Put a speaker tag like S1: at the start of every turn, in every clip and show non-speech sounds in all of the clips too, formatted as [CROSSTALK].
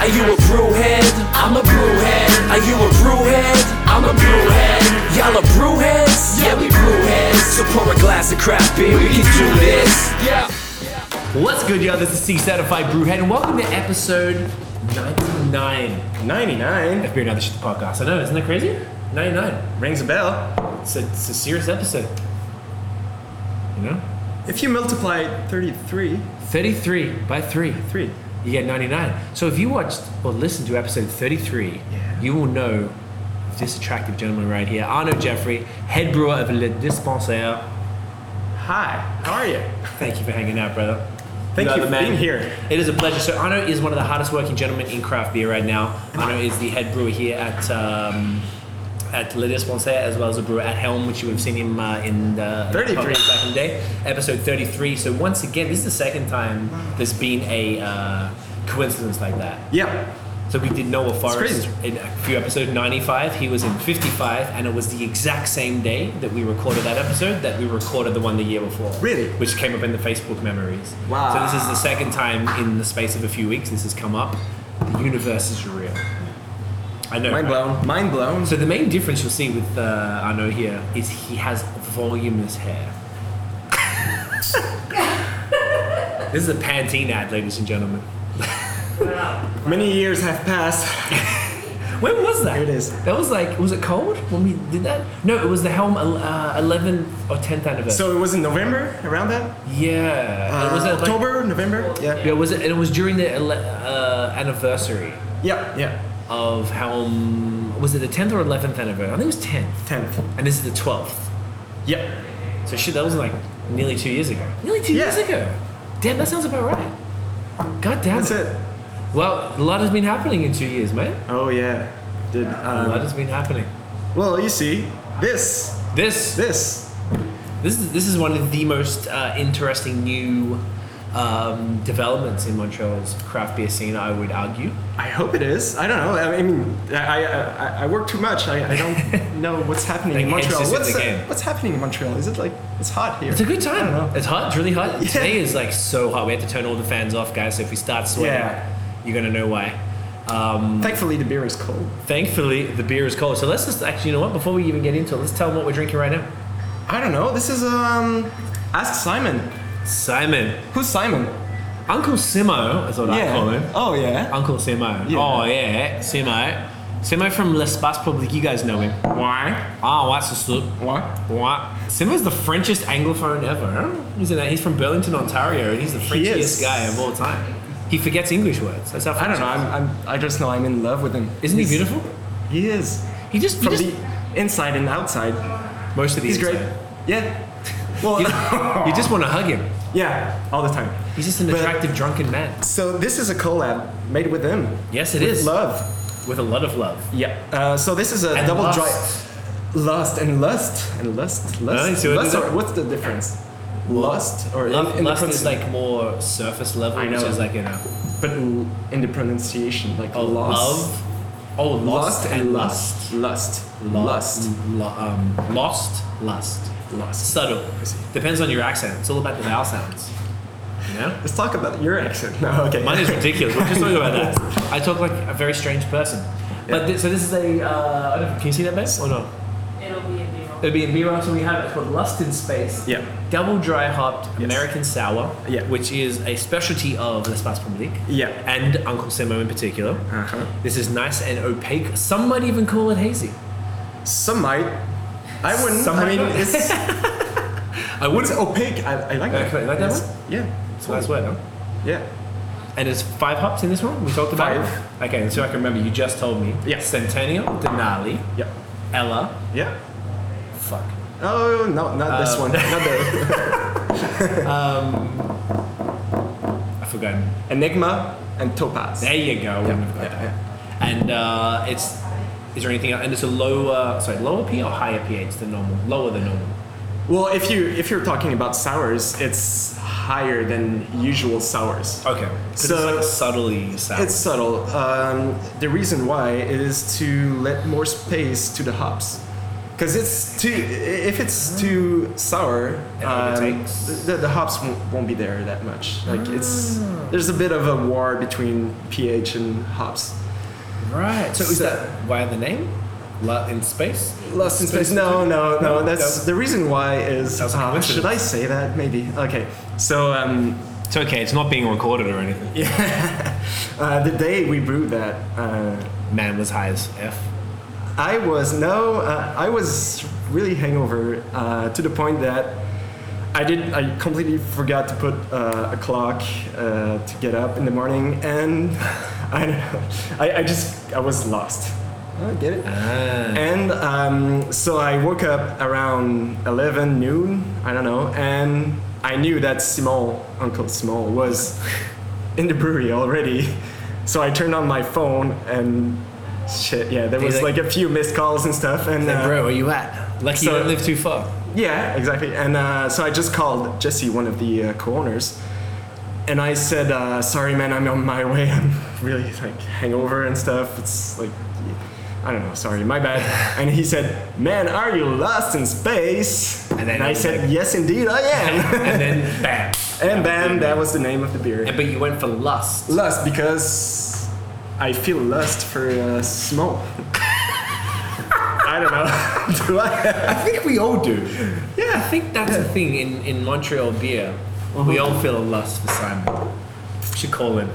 S1: Are you a brewhead? I'm a brewhead. Are you a brewhead? I'm a brewhead. Y'all are brewheads? Yeah, we brewheads. So pour a glass of craft beer. We can do this. Yeah.
S2: What's good, y'all? This is C Certified Brewhead, and welcome to episode 99
S3: 99
S2: of Beer Another Shit the Podcast. I know, isn't that crazy? 99.
S3: rings a bell.
S2: It's a, it's a serious episode. You know?
S3: If you multiply 33,
S2: 33 by 3,
S3: 3.
S2: you get 99. So if you watched or listened to episode 33,
S3: Yeah.
S2: you will know this attractive gentleman right here, Arno Jeffrey, head brewer of Le Dispensaire.
S3: Hi, how are you?
S2: Thank you for hanging out, brother.
S3: Thank you
S2: are the
S3: for being here.
S2: It is a pleasure. So Arno is one of the hardest working gentlemen in craft beer right now. Arno is the head brewer here at um, at Le Dispensaire as well as a brewer at Helm, which you would have seen him uh, in the
S3: 33.
S2: podcast back in the day, episode thirty three. So once again, this is the second time there's been a uh, coincidence like that.
S3: Yeah.
S2: So we did Noah Forrest
S3: crazy.
S2: in a few episode 95. He was in 55, and it was the exact same day that we recorded that episode that we recorded the one the year before.
S3: Really?
S2: Which came up in the Facebook memories.
S3: Wow.
S2: So this is the second time in the space of a few weeks this has come up. The universe is real. I know. right?
S3: Mind blown. Mind blown.
S2: So the main difference you'll see with uh, Arno here is he has voluminous hair. [LAUGHS] this is a Pantene ad, ladies and gentlemen.
S3: Many years have passed.
S2: When was that?
S3: Here it is.
S2: That was like, was it cold when we did that? No, it was the Helm uh, 11th or 10th anniversary.
S3: So it was in November, around that?
S2: yeah,
S3: Uh,
S2: it was like-
S3: October, November? Yeah.
S2: Yeah, was it? and It was during the ele- uh, anniversary
S3: Yeah, yeah.
S2: of Helm. Was it the 10th or 11th anniversary? I think it was 10th,
S3: 10th.
S2: and this is the 12th.
S3: Yeah.
S2: So shit, that was like nearly two years ago. Nearly two
S3: Yeah.
S2: years ago. Damn, that sounds about right. God damn
S3: That's
S2: it.
S3: it.
S2: Well, a lot has been happening in two years, mate.
S3: Oh, yeah. Dude,
S2: a lot
S3: um,
S2: has been happening.
S3: well, you see, this,
S2: This
S3: this.
S2: This is this is one of the most uh, interesting new um, developments in Montreal's craft beer scene. I would argue.
S3: I hope it is. I don't know. I mean, I, I, I, I work too much. I, I
S2: [LAUGHS]
S3: don't know what's happening
S2: Like,
S3: in Montreal.
S2: hence this is
S3: What's, uh,
S2: the game.
S3: what's happening in Montreal? Is it like, it's hot here?
S2: It's a good
S3: I don't know.
S2: time. It's hot. It's really hot.
S3: Yeah.
S2: Today is like so hot. We had to turn all the fans off, guys. So if we start sweating,
S3: Yeah.
S2: you're gonna know why. Um,
S3: Thankfully, the beer is cold.
S2: thankfully, the beer is cold. So let's just actually, you know what? Before we even get into it, let's tell them what we're drinking right now.
S3: I don't know. This is um. Ask Simon.
S2: Simon,
S3: Who's Simon?
S2: Uncle Simo is what I call him.
S3: Oh yeah.
S2: Uncle Simo.
S3: Yeah.
S2: Oh yeah, Simo. Simo from L'Espace Public. You guys know him.
S3: Why?
S2: Ah, what's the soup?
S3: Why?
S2: What? Simba's the Frenchest Anglophone ever. He's, in, he's from Burlington, Ontario, and he's the
S3: He
S2: Frenchiest
S3: is.
S2: guy of all time. He forgets English words. That's how
S3: I don't know. I'm, I'm. I just know I'm in love with him.
S2: Isn't he
S3: He's-
S2: beautiful?
S3: He is.
S2: He just, he
S3: From
S2: just-
S3: the inside and outside.
S2: most of these.
S3: He's great. [LAUGHS] Yeah. Well.
S2: You,
S3: [LAUGHS]
S2: you just want to hug him.
S3: yeah. All the time.
S2: He's just an
S3: But-
S2: attractive drunken man.
S3: So this is a collab made with him.
S2: Yes, it
S3: With
S2: is.
S3: Love.
S2: With a lot of love.
S3: Yeah. Uh, so this is a
S2: And
S3: double
S2: lust.
S3: dry. Lust and lust and lust.
S2: I
S3: Lust.
S2: see what Oh, you did
S3: lust or,
S2: there.
S3: what's the difference? Lust or in-
S2: Love,
S3: in the
S2: lust is
S3: pronunciation?
S2: like more surface level,
S3: I
S2: which
S3: know.
S2: is like you know,
S3: But in, in the pronunciation, like
S2: oh,
S3: lost,
S2: love, oh,
S3: lost
S2: lost and lust,
S3: lust,
S2: Lo-
S3: lust,
S2: lo- um, lost, lust,
S3: lust.
S2: subtle.
S3: see.
S2: Depends on your accent. It's all about the vowel sounds. You know.
S3: Let's talk about your accent. [LAUGHS] No, okay.
S2: Mine is ridiculous. We're just talking about that. I talk like a very strange person. But thi- so this is a. Uh, I don't know, can you see that, babe? Or no?
S4: It'll be a deal.
S2: It'll be in beer so we have it's called Lust in Space.
S3: Yeah.
S2: Double dry hopped American sour.
S3: Yeah.
S2: Which is a specialty of L'Espace Public.
S3: Yeah.
S2: And Uncle Simo in particular.
S3: Uh-huh.
S2: This is nice and opaque. Some might even call it hazy.
S3: Some might. I wouldn't.
S2: Some
S3: I
S2: might
S3: mean,
S2: not.
S3: [LAUGHS] it's,
S2: I
S3: it's
S2: wouldn't.
S3: opaque. I, I like that.
S2: Okay, like that
S3: It's-
S2: one?
S3: Yeah.
S2: It's a nice word, huh?
S3: Yeah.
S2: And there's five hops in this one. We talked about
S3: Five.
S2: it. Okay, so I can remember. You just told me.
S3: Yeah.
S2: Centennial, Denali,
S3: Yeah.
S2: Ella.
S3: Yeah.
S2: Fuck.
S3: Oh no, not this
S2: Uh,
S3: one. Not
S2: [LAUGHS]
S3: the
S2: I forgot.
S3: Enigma and Topaz.
S2: There you go.
S3: Yeah, yeah, yeah.
S2: And uh, it's Is there anything else? And it's a lower, sorry, lower pH or higher pH than normal? Lower than normal.
S3: Well, if you if you're talking about sours, it's higher than usual sours.
S2: Okay. So it's
S3: So-
S2: like subtly sour.
S3: It's subtle. Um, the reason why is to let more space to the hops, because it's too. If it's too sour,
S2: It
S3: um,
S2: overtakes.
S3: the, the hops won't, won't be there that much. Like it's
S2: Ah.
S3: there's a bit of a war between pH and hops.
S2: right. So is
S3: So-
S2: that why the name? La in space?
S3: Lost in space. No, no, no.
S2: No,
S3: That's
S2: no.
S3: the reason why is.
S2: Sounds like a
S3: Ah, should I say that? Maybe. Okay. So um,
S2: It's okay. It's not being recorded or anything.
S3: uh, the day we brewed that. Uh,
S2: Man was high as F.
S3: I was no, uh, I was really hangover uh, to the point that I did. I completely forgot to put uh, a clock uh, to get up in the morning, and [LAUGHS] I don't know. I, I just I was lost. I get it. And um, so I woke up around 11 noon. I don't know, and I knew that Simon, Uncle Simon, was [LAUGHS] in the brewery already. So I turned on my phone and shit. Yeah, there
S2: He's
S3: was
S2: like-
S3: like a few missed calls and stuff, and uh,
S2: where you at? Lucky
S3: So-
S2: you don't live too
S3: [LAUGHS]
S2: far.
S3: yeah, exactly. And uh, so I just called Jesse, one of the uh, co-owners, and I said, uh, "Sorry, man, I'm on my way. [LAUGHS] I'm really like hangover and stuff. It's like, I don't know. Sorry, my bad." And he said, "Man, are you lost in space?"
S2: And
S3: And,
S2: then
S3: I
S2: he was
S3: said,
S2: like-
S3: "Yes, indeed, I am."
S2: [LAUGHS] And then bam.
S3: [LAUGHS] and bam, that was the name of the
S2: Yeah,
S3: beer.
S2: But you went for lust.
S3: Lust because I feel lust for uh, smoke. [LAUGHS] I don't know. [LAUGHS] Do I?
S2: I think we all do. I
S3: yeah.
S2: think that's the thing in, in Montreal beer. We
S3: Uh-huh.
S2: all feel a lust for Simon. Should call him. Do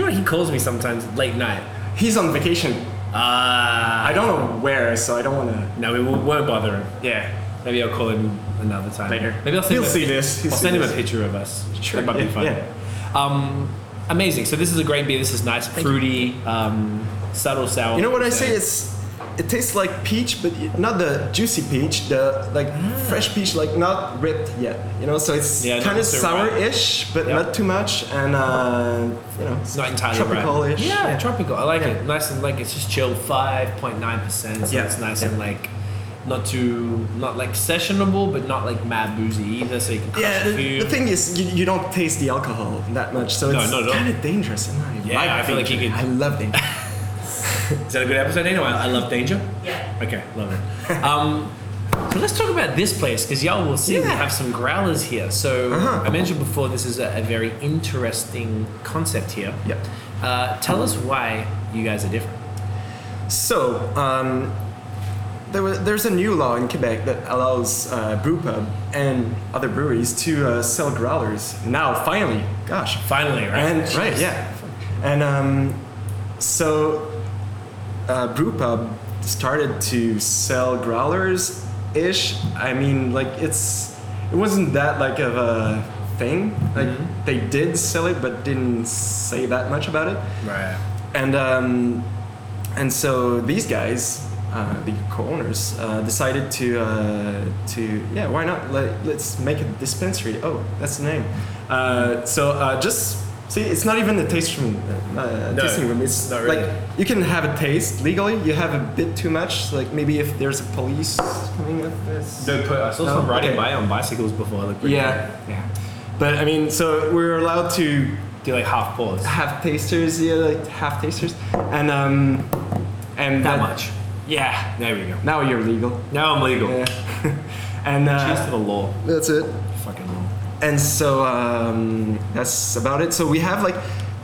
S2: you know what he calls me sometimes late night?
S3: He's on vacation.
S2: Ah.
S3: I don't know where, so I don't want to.
S2: no, we won't, won't bother him.
S3: Yeah.
S2: Maybe I'll call him another time.
S3: Later.
S2: Maybe I'll send
S3: He'll
S2: him a-
S3: see this. He'll
S2: I'll
S3: see
S2: send him
S3: this.
S2: a picture of us.
S3: Sure,
S2: That might be
S3: yeah,
S2: fun.
S3: yeah.
S2: Um, amazing. So this is a great beer. This is nice, fruity, um, subtle sour.
S3: You know what I say? It's it tastes like peach, but it- not the juicy peach. The like fresh peach, like not ripped yet. You know, so it's
S2: Ah. Yeah, not
S3: kind of
S2: so
S3: sour-ish, but
S2: Yeah.
S3: not too much, and uh, you know,
S2: It's not entirely right.
S3: tropical-ish.
S2: Yeah, tropical. I like
S3: Yeah.
S2: it. Nice and like it's just chill. Five point nine percent. So
S3: Yeah.
S2: it's nice
S3: Yeah.
S2: and like not too not like sessionable, but not like mad boozy either. So you can crush
S3: Yeah,
S2: a few.
S3: the, the thing is, you, you don't taste the alcohol that much, so
S2: No,
S3: it's
S2: not at all.
S3: kind of dangerous. And I
S2: Yeah,
S3: like
S2: I feel like you
S3: danger.
S2: could-
S3: I love danger.
S2: Is that a good episode, Daniel? I, I love danger.
S1: Yeah.
S2: Okay, love it. Um, so let's talk about this place because y'all will see we
S3: Yeah. Uh-huh.
S2: have some growlers here. So I mentioned before this is a, a very interesting concept here.
S3: Yep.
S2: Uh, tell us why you guys are different.
S3: So, um, there was, there's a new law in Quebec that allows uh, brewpub and other breweries to uh, sell growlers. Now, finally, gosh.
S2: Finally, right?
S3: And right, yeah. And um, so, uh, brewpub started to sell growlers ish. I mean, like it's it wasn't that like of a thing. Like they did sell it, but didn't say that much about it
S2: Right.
S3: and um, and so these guys, uh, the co-owners, uh, decided to uh, to yeah, why not? Let, let's make a dispensary. Oh, that's the name. Uh, so uh, just see, it's not even a tasting room. Uh,
S2: No,
S3: tasting room. It's
S2: not really.
S3: like you can have a taste legally. You have a bit too much. Like maybe if there's a police coming up. This.
S2: No, put, I saw
S3: No?
S2: some riding
S3: Okay.
S2: by on bicycles before. Like,
S3: Yeah.
S2: yeah.
S3: But I mean, so we're allowed to
S2: Do like half
S3: [LAUGHS]
S2: pause.
S3: have tasters. Yeah, like half tasters, and um, and
S2: That much.
S3: Yeah.
S2: There we go.
S3: Now you're legal.
S2: Now I'm legal.
S3: Yeah. [LAUGHS] and
S2: Cheers to
S3: uh,
S2: the law.
S3: that's it.
S2: Fucking law.
S3: And so um, that's about it. So we have like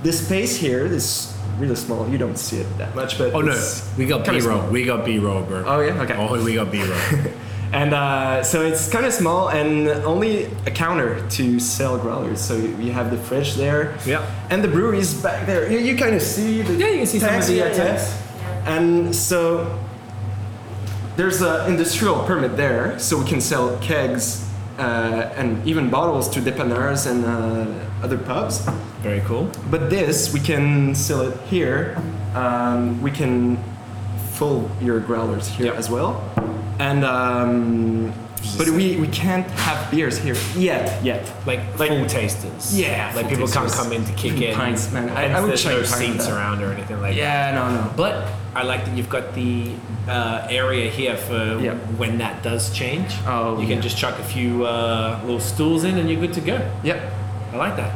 S3: this space here is really small. You don't see it that much, but
S5: Oh no,
S3: it's
S5: we got
S3: kinda
S5: B roll.
S3: small.
S5: We got B roll, bro.
S3: Oh, yeah? Okay.
S5: Oh, we got B
S3: [LAUGHS]
S5: roll.
S3: And uh, so it's kind of small and only a counter to sell growlers. So you you have the fridge there.
S2: Yeah.
S3: And the breweries back there. You, you kind of see the
S2: Yeah, you can see some
S3: tanks,
S2: of the,
S3: yeah,
S2: uh,
S3: tanks. And so there's an industrial permit there, so we can sell kegs uh, and even bottles to dépanneurs and uh, other pubs.
S2: Very cool.
S3: But this, we can sell it here. Um, we can fill your growlers here
S2: Yep.
S3: as well. And um,
S6: Just-
S3: But we, we can't have beers here yet. Yet.
S2: Like,
S3: Like-
S2: full tasters.
S3: Yeah,
S2: Like
S3: full
S2: people can't
S3: tasters.
S2: come in to kick
S3: Even
S2: in.
S3: pints, man. I-
S2: and
S3: I would
S2: there's
S3: check
S2: no
S3: pints with
S2: seats
S3: that.
S2: around or anything like that.
S3: Yeah, no, no.
S2: But I like that you've got the uh, area here for
S3: Yeah.
S2: when that does change.
S3: Oh,
S2: you can
S3: yeah.
S2: just chuck a few uh, little stools in and you're good to go.
S3: Yep.
S2: I like that.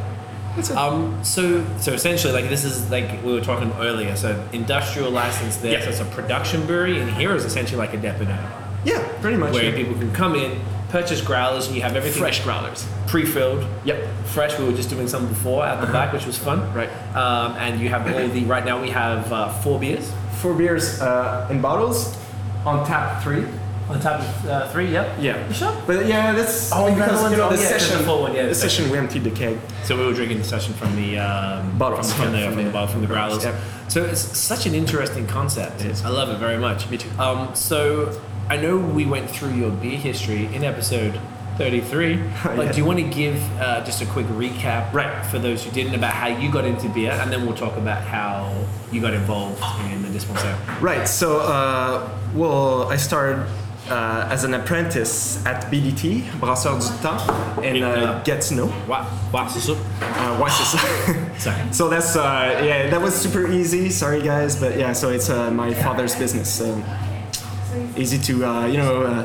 S3: That's it.
S2: Um, so, so essentially, like this is like we were talking earlier. So, industrial license there.
S3: Yeah.
S2: So it's a production brewery, and here is essentially like a depot now,
S3: yeah, pretty much.
S2: where
S3: yeah.
S2: people can come in, purchase growlers, and you have everything
S3: Fresh growlers.
S2: pre-filled.
S3: Yep.
S2: Fresh. We were just doing some before at the back, which was fun.
S3: Right.
S2: Um, and you have all the. Right now, we have uh, four beers
S3: Four beers uh, in bottles, on tap three.
S2: on top of uh, three. Yep.
S3: Yeah.
S2: You sure?
S3: But yeah, that's
S2: Oh, that
S3: because
S2: one's-
S3: you know
S2: oh,
S3: the
S2: yeah, 'cause
S3: session.
S2: the full one, yeah,
S3: the
S2: the
S3: session we emptied the keg.
S2: So we were drinking the session from the um,
S3: Bottles,
S2: from, from
S3: yeah,
S2: the
S3: from
S2: from the
S3: the-
S2: bottle from the growlers.
S3: Yep.
S2: So it's such an interesting concept.
S3: It is.
S2: I love it very much.
S3: Me too.
S2: Um, so I know we went through your beer history in episode. 33
S3: [LAUGHS]
S2: but
S3: Yeah.
S2: do you want to give uh, just a quick recap
S3: Right.
S2: for those who didn't about how you got into beer and then we'll talk about how you got involved in the dispenser
S3: Right. So, uh, well, I started uh, as an apprentice at BDT, Brasseur du Temps, in
S2: In,
S3: uh,
S2: uh,
S3: Gatineau.
S2: wow wow so, so,
S3: Uh, watch this. [LAUGHS]
S2: sorry
S3: so that's uh, yeah, that was super easy. Sorry guys, but yeah, so it's uh, my father's business. So easy to uh, you know uh,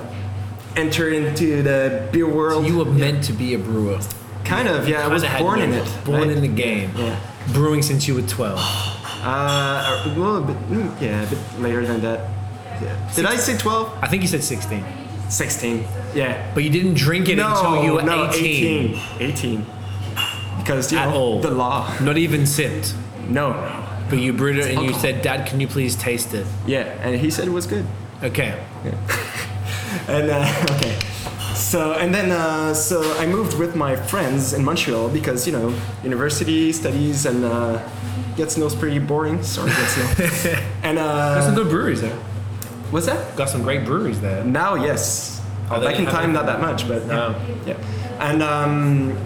S3: enter into the beer world.
S2: you were meant to be a brewer
S3: kind of yeah, I was
S2: Kinda had
S3: born
S2: you
S3: in it.
S2: born
S3: right?
S2: in the game
S3: Yeah.
S2: brewing since you were 12
S3: Uh, a little bit, mm, yeah, a bit later than that. Yeah. Did I say 12?
S2: I think you said 16
S3: 16. Yeah.
S2: But you didn't drink it until you were
S3: no,
S2: 18.
S3: 18. 18. Because, you
S2: At
S3: know,
S2: all.
S3: the law.
S2: Not even sipped.
S3: No.
S2: But you brewed it and you
S3: alcohol.
S2: said, Dad, can you please taste it?
S3: Yeah, and he said it was good.
S2: Okay.
S3: And, uh, [LAUGHS] okay. So, and then, uh, so I moved with my friends in Montreal because, you know, university, studies, and uh, gets knows pretty boring. Sorry,
S2: [LAUGHS]
S3: gets knows. and,
S2: Got
S3: uh,
S2: some good breweries there.
S3: what's that?
S2: Got some great breweries there.
S3: Now, yes.
S2: Are they
S3: Back in
S2: having-
S3: time, not that much, but.
S2: Um,
S3: Yeah, and um,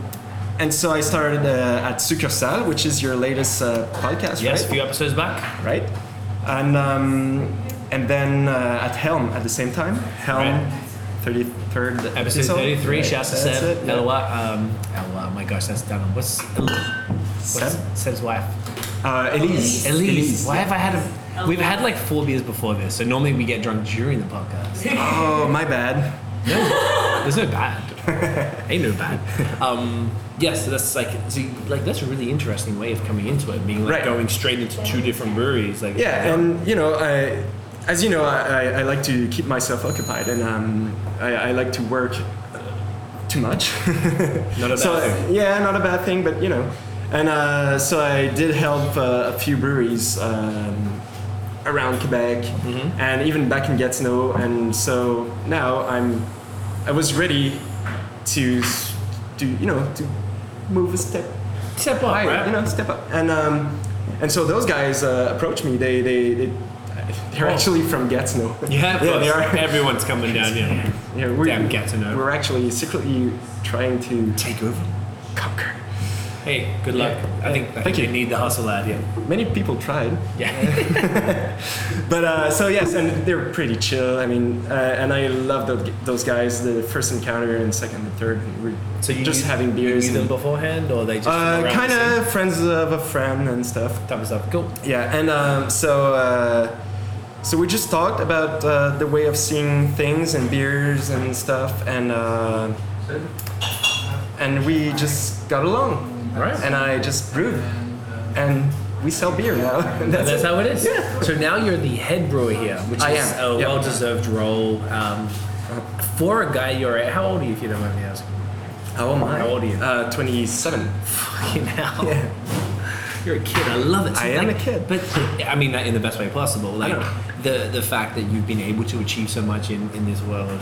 S3: and so I started uh, at Succursal, which is your latest uh, podcast,
S2: yes, a
S3: right?
S2: few episodes back.
S3: right. And um, and then uh, at Helm at the same time, Helm,
S2: Right.
S3: thirty third
S2: Episode 33, shouts to Seb.
S3: Yeah.
S2: Elwa, um, Elwa, my gosh, that's done. What's, what's
S3: Seb?
S2: Seb's wife?
S3: Uh, Elise.
S2: Elise. Why have I had a. We've had like four beers before this, so normally we get drunk during the podcast.
S3: Oh, my bad.
S2: There's no bad. Ain't no bad. Um, yes, so that's like, so you- like that's a really interesting way of coming into it, being like
S3: Right.
S2: going straight into two different breweries. Like
S3: Yeah, and you know, I, as you know, I, I, I like to keep myself occupied, and um, I, I like to work uh, too much. [LAUGHS]
S2: Not a bad
S3: so,
S2: thing.
S3: Yeah, not a bad thing, but you know, and uh, so I did help uh, a few breweries um, around Quebec,
S2: Mm-hmm.
S3: and even back in Gatineau, and so now I'm, I was ready to, s- to you know, to move a step
S2: step up,
S3: higher,
S2: right?
S3: you know, step up. And um, and so those guys uh, approached me. They they, they they're
S2: Oh.
S3: actually from Gatineau.
S2: [LAUGHS] yeah, of
S3: yeah,
S2: course.
S3: they are.
S2: Everyone's coming down here.
S3: Yeah, we're,
S2: Damn Gatineau.
S3: We're actually secretly trying to
S2: Take over.
S3: conquer.
S2: Hey, good luck. I think I think
S3: you.
S2: you need the hustle lad. Yeah.
S3: Many people tried,
S2: Yeah.
S3: but uh, so yes, and they're pretty chill. I mean, uh, and I love those, those guys. The first encounter and second and third, we're
S2: [LAUGHS] so you
S3: just
S2: knew-
S3: having beers.
S2: You knew them
S3: and-
S2: beforehand, or they just
S3: uh,
S2: around the
S3: kind
S2: same
S3: of friends of a friend and stuff.
S2: type of stuff. Cool.
S3: Yeah, and um, so uh, so we just talked about uh, the way of seeing things and beers and stuff, and uh, and we just got along.
S2: Right.
S3: And I just brewed, and we sell beer now. [LAUGHS] and
S2: And
S3: that's
S2: that's
S3: it.
S2: how it is. So now you're the head brewer here, which
S3: I
S2: is
S3: am,
S2: a
S3: yeah.
S2: well-deserved role. Um, for a guy your age, how old are you if you don't mind me asking?
S3: How am I?
S2: How old are you?
S3: Uh, Twenty-seven.
S2: Fucking hell.
S3: Yeah.
S2: [LAUGHS] You're a kid. I love it.
S3: I am
S2: Like,
S3: a kid.
S2: but I mean that in the best way possible. Like
S3: know.
S2: the the fact that you've been able to achieve so much in in this world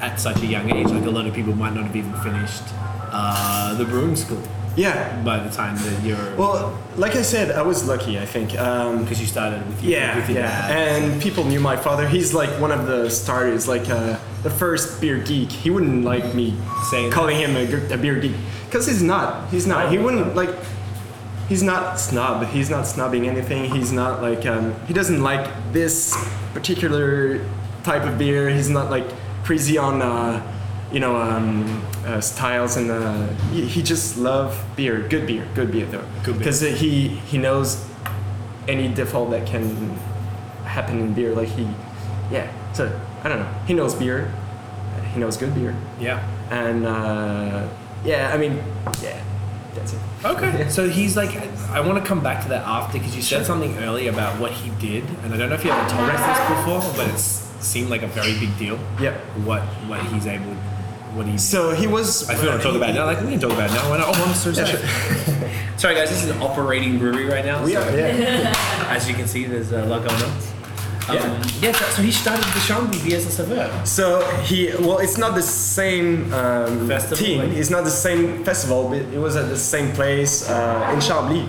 S2: at such a young age. Like a lot of people might not have even finished uh, the brewing school
S3: Yeah.
S2: by the time that you're
S3: Well, like I said, I was lucky. I think. Um,
S2: because you started with your,
S3: yeah,
S2: with your
S3: yeah,
S2: dad.
S3: and people knew my father. He's like one of the starters, like uh, the first beer geek. He wouldn't like me
S2: Saying
S3: calling him a, gr- a beer geek because he's not. He's not. He wouldn't like. He's not snob. He's not snobbing anything. He's not like. Um, he doesn't like this particular type of beer. He's not like crazy on uh, you know, um, uh, styles, and uh, he, he just loved beer. Good beer, good beer though.
S2: Good beer.
S3: Because he he knows any default that can happen in beer. Like he, yeah. So I don't know. He knows beer. He knows good beer.
S2: Yeah.
S3: And uh, yeah, I mean, yeah, that's it.
S2: Okay.
S3: Yeah.
S2: So he's like, I want to come back to that after because you said something earlier about what he did, and I don't know if you ever told us this before, but it seemed like a very big deal.
S3: Yep.
S2: What what he's able, what he's.
S3: So he was.
S2: I feel like talk about it now. Like we can talk about it now. Why not? Oh, I'm so sorry. [LAUGHS] sorry, guys. This is an operating brewery right now.
S3: We
S2: so
S3: are, yeah.
S2: As you can see, there's a lot going on. Um,
S3: Yeah.
S2: yeah, so, so he started the Chambly beer as a server.
S3: [LAUGHS] so he, well, it's not the same um,
S2: Festival,
S3: team.
S2: like-
S3: It's not the same festival, but it was at the same place uh, in Chambly.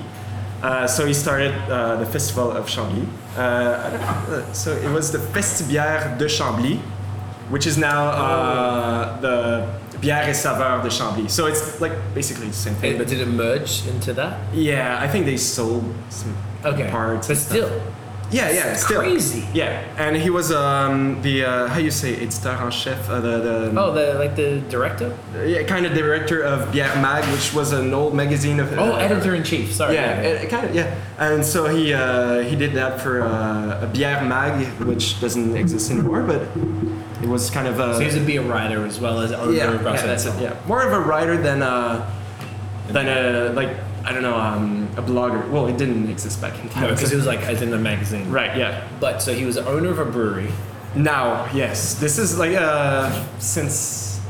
S3: Uh, so he started uh, the festival of Chambly. Uh, I don't know, uh, so it was the Festibière de Chambly, which is now uh, the Bière et Saveur de Chambly. So it's like basically the same thing.
S2: But did it merge into that?
S3: Yeah, I think they sold some
S2: Okay.
S3: parts.
S2: but
S3: and stuff.
S2: still,
S3: yeah, yeah, still
S2: crazy.
S3: Yeah, and he was um, the uh, how you say editor en chef, uh, the the
S2: oh, the like the director.
S3: yeah, kind of director of Bière Mag, which was an old magazine of.
S2: Oh,
S3: uh,
S2: editor in chief. Sorry.
S3: Yeah, it, kind of yeah, and so he uh, he did that for uh, a Bière Mag, which doesn't exist anymore, but it was kind of a
S2: So he's a beer writer as well as owner
S3: yeah,
S2: of
S3: yeah,
S2: Russell.
S3: that's
S2: [LAUGHS]
S3: it. Yeah, more of a writer than a than a like I don't know um, a blogger. Well, it didn't exist back in
S2: No,
S3: time.
S2: because Oh, it was like as in the magazine.
S3: right, yeah.
S2: But so he was the owner of a brewery.
S3: Now, yes, this is like uh, since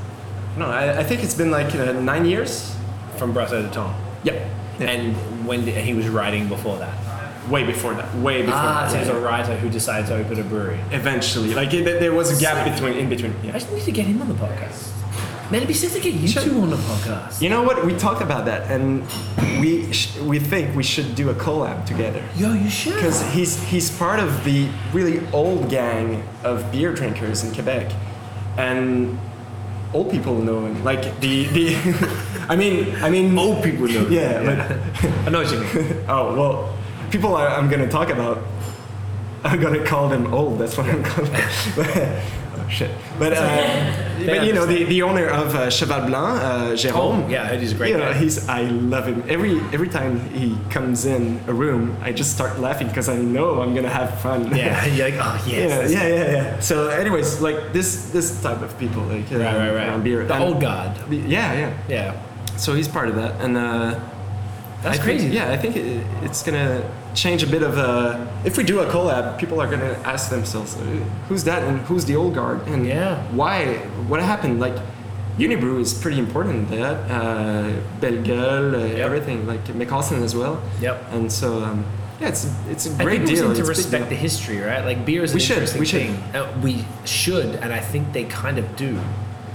S3: no, I, I think it's been like uh, nine years.
S2: from Brasso to Tom.
S3: Yep.
S2: And when did, he was writing before that.
S3: Way before that. Way before
S2: Ah,
S3: that.
S2: so he's a writer who decided to open a brewery.
S3: Eventually, like it, there was a gap between in between.
S2: I
S3: Yeah.
S2: just need to get him on the podcast. Man, it'd be sick to get you two on the podcast.
S3: You know what? We talked about that, and we sh- we think we should do a collab together.
S2: Yo, you should.
S3: Because he's he's part of the really old gang of beer drinkers in Quebec, and old people know him. Like the the, [LAUGHS] I mean I mean
S2: Old people know.
S3: Yeah,
S2: I know what you mean.
S3: But, oh well, people I, I'm gonna talk about. I'm gonna call them old. That's what I'm calling. [LAUGHS] oh shit! But uh, but you know the, the owner of uh, Cheval Blanc, uh, Jérôme.
S2: Oh, yeah, I heard he's a great
S3: You know,
S2: guy.
S3: he's I love him. Every every time he comes in a room, I just start laughing because I know I'm gonna have fun.
S2: Yeah, [LAUGHS] you're like, oh,
S3: [LAUGHS] Yeah,
S2: yes.
S3: yeah, yeah, yeah. So, anyways, like this, this type of people, like uh,
S2: Right, right,
S3: around
S2: right.
S3: beer,
S2: The
S3: And-
S2: old guard.
S3: Yeah, yeah.
S2: Yeah.
S3: So he's part of that, and uh,
S2: That's
S3: I
S2: crazy.
S3: Think, yeah, I think it, it's gonna change a bit of. Uh, if we do a collab, people are gonna ask themselves, uh, "Who's that? And who's the old guard? And
S2: Yeah.
S3: why? What happened?" Like, Unibrew is pretty important. in That uh, Belle Gueule, uh,
S2: Yep.
S3: everything, like McCausland as well.
S2: Yep.
S3: and so um, yeah, it's it's a
S2: I
S3: great
S2: think it was
S3: deal.
S2: in to
S3: It's a big
S2: respect the
S3: deal.
S2: history, right? Like beer is an
S3: We should,
S2: interesting
S3: we should.
S2: thing. Uh, we should, and I think they kind of do.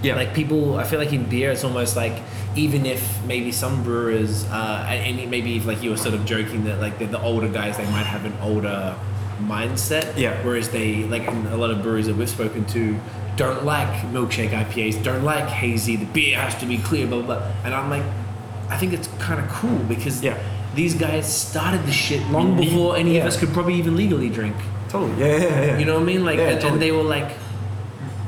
S3: Yeah.
S2: Like people, I feel like in beer, it's almost like even if maybe some brewers, uh, and and maybe if like you were sort of joking that like the, the older guys, they might have an older mindset.
S3: Yeah.
S2: Whereas they like and a lot of brewers that we've spoken to don't like milkshake IPAs, don't like hazy. The beer has to be clear, blah blah. blah. And I'm like, I think it's kind of cool because
S3: Yeah.
S2: these guys started the shit long
S3: need-
S2: before any of
S3: yeah.
S2: us could probably even legally drink.
S3: Totally. Yeah, yeah, yeah, yeah.
S2: You know what I mean? Like,
S3: Yeah,
S2: and, and
S3: totally.
S2: they were like,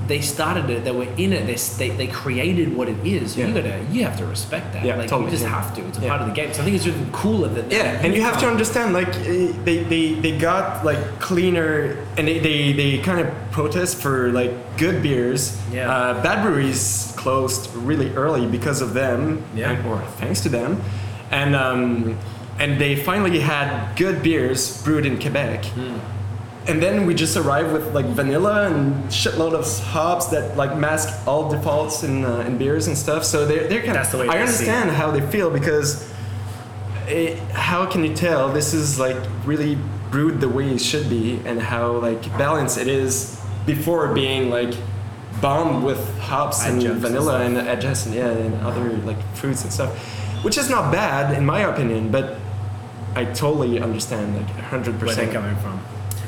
S2: they started it. They were in it. They s- they, they created what it is. You
S3: Yeah.
S2: gotta you have to respect that.
S3: Yeah,
S2: like you
S3: totally,
S2: just
S3: yeah.
S2: have to. It's a
S3: Yeah.
S2: part of the game. So I think it's really cooler that.
S3: Yeah, and you have to understand, like eh, they, they, they got like cleaner, and they, they, they kind of protest for like good beers.
S2: Yeah.
S3: Uh, bad breweries closed really early because of them,
S2: Yeah.
S3: and- or thanks to them, and um, and they finally had good beers brewed in Quebec.
S2: Hmm.
S3: And then we just arrived with like vanilla and shitload of hops that like mask all defaults in, uh, in beers and stuff. So they're, they're kind
S2: That's the way
S3: I
S2: they see it.
S3: understand how they feel because it, Eh, how can you tell this is like really brewed the way it should be and how like balanced it is before being like bombed with hops and
S2: Adjuncts and
S3: vanilla and adjacent yeah and other like fruits and stuff which is not bad in my opinion but i totally understand like 100%
S2: where they're coming from.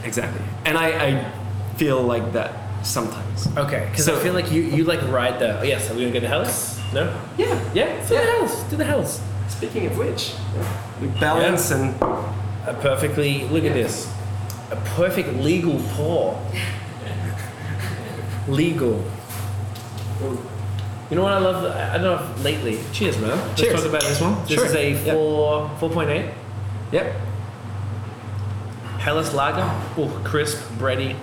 S3: exactly and i, I feel like that sometimes
S2: Okay, because
S3: So-
S2: I feel like you you like ride the. Oh, yes, are we gonna go to Hellas? No.
S3: yeah
S2: Yeah, let's do the Hellas. Do the Hellas.
S3: speaking of which we balance and
S2: A perfectly look at this. A perfect legal pour. legal. You know what I love? I I don't know if lately. Cheers, man. Let's
S3: Cheers.
S2: talk about this one. This
S3: Sure.
S2: is a
S3: Yeah.
S2: four four point eight.
S3: Yep.
S2: Hellas Lager. Oh, crisp, bready,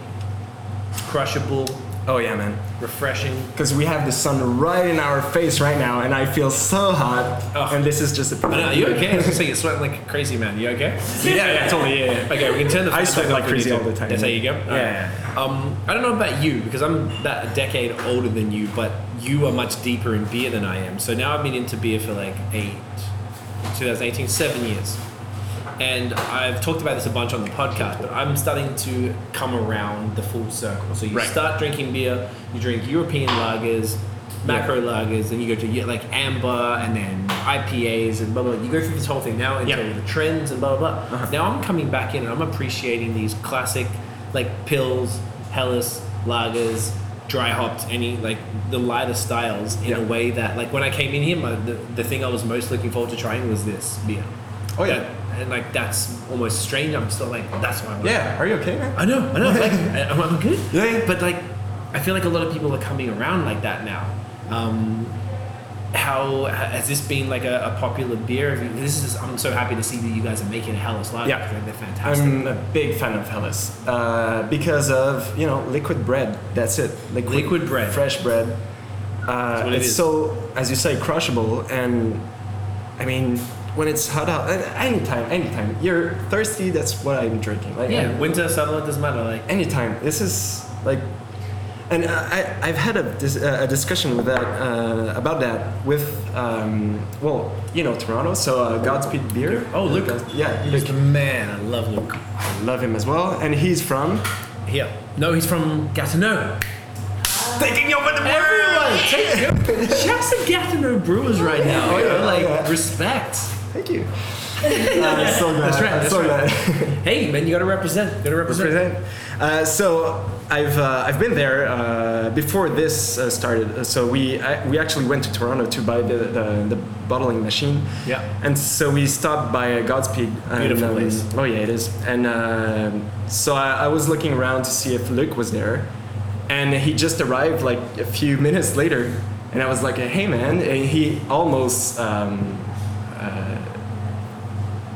S2: crushable,
S3: Oh yeah, man.
S2: refreshing.
S3: Because we have the sun right in our face right now, and I feel so hot.
S2: Ugh.
S3: And this is just a.
S2: I know, are you okay? I was gonna say you're sweating like a crazy, man. You okay?
S3: Yeah, yeah, totally. Yeah, yeah.
S2: Okay, we can turn the.
S3: I
S2: fans
S3: sweat
S2: back
S3: like
S2: up if we
S3: crazy
S2: need
S3: all
S2: to.
S3: the time.
S2: That's how you go. All
S3: Yeah.
S2: right. Um, I don't know about you because I'm about a decade older than you, but you are much deeper in beer than I am. So now I've been into beer for like eight, 2018, seven years, and I've talked about this a bunch on the podcast. But I'm starting to come around the full circle. So you
S6: Right.
S2: start drinking beer, you drink European lagers. Macro lagers, then you go to yeah, like amber, and then IPAs, and blah blah. blah. You go through this whole thing now, and
S6: Yeah.
S2: so the trends and blah blah
S3: Uh-huh.
S2: blah. Now I'm coming back in and I'm appreciating these classic, like pills, Hellas lagers, dry hopped, any like the lighter styles in a
S3: Yeah.
S2: way that like when I came in here, my, the, the thing I was most looking forward to trying was this beer.
S3: Oh, yeah.
S2: That- and like that's almost strange. I'm still like that's what I want.
S3: Yeah. Are you okay? Man?
S2: I know, I know.
S3: [LAUGHS]
S2: like, I- I'm, I'm good.
S3: Yeah, yeah.
S2: But like, I feel like a lot of people are coming around like that now. Um, how has this been like a, a popular beer? This is. I'm so happy to see that you guys are making Hellas Lager.
S3: Yeah. Um,
S2: I think they're fantastic.
S3: I'm a big fan of Hellas uh, because of you know liquid bread. That's it.
S2: Liquid bread.
S3: fresh bread. Uh,
S2: what it
S3: it's
S2: is.
S3: so, as you say, crushable, and I mean, when it's hot out, uh, anytime, anytime you're thirsty, that's what I'm drinking. Like,
S2: yeah,
S3: I-
S2: winter, summer doesn't matter. Like,
S3: anytime. This is like, and I, I've had a, dis- uh, a discussion with that uh, about that with um, well, you know, Toronto. So uh, Godspeed beer.
S2: oh Luke,
S3: yeah,
S2: Luke,
S3: Luke.
S2: man, I love Luke.
S3: love him as well, and he's from.
S2: Here, no, he's from Gatineau.
S3: Taking over the
S2: Everyone, take shout some Gatineau brewers right now.
S3: Oh,
S2: you
S3: yeah,
S2: know, like
S3: yeah.
S2: respect.
S3: Thank you. I'm so
S2: [LAUGHS]
S3: glad.
S2: That's right,
S3: I'm
S2: that's
S3: so
S2: right.
S3: glad.
S2: Hey man, you gotta represent. You gotta represent.
S3: Represent. Uh, so I've uh, I've been there uh, before this uh, started. So we I, we actually went to Toronto to buy the the, the bottling machine.
S2: Yeah.
S3: And so we stopped by Godspeed. And,
S2: Beautiful place.
S3: Oh yeah, it is. And um so I, I was looking around to see if Luke was there, and he just arrived like a few minutes later, and I was like, "Hey man!" And he almost. Um, uh,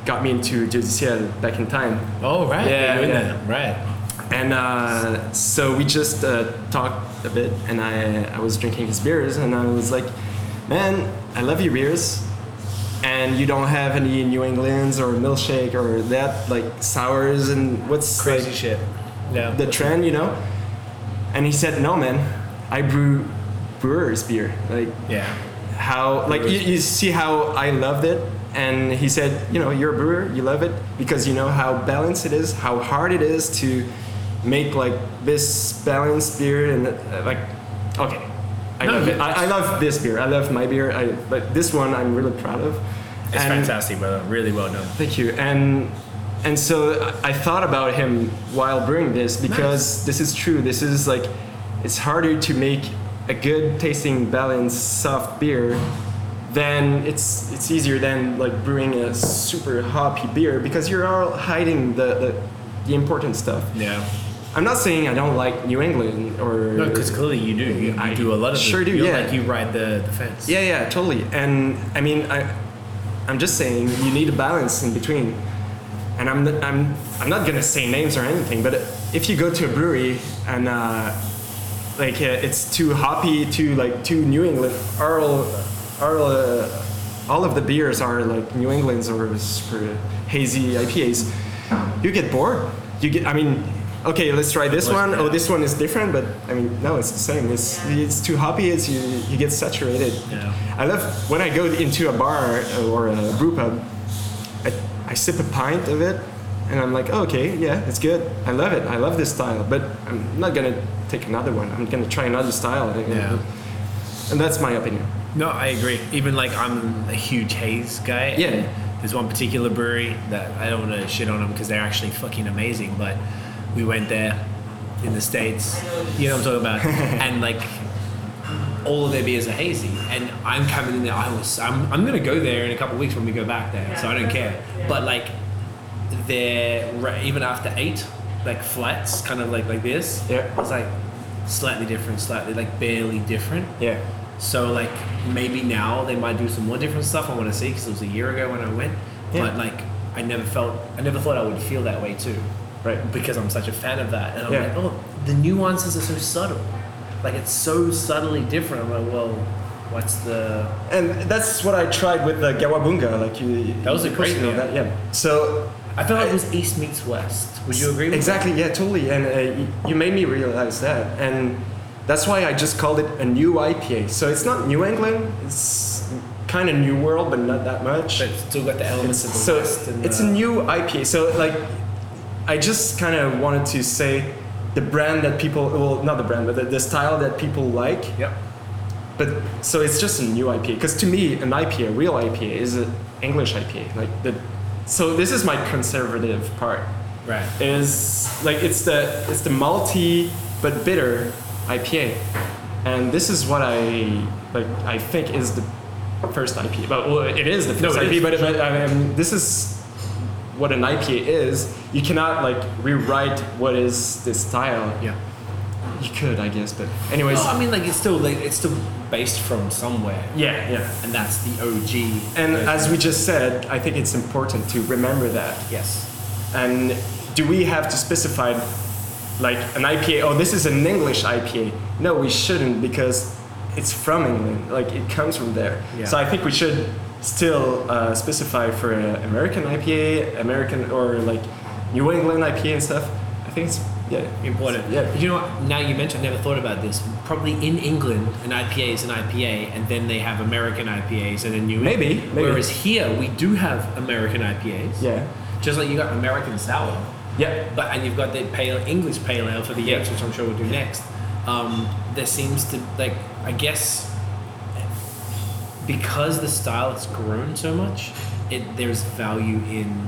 S3: got me into Judiciel back in time
S2: Oh right,
S3: Yeah,
S2: you're in
S3: yeah.
S2: there. right.
S3: and uh, so we just uh, talked a bit, and I, I was drinking his beers, and I was like, man, I love your beers, and you don't have any New England's or milkshake or that, like sours and what's
S2: crazy
S3: like,
S2: shit. Yeah.
S3: the trend, you know? And he said, no, man, I brew brewer's beer. Like,
S2: yeah.
S3: how like you, you see how I loved it and he said you know you're a brewer you love it because you know how balanced it is how hard it is to make like this balanced beer and uh, like okay I
S2: No,
S3: love
S2: you-
S3: it I, I love this beer I love my beer I, but this one I'm really proud of
S2: It's
S3: And-
S2: fantastic, brother. Really well done.
S3: Thank you. And and so I- I thought about him while brewing this because this is true. This is like it's harder to make a good tasting balanced soft beer than it's it's easier than like brewing a super hoppy beer because you're all hiding the, the the important stuff.
S2: Yeah.
S3: I'm not saying I don't like New England or
S2: No, because clearly you do. You, you
S3: I
S2: do a lot of.
S3: sure
S2: the,
S3: do,
S2: You're
S3: yeah.
S2: Like you ride the, the fence.
S3: Yeah, yeah, totally. And I mean, I, I'm just saying you need a balance in between. And I'm, n- I'm, I'm not gonna say names or anything, but if you go to a brewery and uh, like uh, it's too hoppy, too like too New England, all, all, uh, all of the beers are like New England's or super hazy IPAs. You get bored. You get, I mean, okay, let's try this one. Oh, this one is different, but I mean, no, it's the same. It's it's too hoppy. It's you, you get saturated.
S2: Yeah.
S3: I love when I go into a bar or a brew pub, I, I sip a pint of it and I'm like, oh, okay, yeah, it's good. I love it. I love this style, but I'm not gonna take another one. I'm gonna try another style. And,
S2: Yeah.
S3: and that's my opinion.
S2: No, I agree. Even like I'm a huge haze guy.
S3: Yeah.
S2: and There's one particular brewery that I don't want to shit on them because they're actually fucking amazing. But we went there in the states. You know what I'm talking about?
S3: [LAUGHS]
S2: and like all of their beers are hazy. And I'm coming in there. I was. I'm. I'm gonna go there in a couple of weeks when we go back there. So I don't care. But like, they're ra- even after eight, like flats, kind of like like this.
S3: Yeah.
S2: It's like slightly different, slightly like barely different
S3: Yeah.
S2: So like maybe now they might do some more different stuff. I want to see because it was a year ago when I went,
S3: Yeah.
S2: but like I never felt, I never thought I would feel that way too,
S3: Right.
S2: Because I'm such a fan of that, and I'm
S3: Yeah.
S2: like, oh, the nuances are so subtle, like it's so subtly different. I'm like, well, what's the
S3: And that's what I tried with the Gawabunga. Like you,
S2: That was a
S3: you
S2: great
S3: know
S2: name.
S3: That, yeah. So
S2: I felt like it was East meets West. Would you agree? With
S3: Exactly. Yeah. Totally. And uh, y- you made me realize that, and that's why I just called it a new IPA. So it's not New England. It's kind of New World, but not that much.
S2: That? But it's still got the elements of the
S3: so
S2: West. And
S3: it's
S2: the,
S3: a new IPA. So like, I just kind of wanted to say the brand that people well not the brand but the, the style that people like
S2: Yep.
S3: but so it's just a new IPA because to me an IPA, a real IPA, is an English IPA. Like the, so this is my conservative part.
S2: Right.
S3: Is like it's the it's the malty but bitter IPA, and this is what I like. I think is the first IPA. But well, it is the first
S2: it
S3: IPA.
S2: is.
S3: But, but I mean, this is what an IPA is. You cannot like rewrite what is this style.
S2: Yeah.
S3: You could, I guess, but anyways.
S2: No, I mean like it's still like it's still based from somewhere.
S3: yeah, yeah.
S2: and that's the OG.
S3: And
S2: version.
S3: as we just said, I think it's important to remember that.
S2: yes,
S3: And do we have to specify, like, an IPA? Oh, this is an English IPA. No, we shouldn't because it's from England. Like, it comes from there.
S2: Yeah.
S3: So I think we should still uh, specify for an American IPA, American or like New England IPA and stuff. I think it's yeah,
S2: important.
S3: Yeah.
S2: you know what? Now you mentioned, I never thought about this. Probably in England, an IPA is an IPA, and then they have American IPAs, and then New
S3: Maybe,
S2: England.
S3: maybe.
S2: Whereas here we do have American IPAs.
S3: Yeah.
S2: just like you got American sour,
S3: Yeah.
S2: but and you've got the pale English pale ale for the Yates, which I'm sure we'll do next. Um, there seems to like I guess because the style has grown so much, it there's value in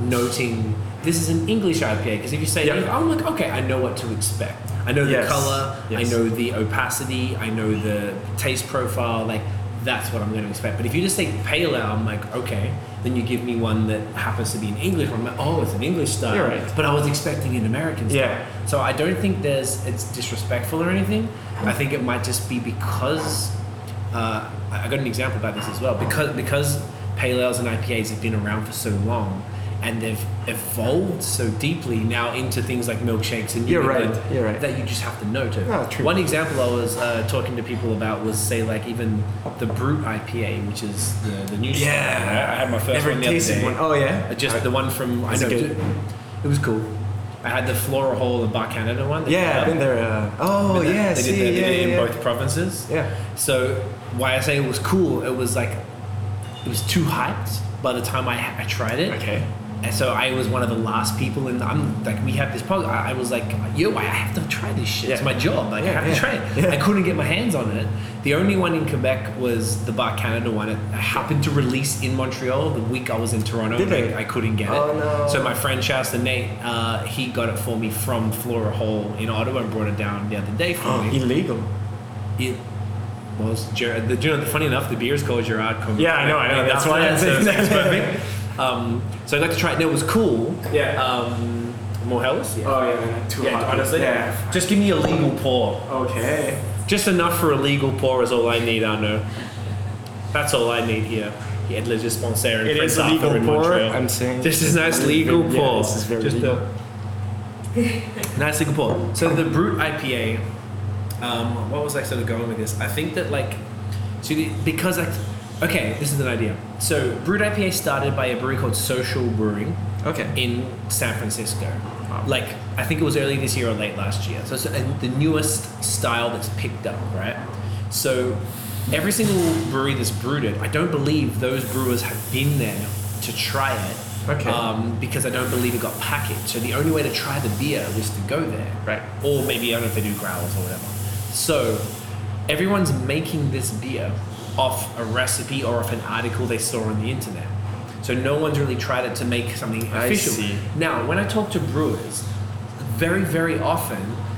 S2: noting this is an English IPA because if you say
S3: Yeah.
S2: "Oh, I'm like okay, I know what to expect. I know
S3: Yes.
S2: the color,
S3: Yes.
S2: I know the opacity, I know the taste profile. Like that's what I'm going to expect. But if you just say pale ale, I'm like okay. Then you give me one that happens to be in English. I'm like oh, it's an English style.
S3: You're right.
S2: But I was expecting an American style.
S3: Yeah.
S2: So I don't think there's it's disrespectful or anything. I think it might just be because uh, I I got an example about this as well because because pale ales and IPAs have been around for so long and they've evolved so deeply now into things like milkshakes and New
S3: You're right,
S2: England
S3: you're right.
S2: that you just have to note it.
S3: Ah, true.
S2: One example I was uh, talking to people about was say like even the Brute IPA, which is the, the new style, right? I had my first
S3: Never
S2: one the other
S3: tasted
S2: day.
S3: one. Oh yeah.
S2: Uh, Just the one from I
S3: Is
S2: know
S3: it good?
S2: it was cool. I had the Flora Hall and Bar Canada one.
S3: yeah, I've been there. Uh, oh
S2: But they-
S3: yeah,
S2: they
S3: see,
S2: did, they
S3: yeah,
S2: did it
S3: yeah,
S2: in
S3: yeah.
S2: both provinces.
S3: Yeah.
S2: So why I say it was cool, it was like it was too hyped by the time I, I tried it.
S3: Okay.
S2: And so I was one of the last people, and I'm like, we have this podcast. I I was like, yo, I have to try this shit. It's
S3: Yeah.
S2: my job. Like, I
S3: Yeah,
S2: have
S3: yeah,
S2: to try it.
S3: yeah.
S2: I couldn't get my hands on it. The only one in Quebec was the Bar Canada one. It happened to release in Montreal the week I was in Toronto. and
S3: Did they?
S2: I, I couldn't get
S3: Oh,
S2: it.
S3: no.
S2: So my friend Shasta Nate, uh, he got it for me from Flora Hall in Ottawa and brought it down the other day for
S3: Oh,
S2: me.
S3: illegal.
S2: It was Ger- the, you know, funny enough, the beer's called Gerard. Comer.
S3: Yeah, I know, I know. That's why I'm saying
S2: so
S3: that.
S2: it's perfect. Um, so I got to try it. and It was cool.
S3: Yeah.
S2: Um, more hells. Yeah.
S3: Oh yeah, too
S2: yeah, honestly. Just give me a legal pour.
S3: Okay.
S2: Just enough for a legal pour is all I need. I know. That's all I need here. Yeah, let's just sponsor and
S3: It
S2: Prince
S3: is a
S2: Arthur
S3: legal
S2: in
S3: pour,
S2: Montreal.
S3: I'm saying.
S2: Just a nice legal
S3: very- yeah,
S2: pour.
S3: this is very
S2: Just
S3: legal.
S2: a- nice legal pour. So the brute IPA. Um, what was I sort of going with this? I think that like, so the, because I, okay, this is an idea. So brute IPA started by a brewery called Social Brewing
S3: Okay.
S2: in San Francisco. Like I think it was early this year or late last year. So it's uh, the newest style that's picked up, right? So every single brewery that's brewed it, I don't believe those brewers have been there to try it.
S3: Okay.
S2: Um, because I don't believe it got packaged. So the only way to try the beer was to go there.
S3: Right.
S2: Or maybe I don't know if they do growls or whatever. So everyone's making this beer off a recipe or off an article they saw on the internet. So no one's really tried it to make something
S3: I
S2: official.
S3: see.
S2: Now, when I talk to brewers, very, very often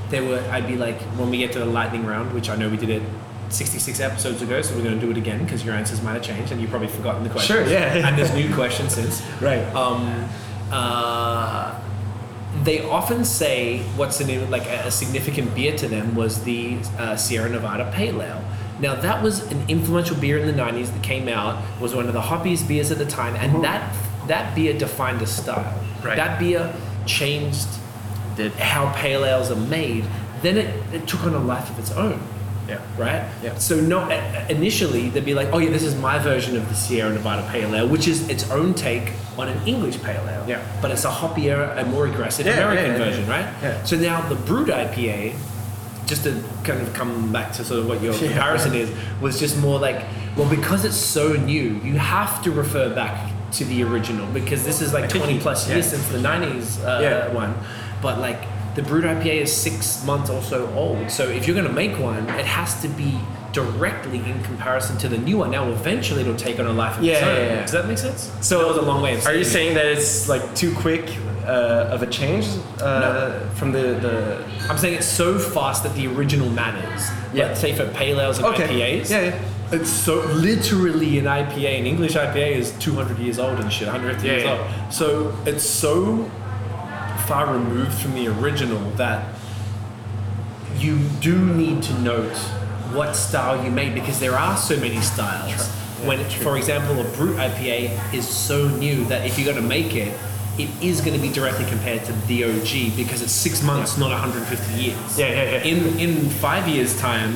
S2: they were. I'd be like, when we get to the lightning round, which I know we did it 66 episodes ago, so we're going to do it again because your answers might have changed and you've probably forgotten the question.
S3: Sure, yeah. [LAUGHS]
S2: and there's new questions since.
S3: Right.
S2: Um, uh, they often say what's the name like a, a significant beer to them was the uh, Sierra Nevada Pale Ale. Now that was an influential beer in the '90s that came out was one of the hoppiest beers at the time, and that that beer defined a style.
S7: Mm-hmm. Right.
S2: That beer changed
S7: Did
S2: how pale ales are made. Then it, it took on a life of its own,
S7: yeah.
S2: right?
S7: Yeah.
S2: So not uh, initially they'd be like, oh yeah, this is my version of the Sierra Nevada Pale Ale, which is its own take on an English Pale Ale.
S7: Yeah.
S2: But it's a hoppier, a more aggressive
S7: Yeah,
S2: American
S7: yeah, yeah,
S2: version,
S7: yeah.
S2: right?
S7: Yeah.
S2: So now the brewed IPA, just to kind of come back to sort of what your comparison is, was just more like, well, because it's so new, you have to refer back to the original because this is like 20 plus years
S7: yeah.
S2: since the 90s uh,
S7: Yeah.
S2: one. But like the brewed IPA is six months or so old. So if you're going to make one, it has to be directly in comparison to the new one. Now, eventually, it'll take on a life of its
S3: Yeah,
S2: own.
S3: yeah, yeah.
S2: Does that make sense?
S3: So-
S2: that was a long way of
S3: Are you
S2: saying
S3: saying that it's like too quick uh, of a change uh, from the, the
S2: it. I'm saying it's so fast that the original matters.
S3: Yeah.
S2: Like, say for pale ales and
S3: okay?
S2: IPAs.
S3: Yeah, yeah.
S2: It's so literally an IPA, an English IPA is 200 years old and shit, 150 years
S7: Yeah, yeah.
S2: old. So it's so far removed from the original that you do need to note what style you made because there are so many styles. when, for example, a brute IPA is so new that if you're going to make it, it is going to be directly compared to the OG because it's six months, not 150 years.
S7: Yeah, yeah, yeah.
S2: In in five years' time,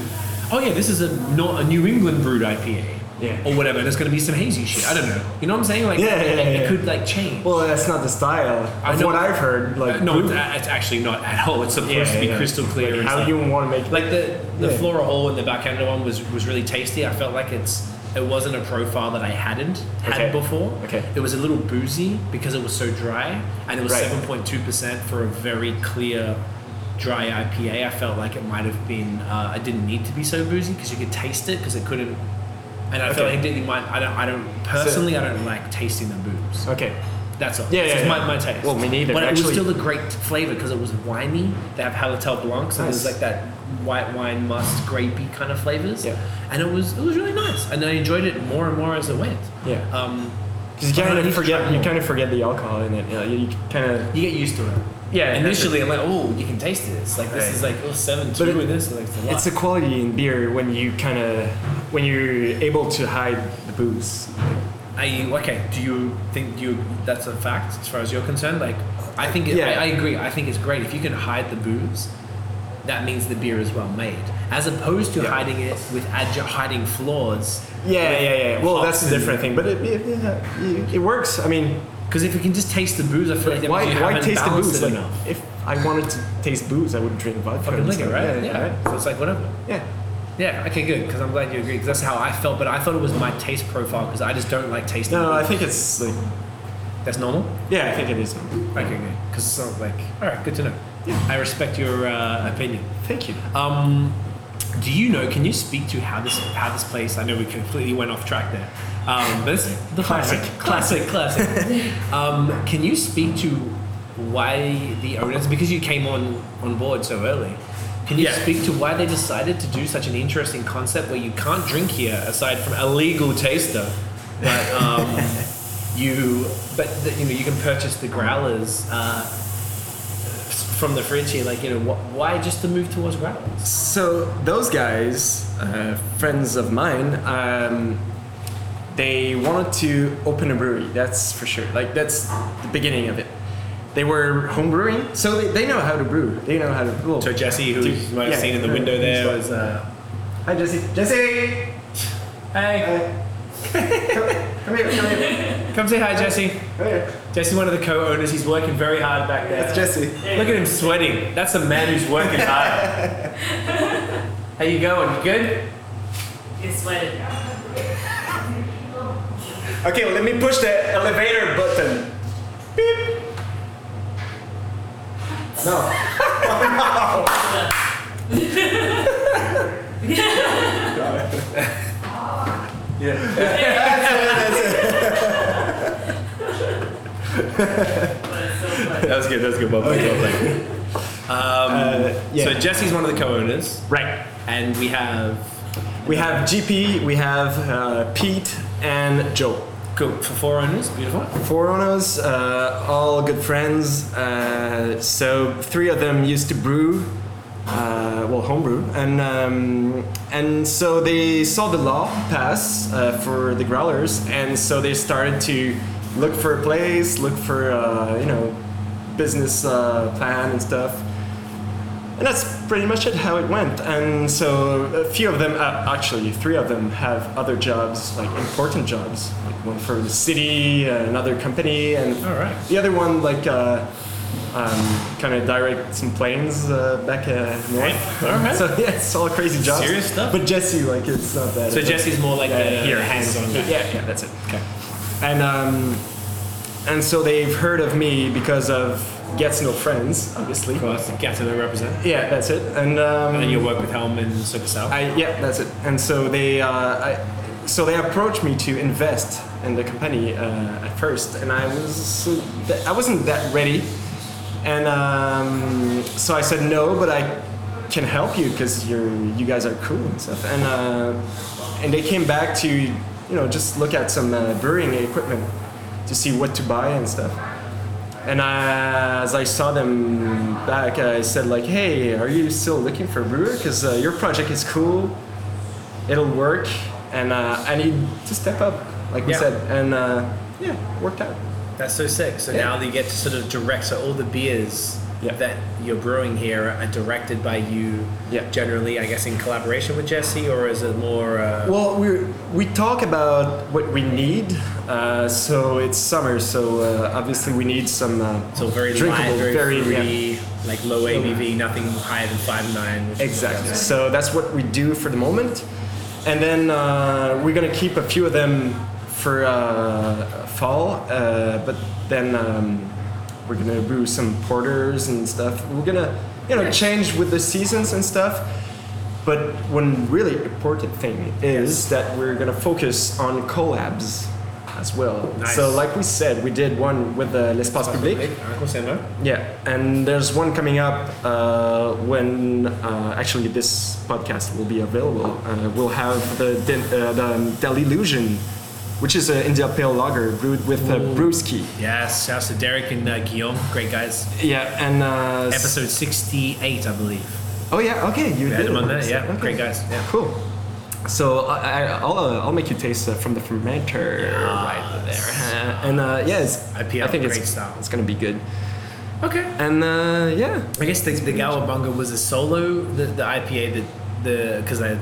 S2: oh yeah, this is a not a New England brewed IPA.
S7: Yeah.
S2: Or whatever, and it's going to be some hazy shit. I don't know. You know what I'm saying? Like,
S3: Yeah, yeah,
S2: it, it
S3: yeah.
S2: could like change.
S3: Well, that's not the style.
S2: I
S3: Of
S2: know-
S3: what I've heard, like
S2: Uh, no,
S3: blue-
S2: it's, a- it's actually not at all. It's supposed to be
S3: yeah.
S2: crystal clear. and
S3: how
S2: stuff.
S3: do you want to make
S2: Like the the
S3: Yeah.
S2: Flora Hall and the backhander one was was really tasty. I felt like it's it wasn't a profile that I hadn't had
S3: Okay.
S2: before.
S3: Okay.
S2: It was a little boozy because it was so dry, and it was
S3: Right.
S2: seven point two percent for a very clear dry IPA. I felt like it might have been. Uh, I didn't need to be so boozy because you could taste it because it couldn't. And I felt
S3: Okay.
S2: like it didn't mind. I don't. I don't personally. I don't like tasting the booze.
S3: okay?
S2: That's all.
S3: Yeah,
S2: This
S3: yeah,
S2: is
S3: yeah.
S2: My, my taste.
S3: Well, me neither,
S2: But
S3: actually.
S2: it was still a great flavor because it was winey. They have Halatel Blanc, so there's
S3: Nice.
S2: like that white wine must grapey kind of flavors.
S3: Yeah.
S2: And it was it was really nice, and I enjoyed it more and more as it went.
S3: Yeah.
S2: Um,
S3: 'Cause you
S2: I
S3: kind
S2: need
S3: of
S2: to
S3: forget
S2: try
S3: you
S2: more.
S3: kind of forget the alcohol in it. Yeah, you kind of
S2: you get used to it.
S3: yeah.
S2: Initially, I'm like, oh, you can taste this. Like this
S3: Right.
S2: is like oh seven
S3: But
S2: two
S3: it-
S2: and this. Like, it's a lot.
S3: it's a quality in beer when you kind of when you're able to hide the booze.
S2: Are you okay? Do you think you that's a fact as far as you're concerned? Like, I think it,
S3: Yeah.
S2: I, I agree. I think it's great if you can hide the booze. That means the beer is well made, as opposed to hiding it with adju- hiding flaws.
S3: Yeah, yeah, yeah. Well, that's a different thing, but it it, yeah, it- it works. I mean,
S2: Because if you can just taste the booze, I feel like that
S3: why
S2: means you
S3: why
S2: haven't
S3: taste the
S2: balanced
S3: booze?
S2: it
S3: Like,
S2: enough.
S3: if I wanted to taste booze, I would drink vodka.
S2: Fucking
S3: and
S2: liquor,
S3: stuff.
S2: right?
S3: Yeah, right?
S2: So it's like whatever.
S3: yeah.
S2: Yeah. Okay. Good. Because I'm glad you agree. Because that's how I felt. But I thought it was my taste profile. Because I just don't like tasting.
S3: No, I
S2: booze.
S3: think it's like
S2: that's normal.
S3: yeah, I think it is.
S2: Okay. Good. Because it's not like all right. Good to know. I respect your uh, opinion.
S3: Thank you.
S2: Um, do you know? Can you speak to how this how this place? I know we completely went off track there. Um, but it's the classic, classic, classic. um, can you speak to why the owners? Because you came on on board so early. Can you
S7: Yeah.
S2: speak to why they decided to do such an interesting concept where you can't drink here aside from a legal taster, but um, you but the, you know you can purchase the growlers. Uh, from the fridge here, like you know, wh- why just the move towards growlers?
S3: So those guys, uh, friends of mine, um, they wanted to open a brewery. That's for sure. Like that's the beginning of it. They were home brewing, so they, they know how to brew. They know how to brew.
S2: So Jesse, who
S3: Dude,
S2: you might have
S3: yeah,
S2: seen in the
S3: uh,
S2: window there,
S3: he's
S2: was uh,
S3: Hi Jesse. Jesse,
S2: hey,
S3: Hi. come, come here, come here,
S2: come say hi, Jesse.
S3: come here.
S2: Jesse, one of the co-owners, he's working very hard back there.
S3: That's Jesse.
S2: Look at him sweating. That's a man who's working hard.
S3: [LAUGHS]
S2: How you going? You good?
S8: It's sweated.
S3: Okay, let me push the elevator button. Beep. No.
S2: [LAUGHS] That was good. That was good. Well played. Well played.
S3: Uh,
S2: Um, So Jesse's one of the co-owners,
S3: Right.
S2: and we have
S3: We have GP, we have uh, Pete, and Joe.
S9: Cool. For four owners, beautiful.
S3: Four owners, uh, all good friends. Uh, so three of them used to brew, uh, well, homebrew, and um, and so they saw the law pass uh, for the growlers, and so they started to look for a place, look for uh, you know business uh, plan and stuff. And that's pretty much it how it went. And so a few of them, uh, actually three of them, have other jobs, like important jobs, like one for the city, uh, another company, and
S2: All right.
S3: the other one like uh, um, kind of direct some planes uh, back uh, north.
S2: All right.
S3: So yeah, it's all crazy jobs.
S2: Serious stuff.
S3: But Jesse, like, it's not bad.
S2: So Jesse's more like
S3: Yeah,
S2: the
S3: here.
S2: hands-on guy.
S3: Yeah, yeah, that's it. Okay. And um, and so they've heard of me because of Gets No Friends, obviously.
S2: Of course, get to the represent.
S3: Yeah, that's it. And um,
S2: And then you work with Helm and Supercell.
S3: I, yeah, that's it. And so they, uh, I, so they approached me to invest in the company uh, at first, and I was, I wasn't that ready, and um, so I said no, but I can help you because you're, you guys are cool and stuff. And uh, and they came back to, you know, just look at some uh, brewing equipment to see what to buy and stuff. And I, as I saw them back, I said like, "Hey, are you still looking for a brewer? Because uh, your project is cool, it'll work, and uh, I need to step up, like we
S2: Yeah.
S3: said." And uh, yeah, worked out.
S2: That's so sick. So
S3: Yeah.
S2: now they get to sort of direct. So all the beers
S3: Yeah.
S2: that you're brewing here are directed by you.
S3: Yeah.
S2: Generally, I guess in collaboration with Jesse, or is it more? Uh,
S3: Well, we we talk about what we need. Uh, so it's summer, so uh, obviously we need some. Uh,
S2: so very
S3: drinkable,
S2: light, very,
S3: very-
S2: fruity, like low ABV, nothing higher than five nine. which is
S3: Exactly. So that's what we do for the moment, and then uh, we're gonna keep a few of them for uh, fall. Uh, but then um, we're gonna brew some porters and stuff. We're gonna you know change with the seasons and stuff. But one really important thing is that we're gonna focus on collabs as well.
S2: Nice.
S3: So like we said, we did one with the L'Espace Public.
S2: Big. Uncle Simba.
S3: Yeah, and there's one coming up uh, when uh, actually this podcast will be available. Uh, we'll have the Del- uh, the Delusion, which is an India Pale Lager brewed with uh, brewski.
S2: Yes. Shouts to Derek and uh, Guillaume. Great guys.
S3: Yeah, and uh, s-
S2: Episode sixty-eight, I believe.
S3: Oh yeah, okay, you
S2: We had
S3: did
S2: them
S3: it.
S2: on there. Yeah.
S3: Okay.
S2: Great guys. Yeah.
S3: Cool. So I, I, I'll uh, I'll make you taste uh, from the fermenter right there, [LAUGHS] Uh, and uh, yeah, it's,
S2: IPL,
S3: I think
S2: great
S3: it's
S2: style.
S3: it's gonna be good.
S2: Okay.
S3: And uh, yeah,
S2: I guess the, the Galabunga was a solo, the, the IPA that the because I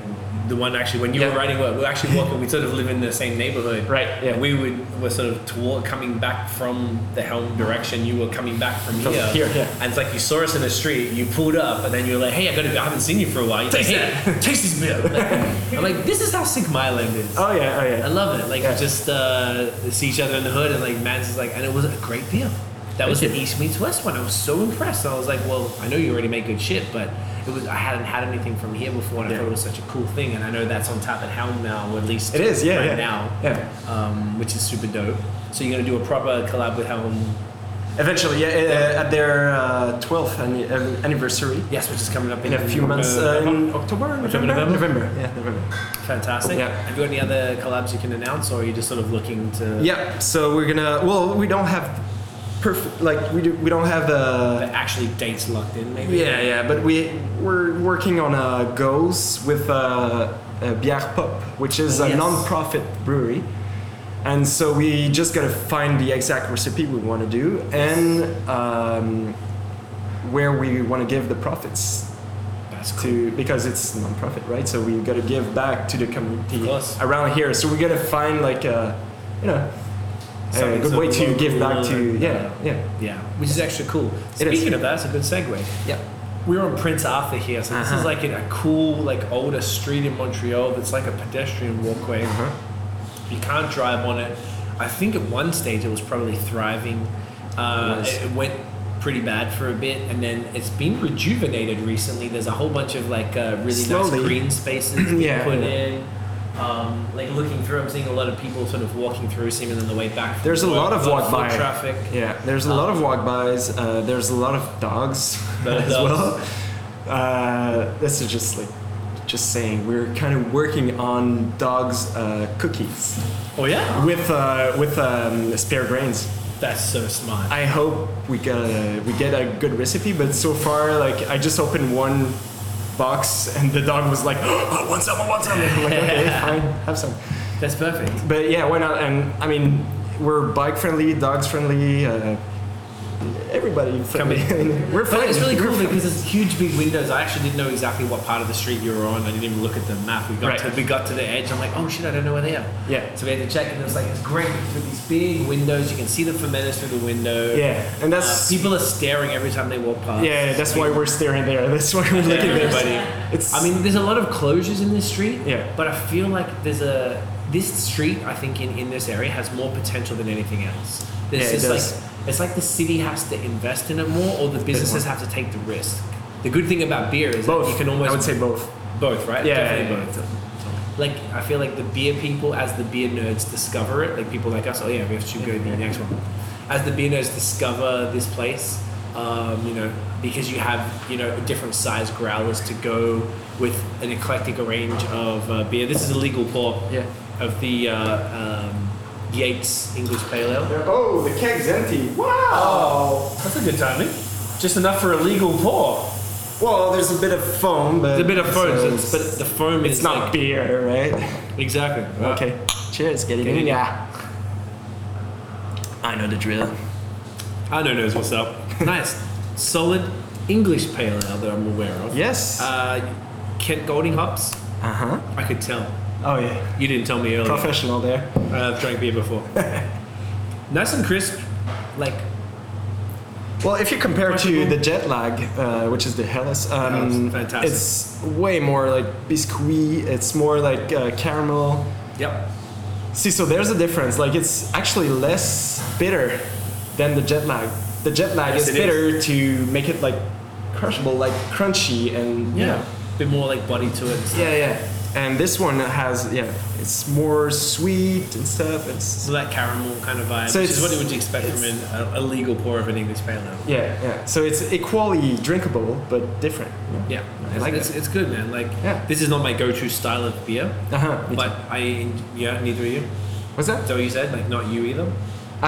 S2: the one actually when you
S3: Yeah.
S2: were writing we were actually walking. we sort of live in the same neighborhood,
S3: Right, yeah.
S2: And we would were sort of toward, coming back from the Helm direction. You were coming back from,
S3: From
S2: here,
S3: here, yeah.
S2: And it's like you saw us in the street. You pulled up, and then you were like, "Hey, I got to. I haven't seen you for a while. You
S3: Taste
S2: like, hey, taste this
S3: [LAUGHS]
S2: beer." Like, I'm like, "This is how Sig Myland is."
S3: oh yeah, oh
S2: I
S3: yeah.
S2: love it. Like
S3: Yeah.
S2: just uh, see each other in the hood, and like Mans is like, and it was a great beer. That was the East meets West one. I was so impressed. I was like, well, I know you already make good shit, but it was I hadn't had anything from here before, and I
S3: Yeah.
S2: thought it was such a cool thing. And I know that's on tap at Helm now, or at least
S3: It is, yeah,
S2: right
S3: yeah.
S2: now,
S3: Yeah.
S2: um, which is super dope. So you're gonna do a proper collab with Helm,
S3: Eventually, yeah, uh, at their uh, 12th anni- um, anniversary.
S2: yes, which is coming up in,
S3: In a few months, uh, in October, November,
S2: November?
S3: yeah, November.
S2: Fantastic.
S3: Yeah.
S2: Have you got any other collabs you can announce, or are you just sort of looking to
S3: Yeah, so we're gonna. Well, we don't have perfect. Like we do, we don't have uh,
S2: the
S3: the.
S2: actually dates locked in? Maybe.
S3: Yeah, yeah, but we we're working on uh, goals with uh, uh, Bière Pop, which is a
S2: Yes.
S3: non-profit brewery, and so we just gotta find the exact recipe we want to do and um, where we want to give the profits
S2: That's cool.
S3: to because it's non-profit right so we got to give back to the community
S2: Of course.
S3: around here so we got to find like a you know a
S2: Something
S3: good way to
S2: sort of
S3: give back
S2: local
S3: to
S2: and,
S3: yeah yeah
S2: Yeah, which is actually cool.
S3: It is.
S2: Speaking of that, it's a good segue.
S3: yeah
S2: We were in Prince Arthur here, so this
S3: Uh-huh.
S2: is like in a cool, like older street in Montreal that's like a pedestrian walkway. You can't drive on it. I think at one stage it was probably thriving. Uh,
S3: It was.
S2: it, it went pretty bad for a bit, and then it's been rejuvenated recently. There's a whole bunch of like uh, really
S3: Slowly.
S2: nice green spaces
S3: [CLEARS THROAT]
S2: being
S3: Yeah,
S2: put
S3: yeah.
S2: in. Um, like looking through, I'm seeing a lot of people sort of walking through, seeming on the way back. from
S3: there's a
S2: work, uh,
S3: lot of walk
S2: foot
S3: by
S2: traffic.
S3: yeah there's a lot of walk bys uh, there's a lot of dogs
S2: Lot of
S3: [LAUGHS] as
S2: dogs.
S3: well uh, this is just like just saying we're kind of working on dogs' uh, cookies
S2: Oh yeah,
S3: with uh, with um, spare grains.
S2: that's so smart.
S3: I hope we get a, we get a good recipe, but so far, like I just opened one box and the dog was like, [GASPS] "Oh, I want some, I want some." I'm like, [LAUGHS] okay, fine, have some.
S2: That's perfect.
S3: But yeah, why not? And I mean, we're bike friendly, dogs friendly, uh, everybody friendly.
S2: [LAUGHS]
S3: [LAUGHS] we're
S2: But
S3: friendly.
S2: it's really cool because it's huge, big windows. I actually didn't know exactly what part of the street you were on. I didn't even look at the map. We got
S3: Right.
S2: to we got to the edge. I'm like, oh shit, I don't know where they are.
S3: Yeah.
S2: So we had to check, and it was like it's great with these big windows. You can see the fermenters through the window.
S3: Yeah, and
S2: Uh,
S3: that's
S2: people are staring every time they walk past.
S3: yeah, that's why we're staring there. [LAUGHS] That's why we're looking
S2: Everybody.
S3: there. It's
S2: I mean, there's a lot of closures in this street.
S3: Yeah.
S2: But I feel like there's a this street. I think in, in this area has more potential than anything else. There's
S3: Yeah, it
S2: just
S3: does.
S2: like it's like the city has to invest in it more, or the businesses have to take the risk. The good thing about beer is
S3: both.
S2: that you can almost
S3: I would say both.
S2: both, right?
S3: Yeah,
S2: Definitely
S3: yeah,
S2: both. Like I feel like the beer people, as the beer nerds discover it, like people like us, oh yeah, we should go to the next one. As the beer nerds discover this place, um, you know, because you have you know different size growlers to go with an eclectic range of uh, beer. This is a legal pour
S3: Yeah.
S2: of the uh, um, Yates English Pale Ale.
S3: Oh, the keg's empty. Wow.
S2: That's a good timing. Just enough for a legal pour.
S3: Well, there's a bit of foam, but
S2: It's a bit of foam,
S3: so
S2: so it's- but the foam
S3: it's
S2: is
S3: not
S2: like- Uh,
S3: beer, right?
S2: Exactly.
S3: Okay. Cheers. Get it
S2: in.
S3: Yeah. I know the drill.
S2: I don't know what's up. [LAUGHS] nice, solid English pale ale that I'm aware of.
S3: Yes. Uh-huh. Uh
S2: Uh, Kent Golding hops.
S3: huh.
S2: I could tell.
S3: Oh yeah.
S2: You didn't tell me earlier.
S3: Professional there.
S2: Uh, [LAUGHS] I've drank beer
S3: [LAUGHS]
S2: before. nice and crisp. Like
S3: Well, if you compare to the jet lag, uh, which is the Hellas, um,
S2: Hellas, fantastic.
S3: it's way more like biscuit. It's more like uh, caramel.
S2: yep.
S3: See, so there's a difference. Like it's actually less bitter than the jet lag. The jet lag
S2: Yes,
S3: is
S2: it is.
S3: bitter to make it like crushable, like crunchy, and you know,
S2: Yeah. Bit more like body to it. and stuff.
S3: Yeah, yeah. And this one has yeah, it's more sweet and stuff. It's
S2: So that caramel kind of vibe,
S3: So
S2: which is
S3: it's-
S2: what you would expect from
S3: it's-
S2: an, a, a legal pour of an English pale ale.
S3: yeah, yeah. So it's equally drinkable but different.
S2: Yeah,
S3: I
S2: it's,
S3: like
S2: it's,
S3: that.
S2: it's good, man. Like,
S3: Yeah.
S2: this is not my go-to style of beer,
S3: Uh-huh, me
S2: but I, yeah, neither are you.
S3: What's
S2: Is
S3: that?
S2: that what you said? Like, not you either.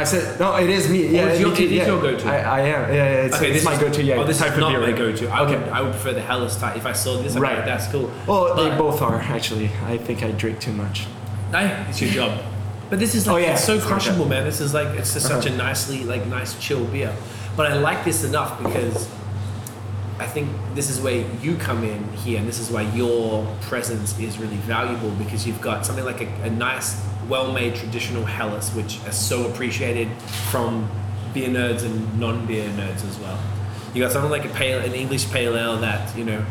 S3: I said no. It is me. Yeah,
S2: it's your-
S3: me too,
S2: it is
S3: yeah.
S2: your go-to.
S3: I, I am. Yeah, yeah. It's, it's
S2: this
S3: my
S2: is-
S3: go-to. Yeah.
S2: Oh, this
S3: type
S2: is not
S3: of beer.
S2: my go-to. I
S3: okay.
S2: would, I would prefer the Hellas type. If I saw this, I'd be
S3: Right.
S2: like, that's cool.
S3: well, they
S2: But-
S3: both are actually. I think I drink too much.
S2: Hey, it's your job. But this is like
S3: Oh, yeah.
S2: it's so
S3: It's my
S2: crushable,
S3: job. Uh-huh.
S2: man. This is like it's just such a nicely like nice chill beer. But I like this enough because I think this is where you come in here, and this is why your presence is really valuable because you've got something like a, a nice, well-made traditional Hellas, which is so appreciated from beer nerds and non-beer nerds as well. You got something like a pale, an English pale ale that you know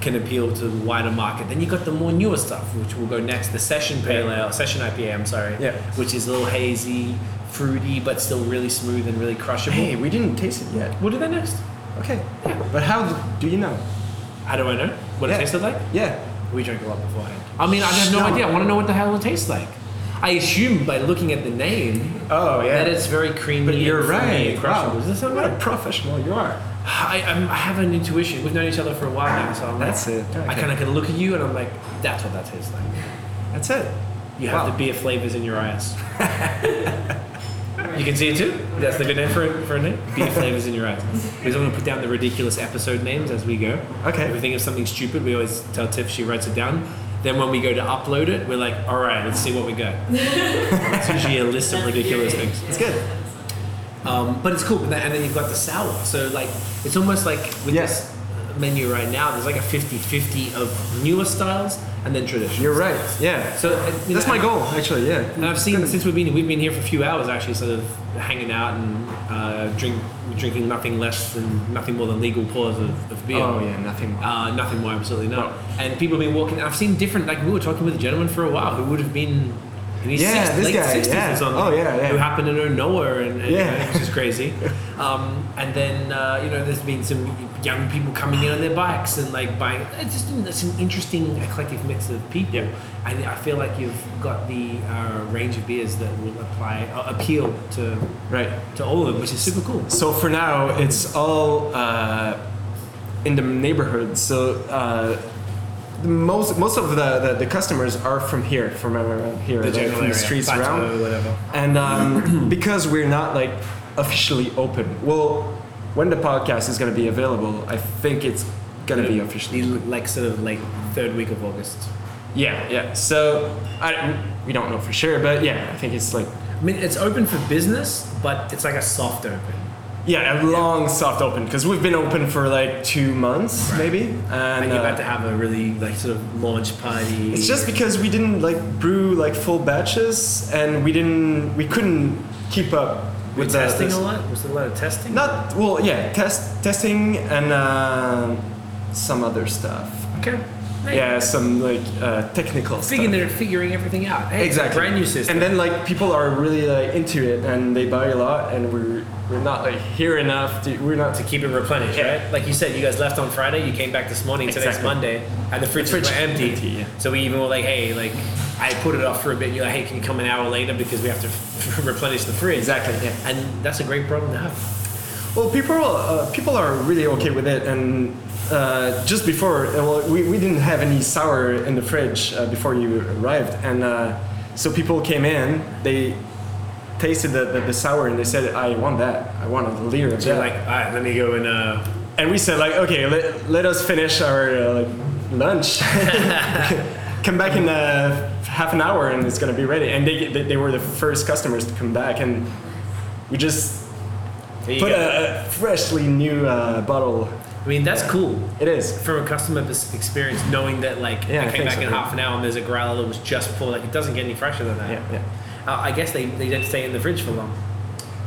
S2: can appeal to the wider market. Then you got the more newer stuff, which will go next. The session pale ale, session IPA. I'm sorry,
S3: Yeah.
S2: which is a little hazy, fruity, but still really smooth and really crushable.
S3: Hey, we didn't taste it yet.
S2: What are they next?
S3: Okay. But how do, do you know?
S2: How do I know what
S3: Yeah.
S2: it tasted like?
S3: Yeah.
S2: We drank a lot beforehand. I mean, I have no
S3: Shut
S2: idea. I
S3: up.
S2: want to know what the hell it tastes like. I assume by looking at the name
S3: Oh yeah.
S2: that it's very creamy.
S3: But you're
S2: and fruity
S3: right.
S2: and crushable.
S3: Wow.
S2: Does that sound
S3: what a
S2: right?
S3: professional you are.
S2: I, I'm, I have an intuition. We've known each other for a while now, so I'm
S3: That's
S2: like,
S3: it.
S2: I
S3: Okay.
S2: kind of can look at you and I'm like, that's what that tastes like.
S3: That's it.
S2: You have
S3: Wow.
S2: the beer flavors in your [LAUGHS] eyes. you can see it too. That's the good name for a, for a name. Beer flavors in your eyes. Because I'm going to put down the ridiculous episode names as we go.
S3: Okay.
S2: If we think of something stupid, we always tell Tiff, she writes it down. Then when we go to upload it, we're like, all right, let's see what we got. it's usually a list of ridiculous things.
S3: It's good.
S2: Um, but it's cool. But then, and then you've got the sour. So like, it's almost like with
S3: Yes.
S2: this menu right now, there's like a 50-50 of newer styles and then traditional.
S3: You're right. Yeah.
S2: So uh, you
S3: That's
S2: know,
S3: my goal, actually. Yeah.
S2: And I've seen since we've been we've been here for a few hours actually, sort of hanging out and uh, drink drinking nothing less than nothing more than legal pours of, of beer.
S3: Oh yeah, nothing. more.
S2: Uh, nothing more, absolutely not. And people have been walking. I've seen different. Like we were talking with a gentleman for a while who would have been in his
S3: Yeah,
S2: 60s,
S3: this
S2: late
S3: guy,
S2: 60s
S3: yeah.
S2: or something.
S3: Oh, yeah, yeah.
S2: Who happened to know Noah, and, and
S3: Yeah.
S2: you know, which is
S3: [LAUGHS]
S2: crazy. um, and then uh, you know, there's been some young people coming in on their bikes and like buying. It's just it's an interesting eclectic mix of people. And I feel like you've got the uh, range of beers that will apply uh, appeal to
S3: Right.
S2: to all of them, which is super cool.
S3: So for now, it's all uh, in the neighborhood. So uh, the most most of the, the, the customers are from here, from around here,
S2: The
S3: like,
S2: general
S3: from
S2: area,
S3: the streets
S2: Fatima,
S3: around,
S2: whatever.
S3: and um, [CLEARS THROAT] because we're not like officially open. Well, when the podcast is going to be available, I think it's going to be officially.
S2: The, like sort of like third week of August.
S3: Yeah, yeah. So I we don't know for sure, but yeah, I think it's like
S2: I mean, it's open for business, but it's like a soft open.
S3: yeah, a long soft open because we've been open for like two months maybe, and,
S2: And you're
S3: uh,
S2: about to have a really like sort of launch party.
S3: It's just
S2: or-
S3: because we didn't like brew like full batches, and we didn't we couldn't keep up
S2: With
S3: with the,
S2: testing
S3: the-
S2: a lot? Was there a lot of testing?
S3: Not well, yeah, test testing and um some other stuff.
S2: Okay.
S3: Yeah, some like uh, technical
S2: Figuring,
S3: stuff.
S2: they're figuring everything out. Hey, it's a
S3: Exactly.
S2: Brand new system.
S3: And then like people are really like into it, and they buy a lot, and we're we're not like here enough. To, we're not
S2: to keep it replenished,
S3: Yeah.
S2: right? Like you said, you guys left on Friday, you came back this morning, today's
S3: Exactly.
S2: Monday, and the fridges
S3: fridge
S2: were empty.
S3: empty, yeah.
S2: So we even were like, hey, like I put it off for a bit. You're like, hey, can you come an hour later because we have to [LAUGHS] replenish the fridge?
S3: Exactly, yeah.
S2: And that's a great problem to have.
S3: Well, people uh, people are really okay with it, and uh, just before, uh, well, we, we didn't have any sour in the fridge uh, before you arrived, and uh, so people came in, they tasted the, the, the sour, and they said, "I want that, I want a liter of
S2: So
S3: that."
S2: you're like, all right, let me go and uh,
S3: and we said, "Like, okay, let, let us finish our uh, like,
S2: [LAUGHS]
S3: lunch. come back in uh, half an hour, and it's gonna be ready." And they, they they were the first customers to come back, and we just
S2: there you
S3: put
S2: go.
S3: a, a freshly new uh, bottle.
S2: I mean, that's cool.
S3: It is.
S2: from a customer pers- experience, knowing that like
S3: Yeah,
S2: I
S3: I
S2: came
S3: think
S2: back
S3: so,
S2: in
S3: yeah.
S2: half an hour and there's a growler that was just full, like it doesn't get any fresher than that.
S3: Yeah,
S2: Uh, I guess they, they don't stay in the fridge for long.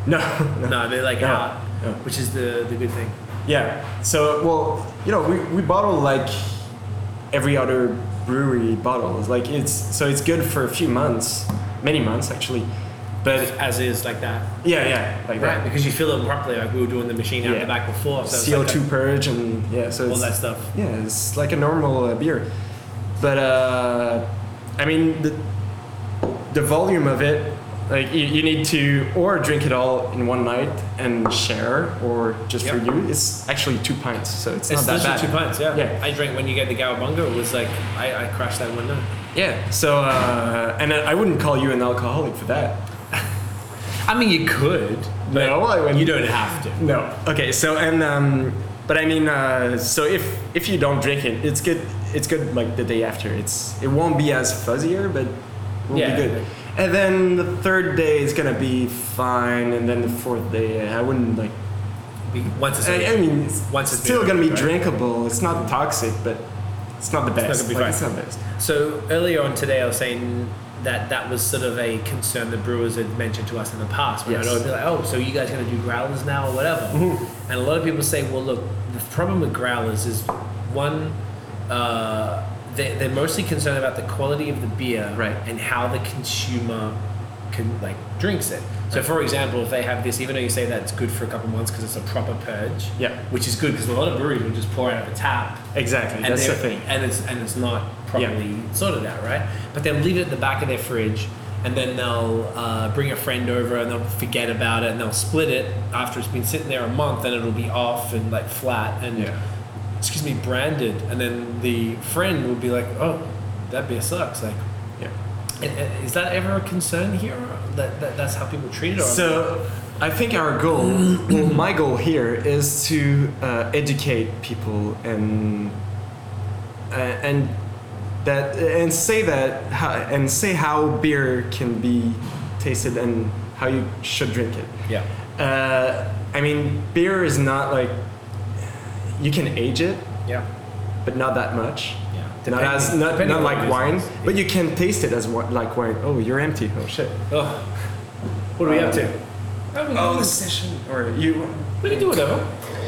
S3: No. [LAUGHS]
S2: No, they're like
S3: No,
S2: out,
S3: no.
S2: which is the, the good thing.
S3: Yeah. So, well, you know, we, we bottle like every other brewery bottles. Like it's so it's good for a few months, many months actually. But
S2: As is like that.
S3: yeah, yeah, like
S2: Right,
S3: that.
S2: because you fill it properly. Like we were doing the machine out
S3: Yeah.
S2: the back before, so it's
S3: CO
S2: like
S3: two purge and yeah, so
S2: a- all
S3: it's,
S2: that stuff.
S3: yeah, it's like a normal uh, beer. But uh, I mean, the the volume of it, like you, you need to or drink it all in one night and share, or just
S2: Yep.
S3: for you, it's actually two pints, so it's,
S2: It's
S3: not that
S2: literally
S3: bad.
S2: two pints. Yeah.
S3: Yeah.
S2: I drank when you get the Galabunga. It was like I, I crashed that window.
S3: Yeah. So, uh, and I wouldn't call you an alcoholic for that.
S2: I mean, you could. but
S3: No, I wouldn't.
S2: You don't have to.
S3: No. Okay. So, and um, but I mean, uh, so if if you don't drink it, it's good. It's good like the day after. It's it won't be as fuzzier, but it will
S2: Yeah.
S3: be good. And then the third day is gonna be fine, and then the fourth day, I wouldn't like.
S2: We- Once it's
S3: I, I mean, it's
S2: Once it's
S3: still
S2: been
S3: gonna be
S2: drank,
S3: drinkable. It's not toxic, but it's not the
S2: not
S3: best.
S2: gonna be fine.
S3: like, it's not the best.
S2: So earlier on today, I was saying that that was sort of a concern the brewers had mentioned to us in the past. When
S3: Yes.
S2: I'd be like, "Oh, so you guys going to do growlers now or whatever?"
S3: Mm-hmm.
S2: And a lot of people say, "Well, look, the problem with growlers is one, uh, they, they're mostly concerned about the quality of the beer
S3: Right.
S2: and how the consumer can like drinks it." So, for example, if they have this, even though you say that it's good for a couple months because it's a proper purge,
S3: Yeah.
S2: which is good because a lot of breweries will just pour it out of a tap
S3: Exactly.
S2: and
S3: That's the
S2: they're-
S3: thing.
S2: And it's and it's not properly sorted out, right? But they'll leave it at the back of their fridge, and then they'll uh, bring a friend over, and they'll forget about it, and they'll split it after it's been sitting there a month, and it'll be off and like flat and
S3: Yeah.
S2: excuse me, branded, and then the friend will be like, oh, that beer sucks, like.
S3: Yeah.
S2: i- i- Is that ever a concern here? That, that that's how people treat it, or
S3: So I think our goal, [CLEARS THROAT] well, my goal here is to uh, educate people and uh, and that and say that how, and say how beer can be tasted and how you should drink it.
S2: yeah,
S3: Uh, I mean, beer is not like you can age it,
S2: yeah,
S3: but not that much.
S2: yeah.
S3: Not as
S2: Depending-
S3: not,
S2: depending
S3: not
S2: on
S3: like
S2: the
S3: wine,
S2: business.
S3: but you can taste it as wi- like wine. Oh, you're empty. Oh shit.
S2: Oh, what are we up to?
S3: Oh, the session or you
S2: We can do whatever.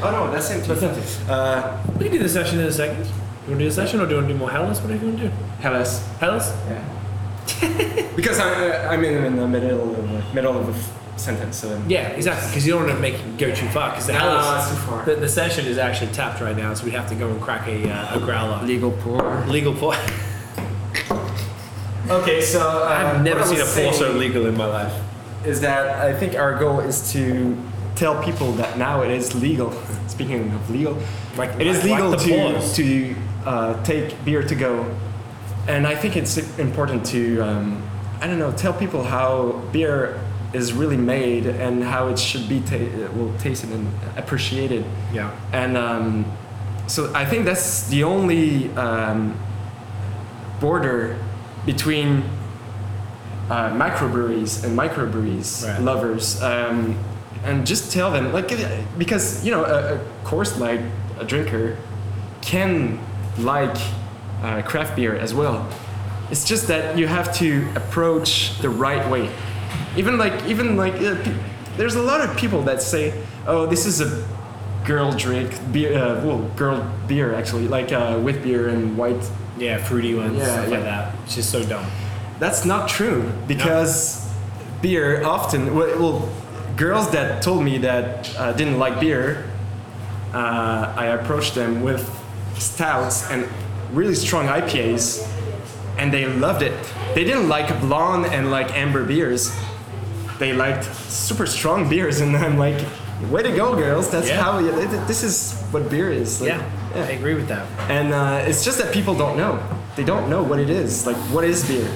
S3: Oh no, that's empty. That's empty. Uh,
S2: We can do the session in a second. You want to do the session or do you want to do more Hellas? What do you want to do?
S3: Hellas.
S2: Hellas?
S3: Yeah. [LAUGHS] because I, I- I'm in, in the middle of the middle of the f- sentence, so then-
S2: Yeah, exactly. Because you don't want to make it go too far. Because the
S3: No,
S2: Hellas,
S3: it's too far.
S2: The, the session is actually tapped right now, so we have to go and crack a, uh, a growler.
S3: legal pour.
S2: Legal pour.
S3: Okay, so uh,
S2: I've never
S3: what I
S2: seen a
S3: was
S2: pour so
S3: saying
S2: legal in my life.
S3: Is that I think our goal is to tell people that now it is legal. [LAUGHS] Speaking of legal,
S2: Like-
S3: it is
S2: like- like
S3: legal
S2: the
S3: to
S2: pause.
S3: to uh, take beer to go, and I think it's important to um, I don't know tell people how beer is really made and how it should be ta- well tasted and appreciated.
S2: Yeah.
S3: And um, so I think that's the only um, border between uh, microbreweries and microbreweries
S2: Right.
S3: lovers, um, and just tell them like uh, because you know a, a course like a drinker can like uh, craft beer as well. It's just that you have to approach the right way. Even like even like uh, pe- there's a lot of people that say, oh, this is a girl drink beer. Uh, well, girl beer actually, like uh, with beer and white
S2: Yeah, fruity ones,
S3: Yeah,
S2: stuff like
S3: yeah.
S2: that. It's just so dumb.
S3: That's not true because beer often well, well, girls that told me that uh, didn't like beer, uh, I approached them with stouts and really strong IPAs, and they loved it. They didn't like blonde and like amber beers. They liked super strong [LAUGHS] beers, and I'm like, way to go, girls! That's
S2: Yeah.
S3: how you, th- th- this is what beer is. Like,
S2: Yeah, I agree with that.
S3: And uh, it's just that people don't know. They don't know what it is. Like, what is beer?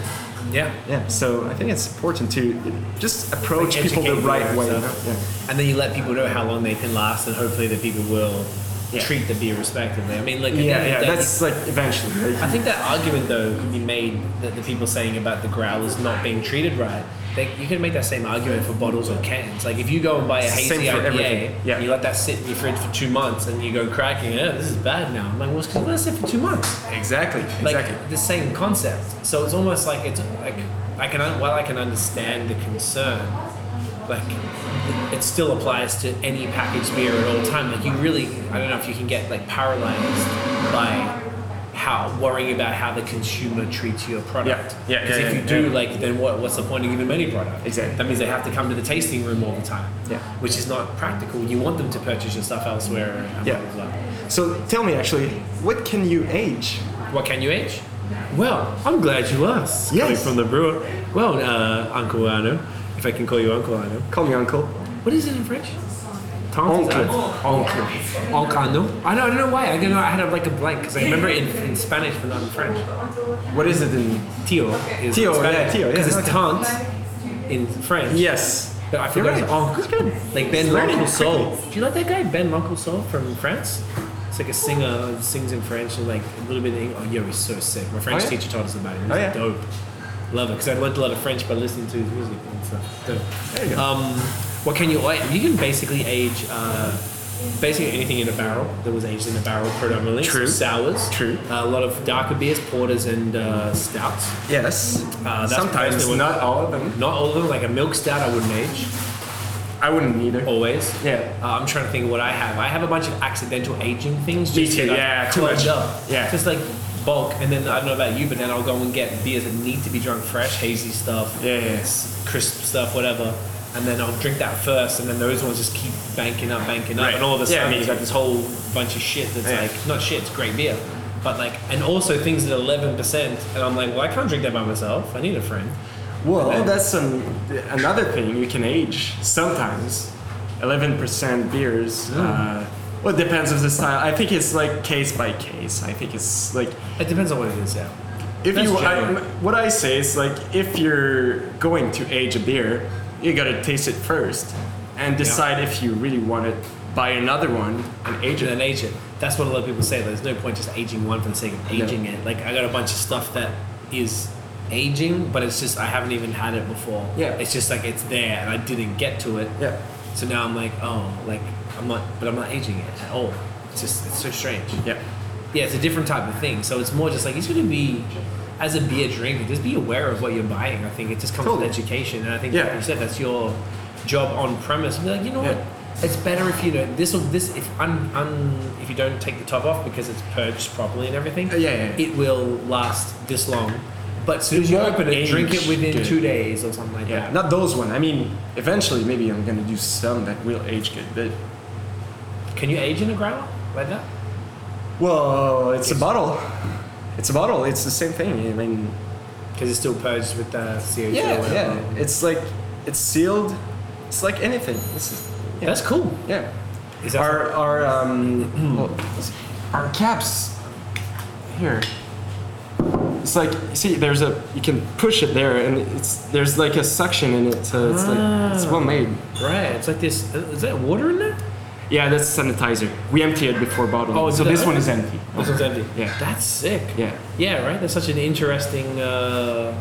S2: Yeah.
S3: Yeah, so I think it's important to just approach
S2: Like
S3: people the
S2: educate
S3: right
S2: them,
S3: way.
S2: so-
S3: Yeah.
S2: And then you let people know how long they can last, and hopefully the people will
S3: Yeah.
S2: treat the beer respectively. I mean, like, I think
S3: yeah, yeah,
S2: that-
S3: that's like eventually.
S2: I
S3: Like,
S2: think that argument though can be made that the people saying about the growlers not being treated right, they, you can make that same argument for bottles or cans. Like if you go and buy a
S3: It's the
S2: hazy
S3: same for everything.
S2: IPA,
S3: Yeah.
S2: and you let that sit in your fridge for two months, and you go cracking, oh, this is bad now. I'm like, well, it's because I let it sit for two months.
S3: exactly,
S2: Like the same concept. So it's almost like it's like I can un- while I can understand the concern, like it still applies to any packaged beer at all time. Like you really, I don't know if you can get like paralyzed by how worrying about how the consumer treats your product.
S3: Yeah, yeah,
S2: 'Cause
S3: yeah,
S2: if
S3: yeah,
S2: you do,
S3: yeah.
S2: like then what, what's the point of giving them any product?
S3: Exactly.
S2: That means they have to come to the tasting room all the time.
S3: Yeah.
S2: Which is not practical. You want them to purchase your stuff elsewhere. and
S3: Yeah.
S2: blah, blah, blah.
S3: So tell me actually, what can you age?
S2: What can you age? Well, I'm glad you asked. Coming
S3: Yes.
S2: from the brewer. Well, uh, Uncle Arno, if I can call you Uncle Arno.
S3: Call me uncle.
S2: What is it in French?
S3: Uncle.
S2: Uncle. Uncle Arno. I know. I don't know why. I don't know. I had a, like a blank because I remember it in, in Spanish, but not in French.
S3: What is it in?
S2: Tio is
S3: Tio,
S2: in Spanish,
S3: yeah, tio, yeah,
S2: Because it's
S3: okay.
S2: tante in French.
S3: Yes.
S2: But I
S3: You're
S2: forgot his
S3: right.
S2: uncle. Like Ben
S3: He's learning
S2: L'Oncle Soul. Do you like that guy, Ben L'Oncle Soul from France? It's like a singer who sings in French and like a little bit of English. Oh, yeah, he's so sick. My French
S3: yeah?
S2: teacher taught us about him. He's
S3: Oh, yeah.
S2: dope. Love it because I learned a lot of French by listening to his music and stuff. Dope.
S3: There you go.
S2: Um, what can you age? You can basically age uh, basically anything in a barrel that was aged in a barrel predominantly.
S3: True.
S2: Sours. Uh,
S3: True.
S2: a lot of darker beers, porters, and uh, stouts.
S3: yes.
S2: Uh, that's
S3: Sometimes
S2: personally what-
S3: not all of them.
S2: Not all of them. Like a milk stout, I wouldn't age.
S3: I wouldn't either.
S2: Always.
S3: Yeah.
S2: Uh, I'm trying to think of what I have. I have a bunch of accidental aging things.
S3: Me
S2: just
S3: too,
S2: that I've
S3: yeah, too
S2: clogged
S3: much.
S2: up.
S3: Yeah.
S2: Just like bulk, and then I don't know about you, but then I'll go and get beers that need to be drunk fresh, hazy stuff.
S3: Yeah, yeah.
S2: s- Crisp stuff, whatever. And then I'll drink that first, and then those ones just keep banking up, banking up,
S3: Right.
S2: and all of a
S3: Yeah,
S2: sudden
S3: me
S2: you've
S3: too.
S2: got this whole bunch of shit that's
S3: Yeah.
S2: like not shit, it's great beer, but like, and also things at eleven percent, and I'm like, well, I can't drink that by myself. I need a friend.
S3: Well,
S2: Okay.
S3: that's an, another thing. You can age sometimes. Eleven percent beers. Uh, well, it depends on the style. I think it's like case by case. I think it's like
S2: It depends on what it is, yeah.
S3: if
S2: That's
S3: you. I,
S2: general.
S3: what I say is like if you're going to age a beer, you gotta taste it first and decide if you really want to buy another one and age
S2: aging and
S3: it.
S2: aging. That's what a lot of people say. There's no point just aging one for the sake of aging it. Like I got a bunch of stuff that is aging, but it's just I haven't even had it before.
S3: Yeah.
S2: It's just like it's there and I didn't get to it.
S3: Yeah.
S2: So now I'm like, oh, like I'm not, but I'm not aging it at all. It's just it's so strange.
S3: Yeah.
S2: Yeah, it's a different type of thing. So it's more just like it's going to be, as a beer drinker, just be aware of what you're buying. I think it just comes
S3: Totally.
S2: with education, and I think like
S3: Yeah.
S2: you said that's your job on premise. Be like, you know
S3: Yeah.
S2: what? It's better if you don't. This will this if un, un, if you don't take the top off because it's purged properly and everything.
S3: Uh, yeah, yeah, yeah.
S2: It will last this long. But as soon as you
S3: won't
S2: open it, drink it
S3: age
S2: within
S3: good.
S2: two days or something like
S3: Yeah.
S2: that.
S3: Not those one. I mean, eventually maybe I'm gonna do some that will age good, but
S2: Can you age in a growler like that?
S3: Well, it's a bottle. It's a bottle. It's the same thing. I mean,
S2: Because it's still purged with the CO2 or
S3: yeah,
S2: whatever.
S3: yeah. It's like it's sealed. It's like anything. It's yeah.
S2: That's cool.
S3: Yeah.
S2: Is that
S3: our our um, [CLEARS THROAT] well, our caps here. It's like see, there's a you can push it there, and it's there's like a suction in it, so it's like it's well made.
S2: Right. It's like this. uh, Is that water in there?
S3: Yeah, that's sanitizer. We empty it before bottling.
S2: Oh,
S3: so
S2: the-
S3: this one is empty.
S2: This one's empty.
S3: Yeah.
S2: That's sick.
S3: Yeah.
S2: Yeah, right? That's such an interesting, uh,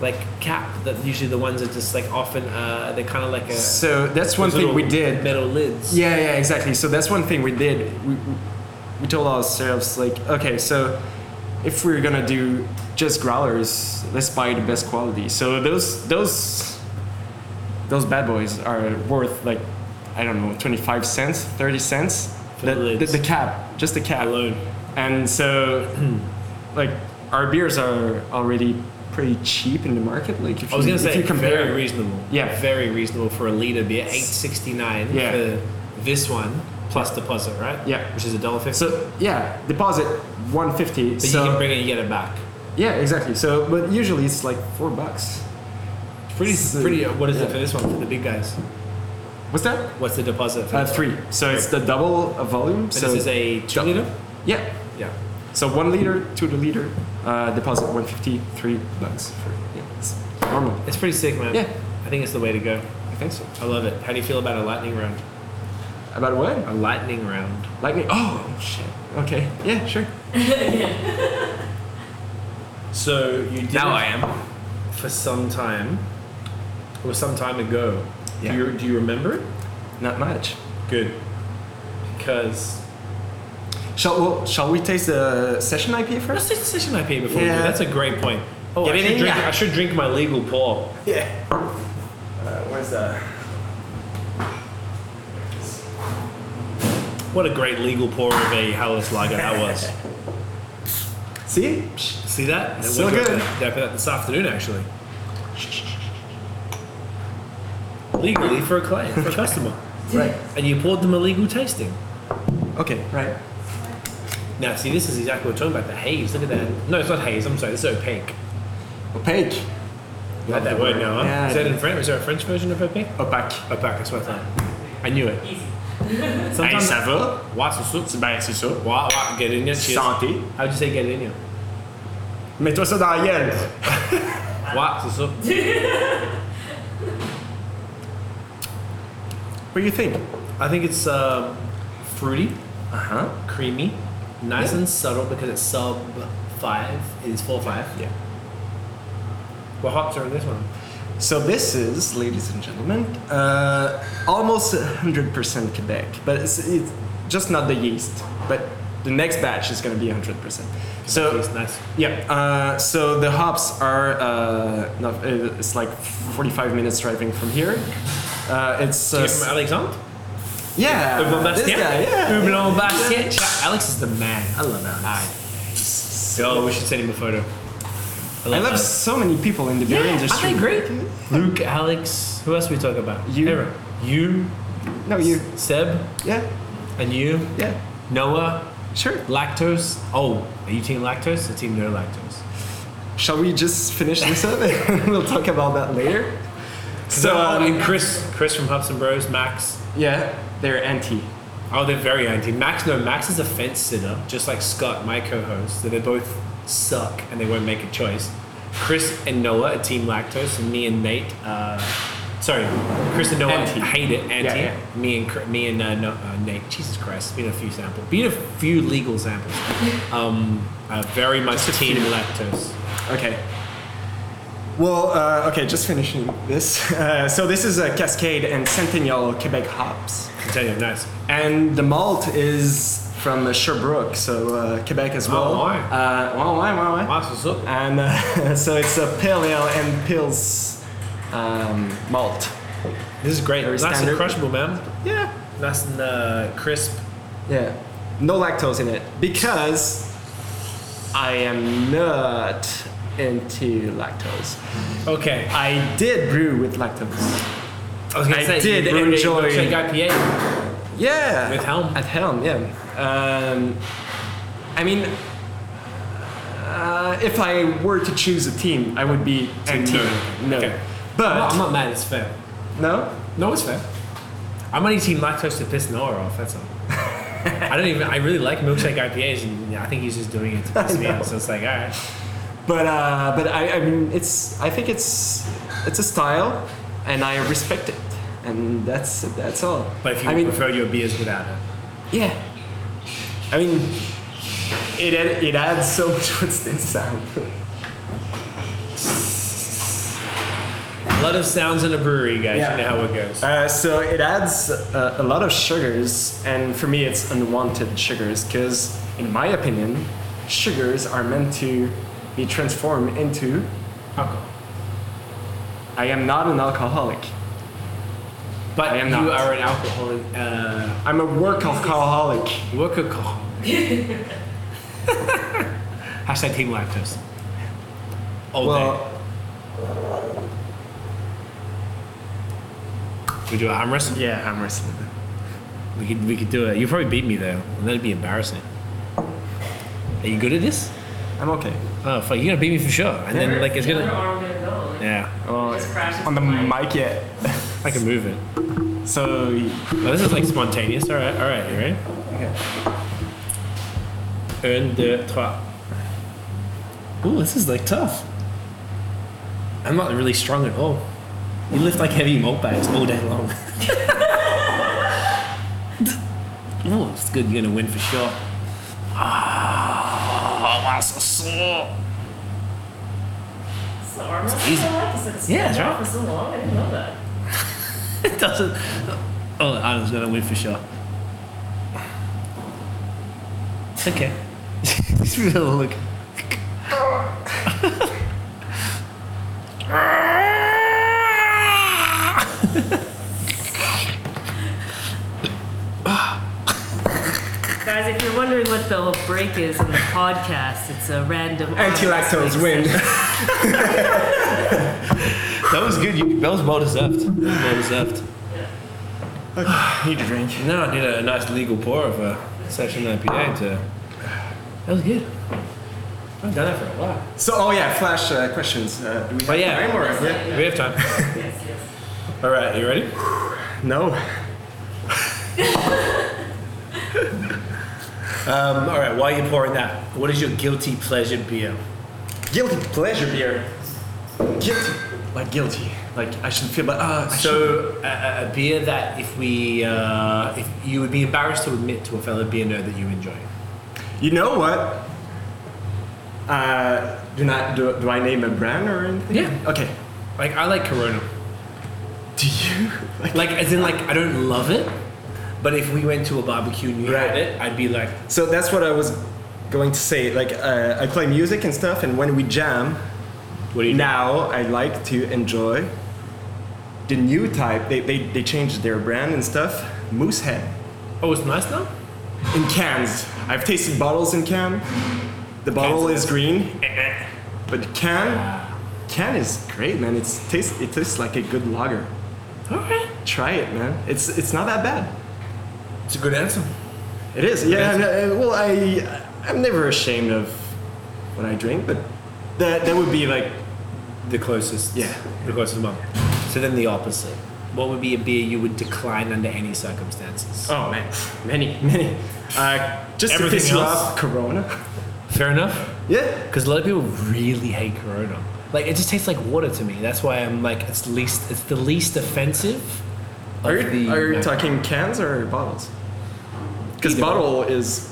S2: like, cap that usually the ones that just, like, often, uh, they're kind of like a.
S3: So that's one
S2: those
S3: thing we
S2: little
S3: did.
S2: Metal lids.
S3: Yeah, yeah, exactly. So that's one thing we did. We, we told ourselves, like, okay, so if we're gonna do just growlers, let's buy the best quality. So those those those bad boys are worth like I don't know, twenty five cents, thirty cents.
S2: For
S3: The,
S2: the
S3: the,
S2: lids.
S3: the cap, just the cap
S2: Alone.
S3: And so,
S2: [CLEARS THROAT]
S3: like, our beers are already pretty cheap in the market. Like, if
S2: I was
S3: you,
S2: going to
S3: if
S2: say,
S3: you compare,
S2: very reasonable.
S3: Yeah.
S2: Very reasonable for a liter beer. 869
S3: Yeah.
S2: for this one plus deposit, right?
S3: Yeah.
S2: Which is a dollar fifty.
S3: so yeah, deposit one fifty.
S2: but you can bring it and get it back.
S3: Yeah, exactly. So, but usually it's like four bucks.
S2: It's pretty,
S3: So-
S2: pretty. uh, What is
S3: yeah.
S2: it for this one, for the big guys?
S3: What's that?
S2: What's the deposit for
S3: Uh,
S2: this?
S3: three. So it's the double of volume.
S2: But
S3: so
S2: this is a two liter?
S3: yeah.
S2: Yeah.
S3: So one liter, two to liter, uh, deposit one fifty, three bucks. For, yeah, it's normal.
S2: It's pretty sick, man.
S3: Yeah.
S2: I think it's the way to go.
S3: I think so.
S2: I love it. How do you feel about a lightning round?
S3: About what?
S2: A lightning round.
S3: Lightning. Oh shit. Okay. Yeah. Sure.
S2: So you did
S6: Now
S2: it
S6: I am.
S2: for some time, or some time ago.
S3: Yeah.
S2: Do you do you remember it?
S3: Not much.
S2: Good. Because
S3: Shall well, shall we taste the session IP
S2: let's
S3: first?
S2: take the session IP before. We
S3: Yeah.
S2: do. That's a great point. Oh, I
S3: Get it
S2: should,
S3: in
S2: drink,
S3: ya.
S2: I should drink my legal pour.
S3: Yeah. Uh, where's that?
S2: What a great legal pour of a Hellas Lager that was.
S3: See?
S2: [LAUGHS] See that?
S3: It's so
S2: We
S3: good.
S2: That, that, that this afternoon, actually. Legally for a client, for a customer.
S3: Right.
S2: And you poured them a legal tasting.
S3: Okay. Right.
S2: Now, see, this is exactly what we're talking about. The haze. Look at that. No, it's not haze. I'm sorry. It's opaque.
S3: Opaque.
S2: You had that word now, huh?
S3: Yeah, I
S2: is that
S3: did.
S2: in French? Is there a French version of opaque?
S3: Opaque.
S2: Opaque. That's what I thought. I knew it. [LAUGHS]
S6: Hey,
S2: Sometimes.
S6: ça va?
S2: Wah, sous, sous.
S6: C'est bien, c'est ça.
S2: Wah, wah. Get in there. Cheers.
S6: Santé.
S2: How would you say get in here?
S6: Mets-toi ça dans la gueule.
S2: Wah, sous, sous.
S3: What do you think?
S2: I think it's uh, fruity,
S3: Uh huh.
S2: creamy, nice and subtle because it's sub five. It is four five.
S3: Yeah.
S2: What hops are in this one?
S3: So this is, ladies and gentlemen, uh, almost 100% Quebec, but it's, it's just not the yeast. But the next batch is going to be 100%. So
S2: It's nice.
S3: yeah, uh, so the hops are uh, not, uh, it's like 45 minutes driving from here. Uh, it's uh,
S2: You're from Alexandre?
S3: yeah,
S2: Houblon
S3: this
S2: Bastien?
S3: guy, yeah.
S2: Houblon Bastien. Alex is the man. I love Alex. Oh, we should send him a photo.
S3: I love
S2: Alex.
S3: so many people in the beer industry.
S2: Aren't they great? Luke, Alex. Who else we talk about?
S3: You.
S2: Everyone. You.
S3: No, you,
S2: Seb.
S3: yeah,
S2: And you.
S3: yeah,
S2: Noah.
S3: sure.
S2: Lactose. Oh, are you team lactose or team no lactose?
S3: Shall we just finish this up? [LAUGHS] we'll talk about that later.
S2: So,
S3: So
S2: oh, and
S3: um,
S2: Chris, Chris from Hubs and Bros, Max.
S3: yeah, they're anti.
S2: Oh, they're very anti. Max, no, Max is a fence sitter, just like Scott, my co-host. So they both suck, and they won't make a choice. Chris and Noah are Team Lactose, and me and Nate. Uh, sorry, Chris and Noah
S3: Anti.
S2: hate it. Anti.
S3: yeah.
S2: Me and Cr- me and uh, no, uh, Nate. Jesus Christ, been a few samples, been a few legal samples. Um, uh, very much Team Lactose.
S3: Okay. Well, uh, okay, just finishing this. [LAUGHS] Uh, so this is a Cascade and Centennial Quebec hops,
S2: I tell you, nice.
S3: and the malt is from uh, Sherbrooke, so uh, Quebec as well.
S2: Oh, why?
S3: Uh, why, why, why, why?
S2: Max, what's up?
S3: And uh, [LAUGHS] so it's a pale ale and pils um, malt.
S2: This is great.
S3: Very
S2: Nice
S3: standard.
S2: and crushable, man.
S3: Yeah.
S2: Nice and uh, crisp.
S3: Yeah. No lactose in it because I am not into lactose.
S2: Okay.
S3: I did brew with lactose.
S2: I was gonna
S3: I
S2: say
S3: did
S2: you brewed
S3: enjoy-
S2: a milkshake IPA.
S3: Yeah.
S2: With Helm?
S3: At Helm, yeah. Um, I mean, uh, if I were to choose a team, I would be anti.
S2: Nerd.
S3: No.
S2: Okay. I'm not,
S3: But
S2: I'm not mad. It's fair.
S3: no.
S2: No, it's fair. I'm on your team lactose to piss Noah off. That's
S3: [LAUGHS]
S2: all. I don't even. I really like milkshake IPAs, and I think he's just doing it to piss
S3: [LAUGHS]
S2: me off. So it's like, all right.
S3: But uh, but I, I mean it's I think it's it's a style, and I respect it, and that's that's all.
S2: But if you
S3: I mean,
S2: prefer your beers without it,
S3: yeah, I mean it ad- it adds so much [LAUGHS] what's this sound.
S2: a lot of sounds in a brewery, guys.
S3: Yeah.
S2: You know how it goes.
S3: Uh, so it adds uh, a lot of sugars, and for me, it's unwanted sugars because, in my opinion, sugars are meant to be transformed into alcohol. I am not an alcoholic.
S2: But
S3: I am
S2: you
S3: not.
S2: are an alcoholic. Uh,
S3: I'm a work alcoholic. [LAUGHS]
S2: workaholic. Hashtag team lactose. All
S3: Well,
S2: day. We do an arm wrestle.
S3: yeah, I'm wrestling.
S2: We could we could do it. You probably beat me though, and that'd be embarrassing. Are you good at this?
S3: I'm okay.
S2: Oh fuck, you're gonna beat me for sure. And then like it's
S8: Your
S2: gonna
S8: arm gonna go, like,
S2: Yeah.
S3: Well,
S8: just crashes
S3: on the
S8: mic.
S3: mic yet.
S2: I can move it.
S3: So,
S2: Oh, this is like spontaneous. Alright, alright, you ready?
S3: okay.
S2: Un, deux, trois. Ooh, this is like tough. I'm not really strong at all. You lift like heavy malt bags all day long. [LAUGHS] oh, it's good. You're gonna win for sure. Ah, wow, so sore.
S8: So arm wrestling
S2: easy.
S8: I like this. It's
S2: Yeah,
S8: been
S2: that's
S8: around
S2: right.
S8: For so long, I didn't know that.
S2: It doesn't. Oh, Adam's gonna win for sure. It's okay. Just give it a look.
S8: Guys, if you're wondering what the break is in the podcast, it's a random
S6: Anti-lactose win.
S2: That was good. You, that was well deserved. That was well deserved. [SIGHS]
S3: Need a drink.
S2: No, I did a nice legal pour of uh, a session IPA to. That was good. I've done that for a while.
S3: So, oh yeah, flash uh, questions. Uh, do we have
S2: But yeah.
S3: time or? Yeah.
S2: We have time.
S8: Yes,
S3: [LAUGHS]
S8: yes.
S2: All right, you ready?
S3: No.
S2: Um, all right, while you're pouring that, what is your guilty pleasure beer?
S3: Guilty pleasure beer. Guilty. Like guilty. Like I should feel like ah. I should-
S2: So a- a, a beer that if we uh, if you would be embarrassed to admit to a fellow beer nerd that you enjoy.
S3: you know what? Uh, do not do, do I name a brand or anything?
S2: Yeah.
S3: Okay.
S2: Like I like Corona.
S3: Do you? [LAUGHS] Like,
S2: Like as in like I don't love it, but if we went to a barbecue and you had
S3: Right.
S2: it, I'd be like,
S3: so that's what I was going to say. Like uh, I play music and stuff, and when we jam,
S2: what do you now?
S3: now I like to enjoy the new type. They they they changed their brand and stuff. Moosehead
S2: Oh, it's nice now.
S3: in cans. I've tasted bottles in can. The bottle
S2: Cans.
S3: is green, but the can can is great, man. It's taste it tastes like a good lager.
S2: All right,
S3: Try it, man. It's it's not that bad.
S2: it's a good answer.
S3: It is. Yeah. and, uh, well, I I'm never ashamed of what I drink, but that that would be like
S2: The closest.
S3: [LAUGHS] Yeah.
S2: the closest one. So then the opposite. What would be a beer you would decline under any circumstances?
S3: oh man, many many. Uh, just to
S2: Everything
S3: piss you
S2: else?
S3: off, Corona.
S2: Fair enough.
S3: yeah.
S2: Because a lot of people really hate Corona. Like it just tastes like water to me. That's why I'm like it's least it's the least offensive. of
S3: Are
S2: the-
S3: you, are you talking cans or bottles? Because
S2: Either one.
S3: bottle is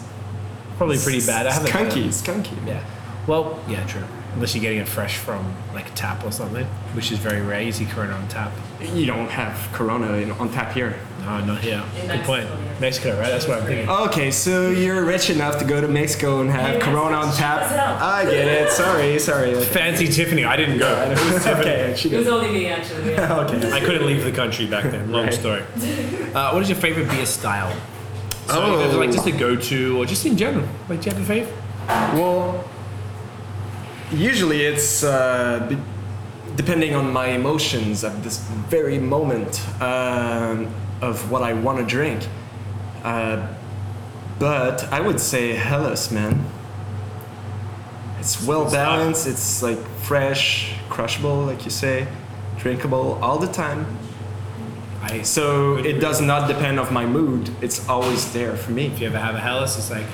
S2: probably pretty bad? I haven't. had
S3: skunky.
S2: it.
S3: Skunky.
S2: Yeah. Well, yeah, true. Unless you're getting it fresh from like a tap or something, which is very rare. You see Corona on tap.
S3: You don't have Corona in, on tap here.
S2: No, not here.
S8: In
S2: Good point.
S8: Mexico, yeah.
S2: Mexico, right? That's what I'm thinking.
S3: Okay, so you're rich enough to go to Mexico and have
S8: Yeah,
S3: Corona
S8: that's
S3: on
S8: what she said.
S3: tap. I get it. Sorry, sorry.
S2: Fancy Tiffany. I didn't go.
S3: [LAUGHS]
S2: [LAUGHS]
S3: okay, she
S8: It was
S3: goes.
S8: only me actually. Yeah.
S3: [LAUGHS] Okay.
S2: I couldn't leave the country back then. Long
S3: Right.
S8: [LAUGHS]
S2: story. Uh, what is your favorite beer style? So
S3: Oh.
S2: either, like just a go-to, or just in general. Like, do you have a fave?
S3: Well, usually it's uh, be- depending on my emotions at this very moment um, of what I want to drink. Uh, but I would say Hellas, man. It's well balanced. It's like fresh, crushable, like you say, drinkable all the time.
S2: I I,
S3: So it does not depend on my mood. It's always there for me.
S2: if you ever have a Hellas, it's like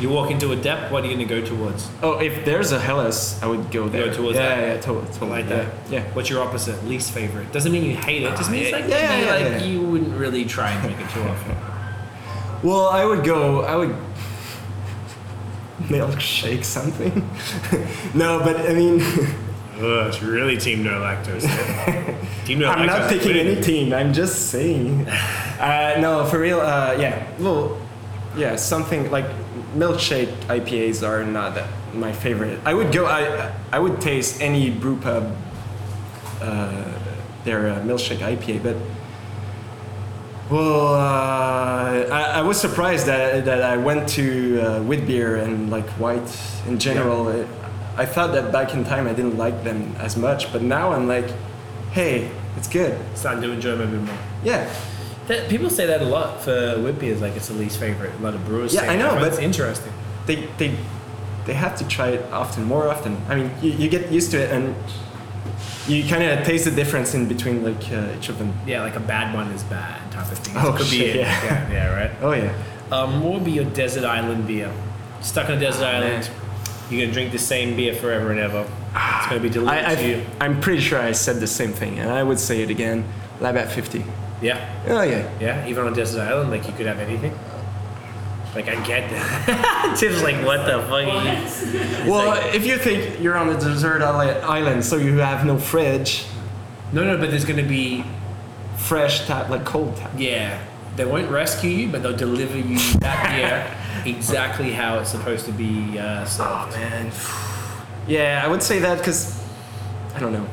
S2: you walk into a depth. What are you going to go towards?
S3: Oh, if there's a Hellas, I would go there.
S2: towards
S3: yeah,
S2: that.
S3: Yeah, yeah, to- totally.
S2: Like
S3: yeah.
S2: that.
S3: Yeah. Ah,
S2: What's your opposite, least favorite? Doesn't mean you hate it. Just means
S3: yeah,
S2: like
S3: yeah,
S2: maybe,
S3: yeah,
S2: like
S3: yeah.
S2: you wouldn't really try and make it too
S3: [LAUGHS]
S2: often.
S3: Well, I would go. I [LAUGHS] would milkshake something. [LAUGHS] no, but I
S2: [LAUGHS]
S3: mean,
S6: Ugh, it's really Team No
S3: [LAUGHS]
S6: Lactose. team No Lactose.
S3: I'm not picking
S6: winning.
S3: any team. I'm just
S2: [LAUGHS]
S3: saying. Uh, no, for real. Uh, yeah. Well, yeah. Something like milkshake IPAs are not that my favorite. I would go. I I would taste any brew pub. Uh, their uh, milkshake IPA, but well, uh, I, I was surprised that that I went to uh, wheat beer and like white in general. It- I thought that back in time I didn't like them as much, but now I'm like, hey, it's good.
S2: Starting to enjoy them a bit more.
S3: Yeah,
S2: That, people say that a lot for wheat beers, like it's the least favorite. A lot of brewers.
S3: Yeah,
S2: say
S3: I know,
S2: that,
S3: but-
S2: it's interesting.
S3: they they they have to try it often, more often. I mean, you, you get used to it and you kind of taste the difference in between like uh, each of them.
S2: Yeah, like a bad one is bad type of thing.
S3: Oh,
S2: could
S3: shit,
S2: be it.
S3: yeah.
S2: yeah, yeah, right.
S3: Oh yeah.
S2: Um, what would be your desert island beer? Stuck on a desert island, you're gonna drink the same beer forever and ever. It's gonna be delivered
S3: I,
S2: to you.
S3: I, I'm pretty sure I said the same thing, and I would say it again. Labat 50.
S2: Yeah,
S3: Oh, yeah.
S2: yeah. Even on a desert island, like you could have anything. Like I get that. [LAUGHS] Tim's like, what the fuck? are you-"
S3: Well, if you think you're on a desert isle- island, so you have no fridge,
S2: No, no, but there's gonna be
S3: fresh tap, like cold tap.
S2: yeah. They won't rescue you, but they'll deliver you
S3: [LAUGHS]
S2: that beer exactly how it's supposed to be uh, served.
S3: Oh, man. Yeah, I would say that because I don't know.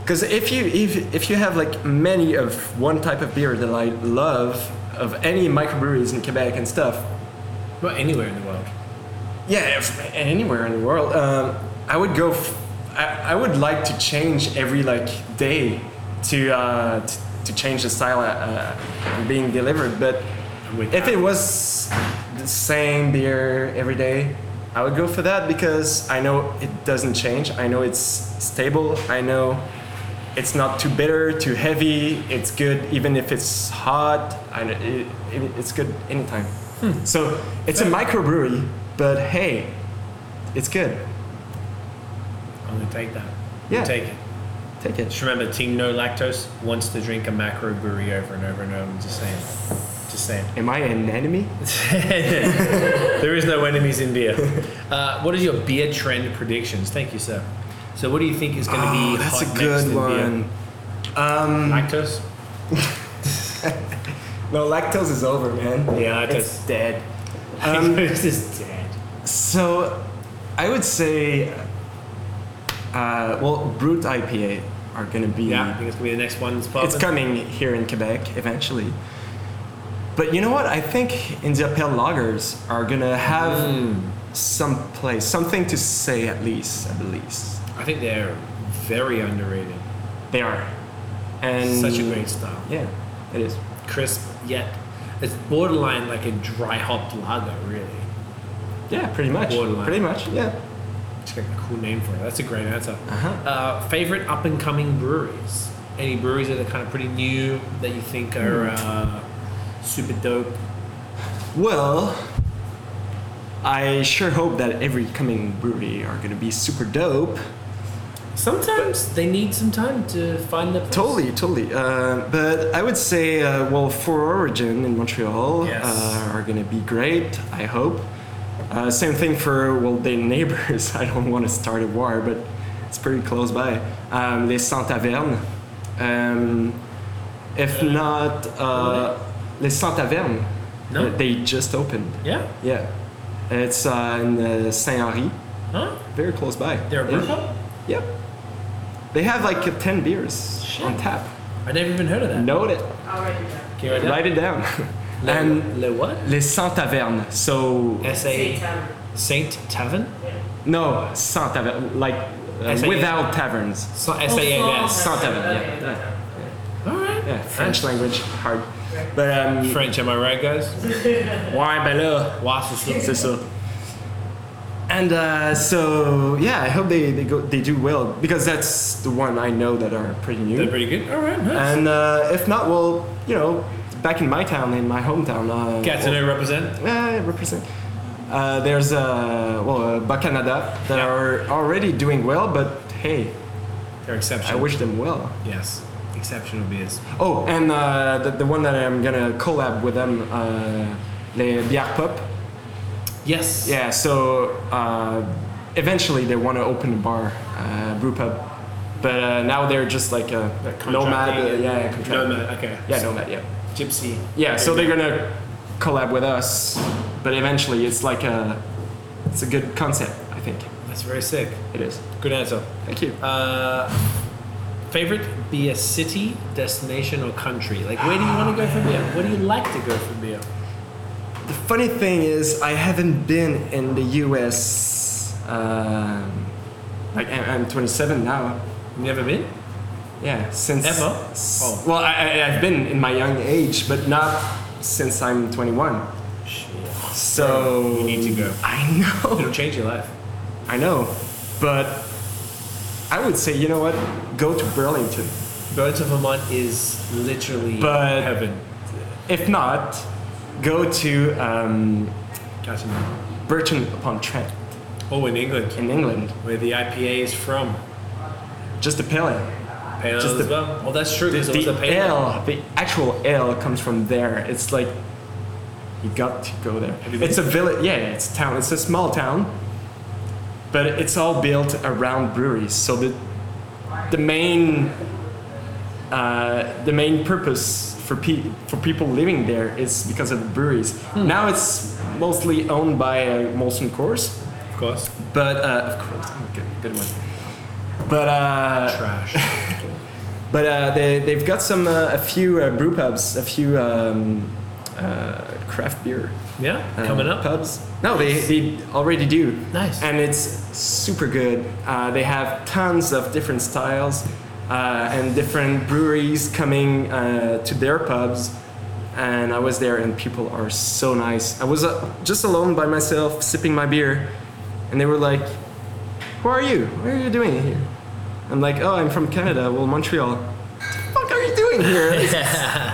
S3: Because if you if, if you have like many of one type of beer that I love of any microbreweries in Quebec and stuff,
S2: Not anywhere in the world.
S3: yeah, if, anywhere in the world, um, I would go. F- I, I would like to change every like day to uh, t- to change the style uh, being delivered, but.
S2: With
S3: If it was the same beer every day, I would go for that because I know it doesn't change. I know it's stable. I know it's not too bitter, too heavy. It's good even if it's hot. I know it, it, it's good anytime. So it's a microbrewery, but hey, it's good.
S2: I'm gonna take that.
S3: Yeah.
S2: Take it.
S3: Take it.
S2: Just remember, Team No Lactose wants to drink a macro brewery over and over and over. I'm just saying. Just saying. [LAUGHS]
S3: Am I an enemy?
S2: There is no enemies in beer. Uh, what is your beer trend predictions? Thank you, sir. So, what do you think is going to
S3: Oh,
S2: be hot next in Beer? Lactose?
S3: No, lactose is over, man.
S2: Yeah, lactose.
S3: It's dead.
S2: [LAUGHS]
S3: Um, [LAUGHS]
S2: Lactose is dead.
S3: So, I would say, uh, well, brute IPA are gonna be.
S2: Yeah, I think it's going to be the next one's
S3: It's coming here in Quebec eventually. But you know what? I think India Pale Lagers are gonna have
S2: Mm.
S3: some place, something to say at least, at least.
S2: I think they're very underrated.
S3: They are. And
S2: Such a great style.
S3: Yeah, it is.
S2: Crisp yet. It's borderline like a dry hopped lager, really.
S3: Yeah, pretty much.
S2: Borderline.
S3: Pretty much. Yeah.
S2: It's got a cool name for it. That's a great answer.
S3: Uh-huh.
S2: Uh, favorite up and coming breweries? Any breweries that are kind of pretty new that you think are uh, super dope?
S3: Well, I sure hope that every coming brewery are gonna be super dope.
S2: Sometimes they need some time to find the place.
S3: Totally, totally. Uh, but I would say, uh, well, For Origin in Montreal
S2: Yes.
S3: uh, are going to be great, I hope. Uh, same thing for, well, their neighbors. [LAUGHS] I don't want to start a war, but it's pretty close by. Um, Les Sans Tavernes. Um, if not, uh, Les Sans Tavernes.
S2: No.
S3: Uh, They just opened.
S2: Yeah.
S3: Yeah. It's uh, in uh, Saint Henri,
S2: Huh?
S3: very close by.
S2: They're a brew
S3: Yeah.
S2: pub?
S3: Yep. They have like uh, 10 beers on
S2: Shit.
S3: tap.
S2: I never even heard of that.
S3: Note it.
S8: I'll write it down.
S2: Can you write that?
S3: Write it down.
S2: Le,
S3: and
S2: Le what?
S3: [LAUGHS] Les Sans Tavernes. So,
S2: S
S8: Say
S2: A
S8: tavern.
S2: Saint Tavern.
S3: no, Sans Tavernes, like uh,
S2: S A-
S3: without taverns.
S2: S A
S8: Oh,
S2: N S.
S8: Sans.
S3: Sans Tavernes,
S8: Okay.
S3: yeah. yeah.
S2: All right.
S3: Yeah, French language, hard. But, um,
S2: French, am I right, guys?
S3: wine below.
S2: Waffle.
S3: C'est ça. And uh, so yeah, I hope they, they go they do well because that's the one I know that are pretty new.
S2: They're pretty good. All right, nice.
S3: and uh, if not, well, you know, back in my town, in my hometown, uh,
S2: Gatineau represent.
S3: uh, represent. Uh, there's uh, well, uh, Bacanada that
S2: Yeah.
S3: are already doing well, but hey,
S2: They're
S3: I
S2: exceptional.
S3: wish them well.
S2: Yes, exceptional beers.
S3: Oh, and uh, the, the one that I'm gonna collab with them, uh, Les Bières Pop.
S2: Yes.
S3: Yeah, so uh, eventually they want to open a bar, uh, brew pub, but uh, now they're just like a nomad. Uh,
S2: Contracting.
S3: yeah, contract.
S2: Nomad. Okay.
S3: Yeah, nomad. Yeah.
S2: Gypsy.
S3: Yeah, so they're gonna collab with us, but eventually it's like a, it's a good concept. I think
S2: That's very sick.
S3: it is.
S2: Good answer.
S3: Thank you.
S2: Uh, favorite beer city, destination, or country? Like, where do you want to go for beer? Where do you like to go for beer?
S3: The funny thing is, I haven't been in the U.S. Um, like I- I'm 27 now.
S2: You never been?
S3: Yeah, since
S2: Ever?
S3: s-
S2: Oh.
S3: Well, I, I, I've been in my young age, but not since I'm 21. So
S2: You need to go.
S3: I know,
S2: It'll change your life.
S3: I know, but I would say you know what? Go to Burlington.
S2: Going to Vermont is literally
S3: But-
S2: heaven.
S3: If not, go to um,
S2: Gotcha.
S3: Burton upon Trent
S2: Oh, in England,
S3: in England.
S2: where the IPA is from.
S3: Just a pale ale.
S2: Pale
S3: Just
S2: ale
S3: the-
S2: as well. Oh, that's true. Because it was
S3: the
S2: a pale ale.
S3: ale, the actual ale comes from there. It's like you got to go there.
S2: you
S3: It's a village. Yeah, it's a town. It's a small town, but it's all built around breweries. So the the main uh, the main purpose for pe- for people living there is because of the breweries.
S2: Hmm.
S3: Now it's mostly owned by uh, Molson Coors,
S2: Of course.
S3: but uh, of course, good, good one. But uh,
S2: Trash.
S3: but uh, they, they've got some uh, a few uh, brew pubs, a few um, uh, craft beer
S2: yeah.
S3: uh,
S2: Coming up.
S3: pubs. No, they, they already do.
S2: Nice.
S3: And it's super good. Uh, they have tons of different styles uh, and different breweries coming uh, to their pubs. And I was there, and people are so nice. I was uh, just alone by myself sipping my beer, and they were like, "Who are you? What are you doing here?" I'm like, "Oh, I'm from Canada. Well, Montreal." What the fuck are you doing
S2: [LAUGHS]
S3: here?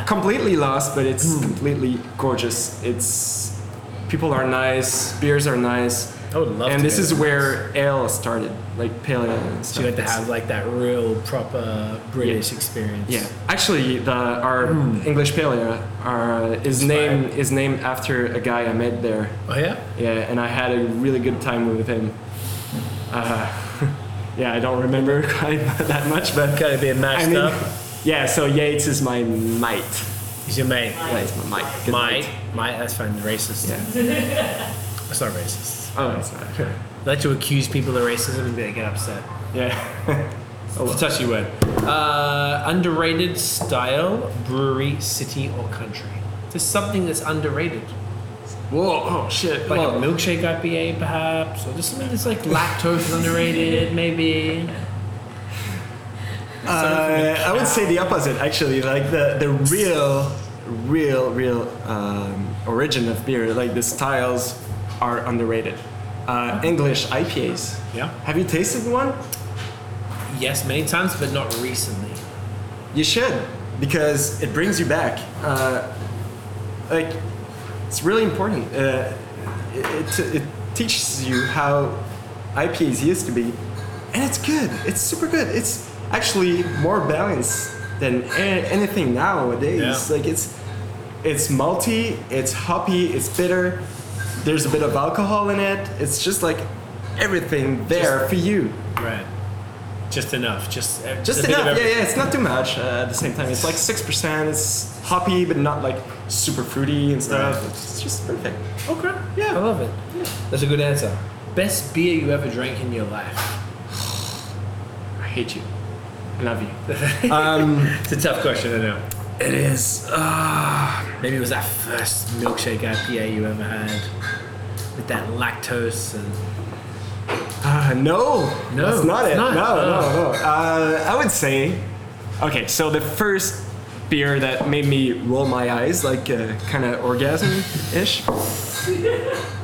S3: completely lost, but it's completely gorgeous. It's people are nice, beers are nice,
S2: I would love
S3: and
S2: to
S3: this
S2: go
S3: is
S2: to
S3: where ale started, like pale ale. And
S2: So
S3: stuff.
S2: you have to have like that real proper British experience.
S3: yeah, actually, the, our English pale ale are, is named is named after a guy I met there.
S2: Oh yeah.
S3: Yeah, and I had a really good time with him. Uh, [LAUGHS] yeah, I don't remember [LAUGHS] quite that much, but
S2: Gotta be mashed
S3: I mean,
S2: up.
S3: yeah. So Yates is my mate.
S2: He's your mate.
S3: Yeah, he's my mate. Good
S2: My,
S3: mate.
S2: my, that's fine. Racist.
S3: Yeah.
S2: [LAUGHS] It's not racist.
S3: Oh, that's not.
S2: [LAUGHS] I like to accuse people of racism and they get upset.
S3: Yeah. oh,
S2: It's
S3: well.
S2: a touchy word. Uh, underrated style, brewery, city, or country. Just something that's underrated.
S3: Whoa, oh shit.
S2: Like
S3: Whoa.
S2: a milkshake IPA, perhaps, or just something that's like lactose is underrated, maybe.
S3: Uh, I would say the opposite, actually. Like the, the real, real, real um, origin of beer, like the styles are underrated. Uh, English IPAs.
S2: Mm-hmm. Yeah.
S3: Have you tasted one?
S2: Yes, many times, but not recently.
S3: You should, because it brings you back. Uh, like, it's really important. Uh, it, it, it teaches you how IPAs used to be, and it's good. It's super good. It's actually more balanced than a- anything nowadays.
S2: Yeah.
S3: Like it's it's malty, it's hoppy, it's bitter. There's a bit of alcohol in it. It's just like everything there for you.
S2: Right. Just enough. Just
S3: Just enough, yeah, yeah. It's not too much. Uh, at the same time, it's like six percent. It's hoppy, but not like super fruity and stuff.
S2: Right.
S3: It's just perfect.
S2: Okay.
S3: Yeah.
S2: I love it. That's a good answer. Best beer you ever drank in your life? [SIGHS]
S3: I hate you. I love you.
S2: [LAUGHS] It's a tough question, I know.
S3: It is. Uh,
S2: Maybe it was that first milkshake IPA you ever had with that lactose and
S3: uh, no,
S2: No,
S3: that's not
S2: it's
S3: it.
S2: not.
S3: No,
S2: Oh.
S3: no, no. Uh, I would say. Okay, so the first beer that made me roll my eyes, like uh, kind of orgasm
S2: [LAUGHS]
S3: ish,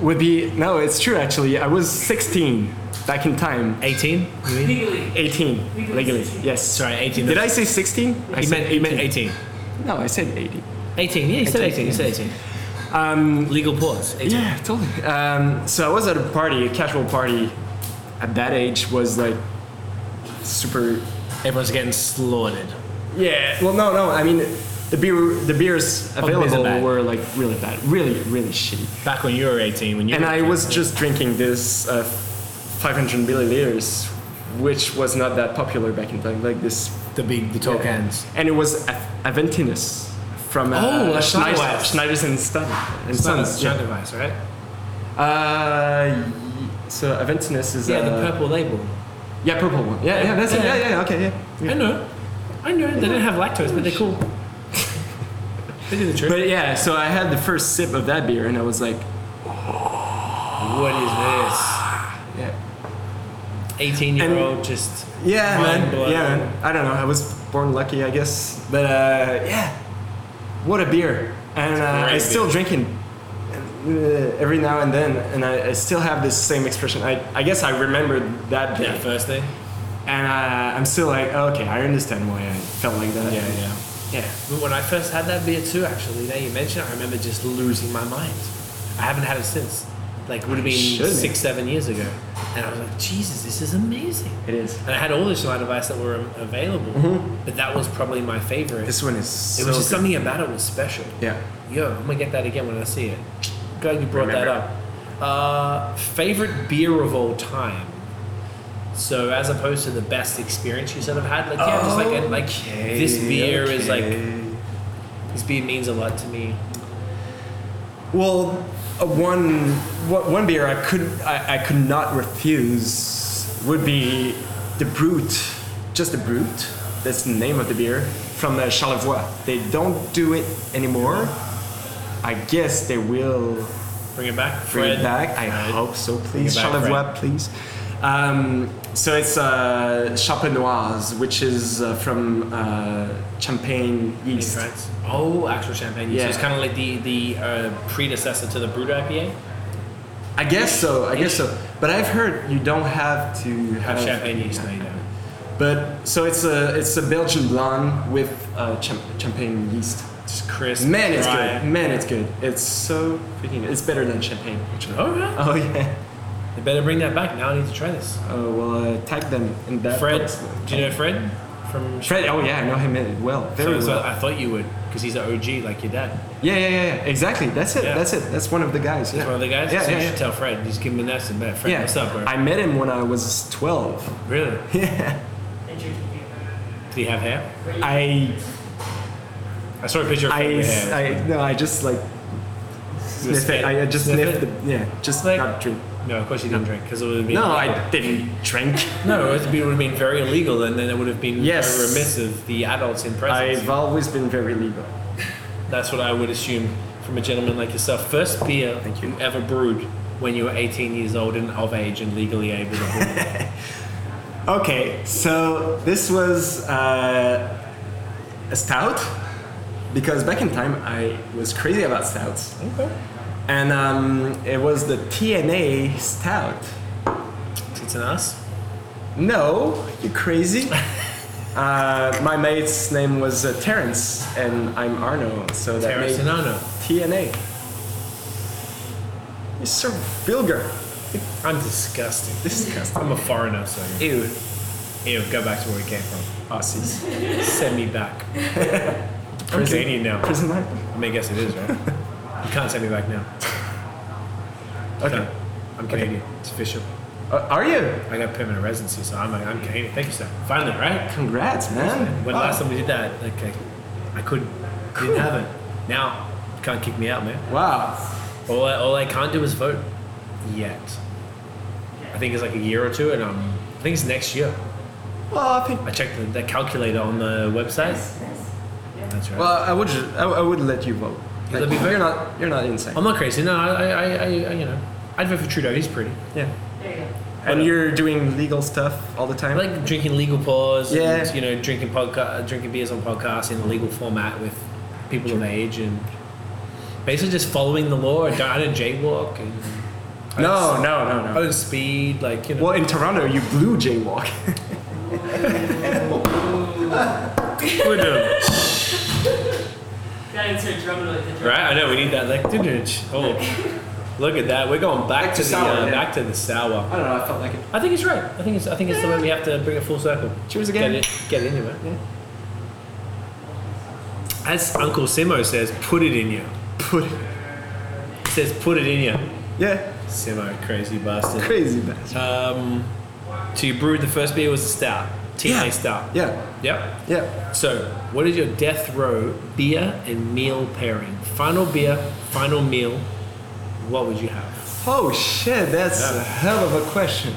S3: would be no, it's true actually. I was 16 back in time.
S2: 18? You mean?
S3: 18 legally, yes.
S2: Sorry, 18.
S3: Did I say 16? I
S2: You
S3: said
S2: meant, you meant 18.
S3: No, I said 80.
S2: 18, yeah, you said 18. You said 18. Um, Legal pause. 18.
S3: Yeah, totally. Um, so I was at a party, a casual party. At that age, was like super
S2: Everyone's getting slaughtered.
S3: Yeah. Well, no, no. I mean, the beer,
S2: the
S3: the beers
S2: beers are
S3: available
S2: bad.
S3: were like really bad, really, really shitty.
S2: Back when you were 18, when you
S3: And
S2: were a
S3: I
S2: kid.
S3: was just drinking this uh, 500 milliliters, which was not that popular back in time. Like this.
S2: the big, the tall cans.
S3: And it was a- Aventinus from uh,
S2: Oh, a
S3: Schneider,
S2: Steinway.
S3: Schneider's and Stun. And
S2: It's not a
S3: Sons, yeah.
S2: strand device, right?
S3: Uh, y- so Aventinus is
S2: Yeah,
S3: uh,
S2: the purple label.
S3: yeah purple one. Yeah, yeah, that's it. Yeah, yeah, okay, yeah.
S2: I know. I know. They don't have lactose, but they're cool. they do the trick.
S3: But yeah, so I had the first sip of that beer, and I was like,
S2: what is
S3: yeah.
S2: this? 18 year old just.
S3: Yeah,
S2: Mind
S3: man.
S2: blown.
S3: Yeah, man. I don't know. I was born lucky, I guess. But uh, yeah, what a beer! And uh,
S6: great
S3: I still
S6: beer.
S3: drinking uh, every now and then, and I, I still have this same expression. I, I guess I remembered that day,
S2: Yeah, first day.
S3: and uh, I'm still like, okay, I understand why I felt like that.
S2: Yeah, yeah.
S3: yeah.
S2: But when I first had that beer too, actually, now you mention it, I remember just losing my mind. I haven't had it since. Like, would have been
S3: Shouldn't
S2: six,
S3: it?
S2: seven years ago. And I was like, Jesus, this is amazing.
S3: It is.
S2: And I had all the Schneider Weiss that were um, available, but that was probably my favorite.
S3: This one is.
S2: it
S3: so
S2: was just
S3: good.
S2: something about it was special.
S3: Yeah.
S2: Yo, I'm gonna get that again when I see it. Glad you brought
S3: Remember.
S2: that up. Uh, favorite beer of all time. So as opposed to the best experience you sort of had, like yeah, just like a, like this beer is like
S3: Okay.
S2: this beer means a lot to me.
S3: Well, uh, one one one beer I could I, I could not refuse would be the Brute, just the Brute. That's the name of the beer from uh, Charlevoix. They don't do it anymore. I guess they will
S2: Bring it back,
S3: bring
S2: Fred.
S3: it back. I
S2: Fred.
S3: hope so, please.
S2: back,
S3: Charlevoix, please. Um, so it's uh, Champenoise, which is uh, from uh, Champagne
S2: In
S3: yeast.
S2: France. Oh, actual champagne. So it's
S3: Yeah.
S2: kind of like the the uh, predecessor to the Brewed IPA.
S3: I guess so. I guess so. But I've heard you don't have to have,
S2: Have champagne yeast, no, you don't.
S3: But so it's a it's a Belgian blonde with uh, cham- champagne yeast.
S2: It's crisp.
S3: Man, it's
S2: dry.
S3: good. Man, it's good. It's so freaking. It's better than champagne. Actually.
S2: All right.
S3: Oh yeah.
S2: They better bring that back. Now I need to try this.
S3: Oh well, uh, tag them in that.
S2: Fred,
S3: post.
S2: do you know Fred from?
S3: Fred. Oh yeah, I know him eh, well. Very
S2: So- so
S3: well.
S2: I thought you would, because he's an OG like your dad.
S3: Yeah, yeah, yeah, yeah. Exactly. That's it.
S2: Yeah.
S3: That's it. That's one of the guys.
S2: He's
S3: yeah.
S2: one of the guys.
S3: Yeah,
S2: so
S3: yeah,
S2: you
S3: yeah.
S2: should tell Fred. Just give him a nest and bet. Fred,
S3: Yeah.
S2: what's up, bro?
S3: I met him when I was twelve.
S2: really?
S3: Yeah.
S2: Did he have hair?
S3: I
S2: I saw a picture of Fred
S3: I,
S2: with hair.
S3: I no, I just like sniff
S2: spit-
S3: it. I just
S2: sniff
S3: sniff
S2: it?
S3: the yeah, just
S2: Like-
S3: not drink.
S2: no, of course you didn't drink, because it would have been.
S3: No, I didn't drink.
S2: No, it would have been very illegal, and then it would have been
S3: Yes.
S2: very remiss of the adults in presence.
S3: I've always been very legal.
S2: That's what I would assume from a gentleman like yourself. First beer
S3: Thank you.
S2: ever brewed when you were 18 years old and of age and legally
S3: [LAUGHS]
S2: able to brew.
S3: Okay, so this was uh, a stout because back in time I was crazy about stouts,
S2: okay.
S3: and um, it was the TNA stout.
S2: It's an ass.
S3: No, you
S2: [LAUGHS]
S3: crazy. Uh, my mate's name was uh, Terrence, and I'm Arno, so that
S2: Terrence
S3: made
S2: Sinano.
S3: TNA. You're so vulgar.
S2: I'm disgusting.
S3: Disgusting.
S2: I'm a foreigner, so
S3: Ew.
S2: ew, go back to where we came from.
S3: Aussies.
S2: Send me
S3: [LAUGHS]
S2: back. I'm
S3: Prison-
S2: Canadian now.
S3: Prison life?
S2: I mean, I guess it is, right? You can't send me back now.
S3: [LAUGHS] Okay.
S2: No, I'm Canadian. It's official.
S3: Uh, are you?
S2: I got permanent residency, so I'm, I'm Canadian. Thank you, sir. Finally, right?
S3: Congrats, man.
S2: When
S3: Oh.
S2: last time we did that, like I, I couldn't, didn't have it. Now, you can't kick me out, man.
S3: Wow.
S2: All I, all I can't do is vote yet. I think it's like a year or two, and um, I think it's next year.
S3: Well, I think.
S2: I checked the, the calculator on the website. That's right.
S3: Well, I would. ju- I, I would let you vote.
S2: let me vote?
S3: You're not. You're not insane.
S2: I'm not crazy. No, I, I, I, I you know, I'd vote for Trudeau. He's pretty.
S3: yeah.
S8: There you go.
S3: and you're doing legal stuff all the time.
S2: like drinking legal pours. and,
S3: Yeah.
S2: you know, drinking podca- drinking beers on podcasts in a legal format with people of age and basically just following the law. I don't, I don't jaywalk. And I
S3: no,
S2: don't-
S3: no, no,
S2: I
S3: no.
S2: don't speed. Like you know.
S3: Well, in Toronto, you blue jaywalk.
S6: We're doing
S8: Gotta insert drum noise. The drum.
S2: Right, I know we need that. Like, oh, look at that. We're going back, to,
S3: to
S2: the
S3: sour,
S2: uh,
S3: yeah.
S2: back to the sour.
S3: I don't know. I felt like it.
S2: I think it's right. I think it's. I think it's the way we have to bring it full circle.
S3: Cheers again.
S2: Get, it, get into it. As Uncle Simo says, put it in you.
S3: Put
S2: Says, put it in you.
S3: yeah,
S2: Simo, crazy bastard.
S3: crazy bastard.
S2: Um, so you brewed the first beer was a stout, TNA
S3: Yeah.
S2: stout.
S3: Yeah,
S2: Yep.
S3: yeah.
S2: So, what is your death row beer and meal pairing? Final beer, final meal. What would you have?
S3: Oh shit, that's
S2: Yeah.
S3: a hell of a question.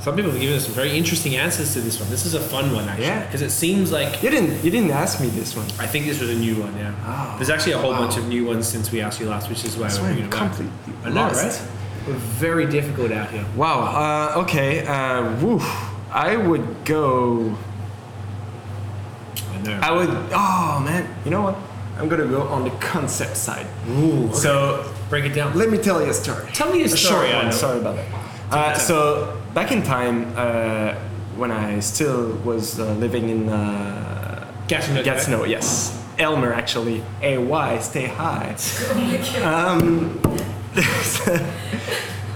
S2: Some people have given us some very interesting answers to this one. This is a fun one, actually,
S3: Yeah.
S2: because it seems like
S3: You didn't you didn't ask me this one.
S2: I think this was a new one. Yeah,
S3: Oh,
S2: there's actually a whole
S3: wow.
S2: bunch of new ones since we asked you last, which is why
S3: That's
S2: we're
S3: why
S2: bringing
S3: I'm
S2: it back.
S3: completely
S2: I know,
S3: lost.
S2: right? We're very difficult out here.
S3: Wow. Uh, okay. Uh, woo. I would go.
S2: I know.
S3: I would. Oh man. You know what? I'm gonna go on the concept side.
S2: Ooh, okay.
S3: So
S2: break it down.
S3: let me tell you a story.
S2: Tell me a story,
S3: short
S2: I
S3: one.
S2: know.
S3: Sorry about that. Uh, so back in time, uh, when I still was uh, living in uh,
S2: Gatineau,
S3: Gatineau, yes, Elmer actually. A Y, stay high. Um, [LAUGHS]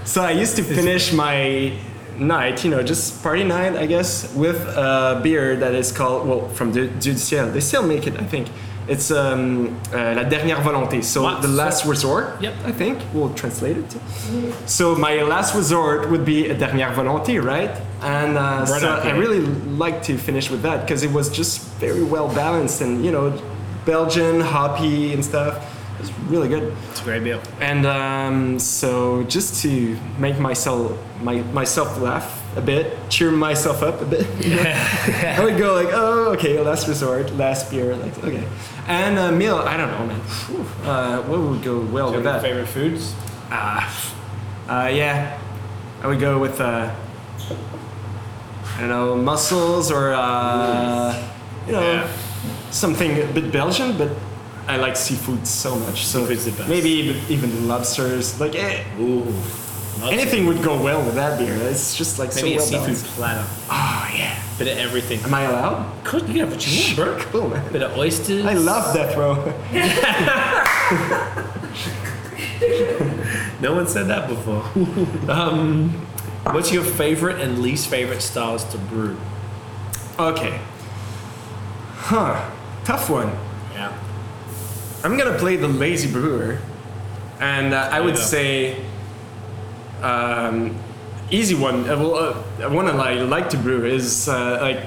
S3: So I used to finish my night, you know, just party night, I guess, with a beer that is called, well, from Du, du Ciel. They still make it, I think. It's um, uh, La Dernière Volonté, so
S2: Last
S3: the last resort,
S2: Yep.
S3: I think. We'll translate it. So my last resort would be a Dernière Volonté, right? And uh, so
S2: up,
S3: I
S2: yeah.
S3: really like to finish with that because it was just very well balanced and, you know, Belgian, hoppy and stuff. It was really good.
S2: It's a great beer.
S3: And um, so, just to make myself my, myself laugh a bit, cheer myself up a bit, [LAUGHS] I would go like, "Oh, okay, last resort, last beer, like okay." And uh, meal, I don't know, man. Phew, Uh, what would go well with that?
S2: favorite foods?
S3: Uh, yeah, I would go with uh, I don't know, mussels or uh, you know,
S6: Yeah.
S3: something a bit Belgian, but. I like seafood so much, so
S2: Seafood's the best.
S3: maybe even, even lobsters, like eh,
S2: Ooh,
S3: Anything would go well with that beer. It's just like
S2: Maybe a
S3: so well
S2: seafood
S3: balanced.
S2: platter.
S3: Oh yeah.
S2: Bit of everything.
S3: Am I allowed?
S2: Could you can have what you want, bro?
S3: Cool man.
S2: Bit of oysters.
S3: I love death row. [LAUGHS]
S2: No one said that before. [LAUGHS] um, what's your favorite and least favorite styles to brew?
S3: okay. Huh. Tough one.
S2: Yeah.
S3: I'm gonna play the lazy brewer, and uh, I would
S2: Yeah.
S3: say, um, easy one. Uh, well, uh, one that I like to brew is uh, like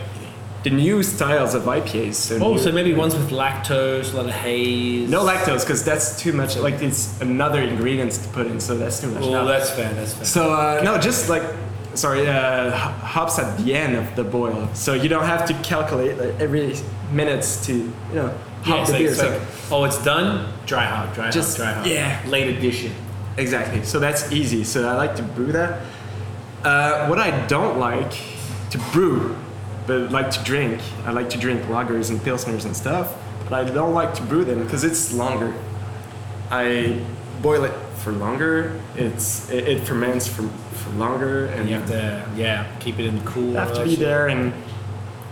S3: the new styles of IPAs. So
S2: Oh,
S3: new-
S2: so maybe ones with lactose, a lot of haze.
S3: no lactose, because that's too much. Like it's another ingredients to put in, so that's too much.
S2: Oh,
S3: No.
S2: that's fair. That's fair.
S3: So uh, no, just like sorry, uh, h- hops at the end of the boil, so you don't have to calculate like, every minutes to you know
S2: Yeah,
S3: hop
S2: it's
S3: the
S2: like-
S3: beer.
S2: it's
S3: so-
S2: like, oh, it's done. Dry hop, dry
S3: Just-
S2: hop, dry hop.
S3: yeah.
S2: Late edition.
S3: exactly. So that's easy. So I like to brew that. Uh, what I don't like to brew, but like to drink. I like to drink lagers and pilsners and stuff, but I don't like to brew them because it's longer. I boil it for longer. It's it, it ferments for, for longer, and
S2: And you have to, yeah, keep it in the cool.
S3: have to be there and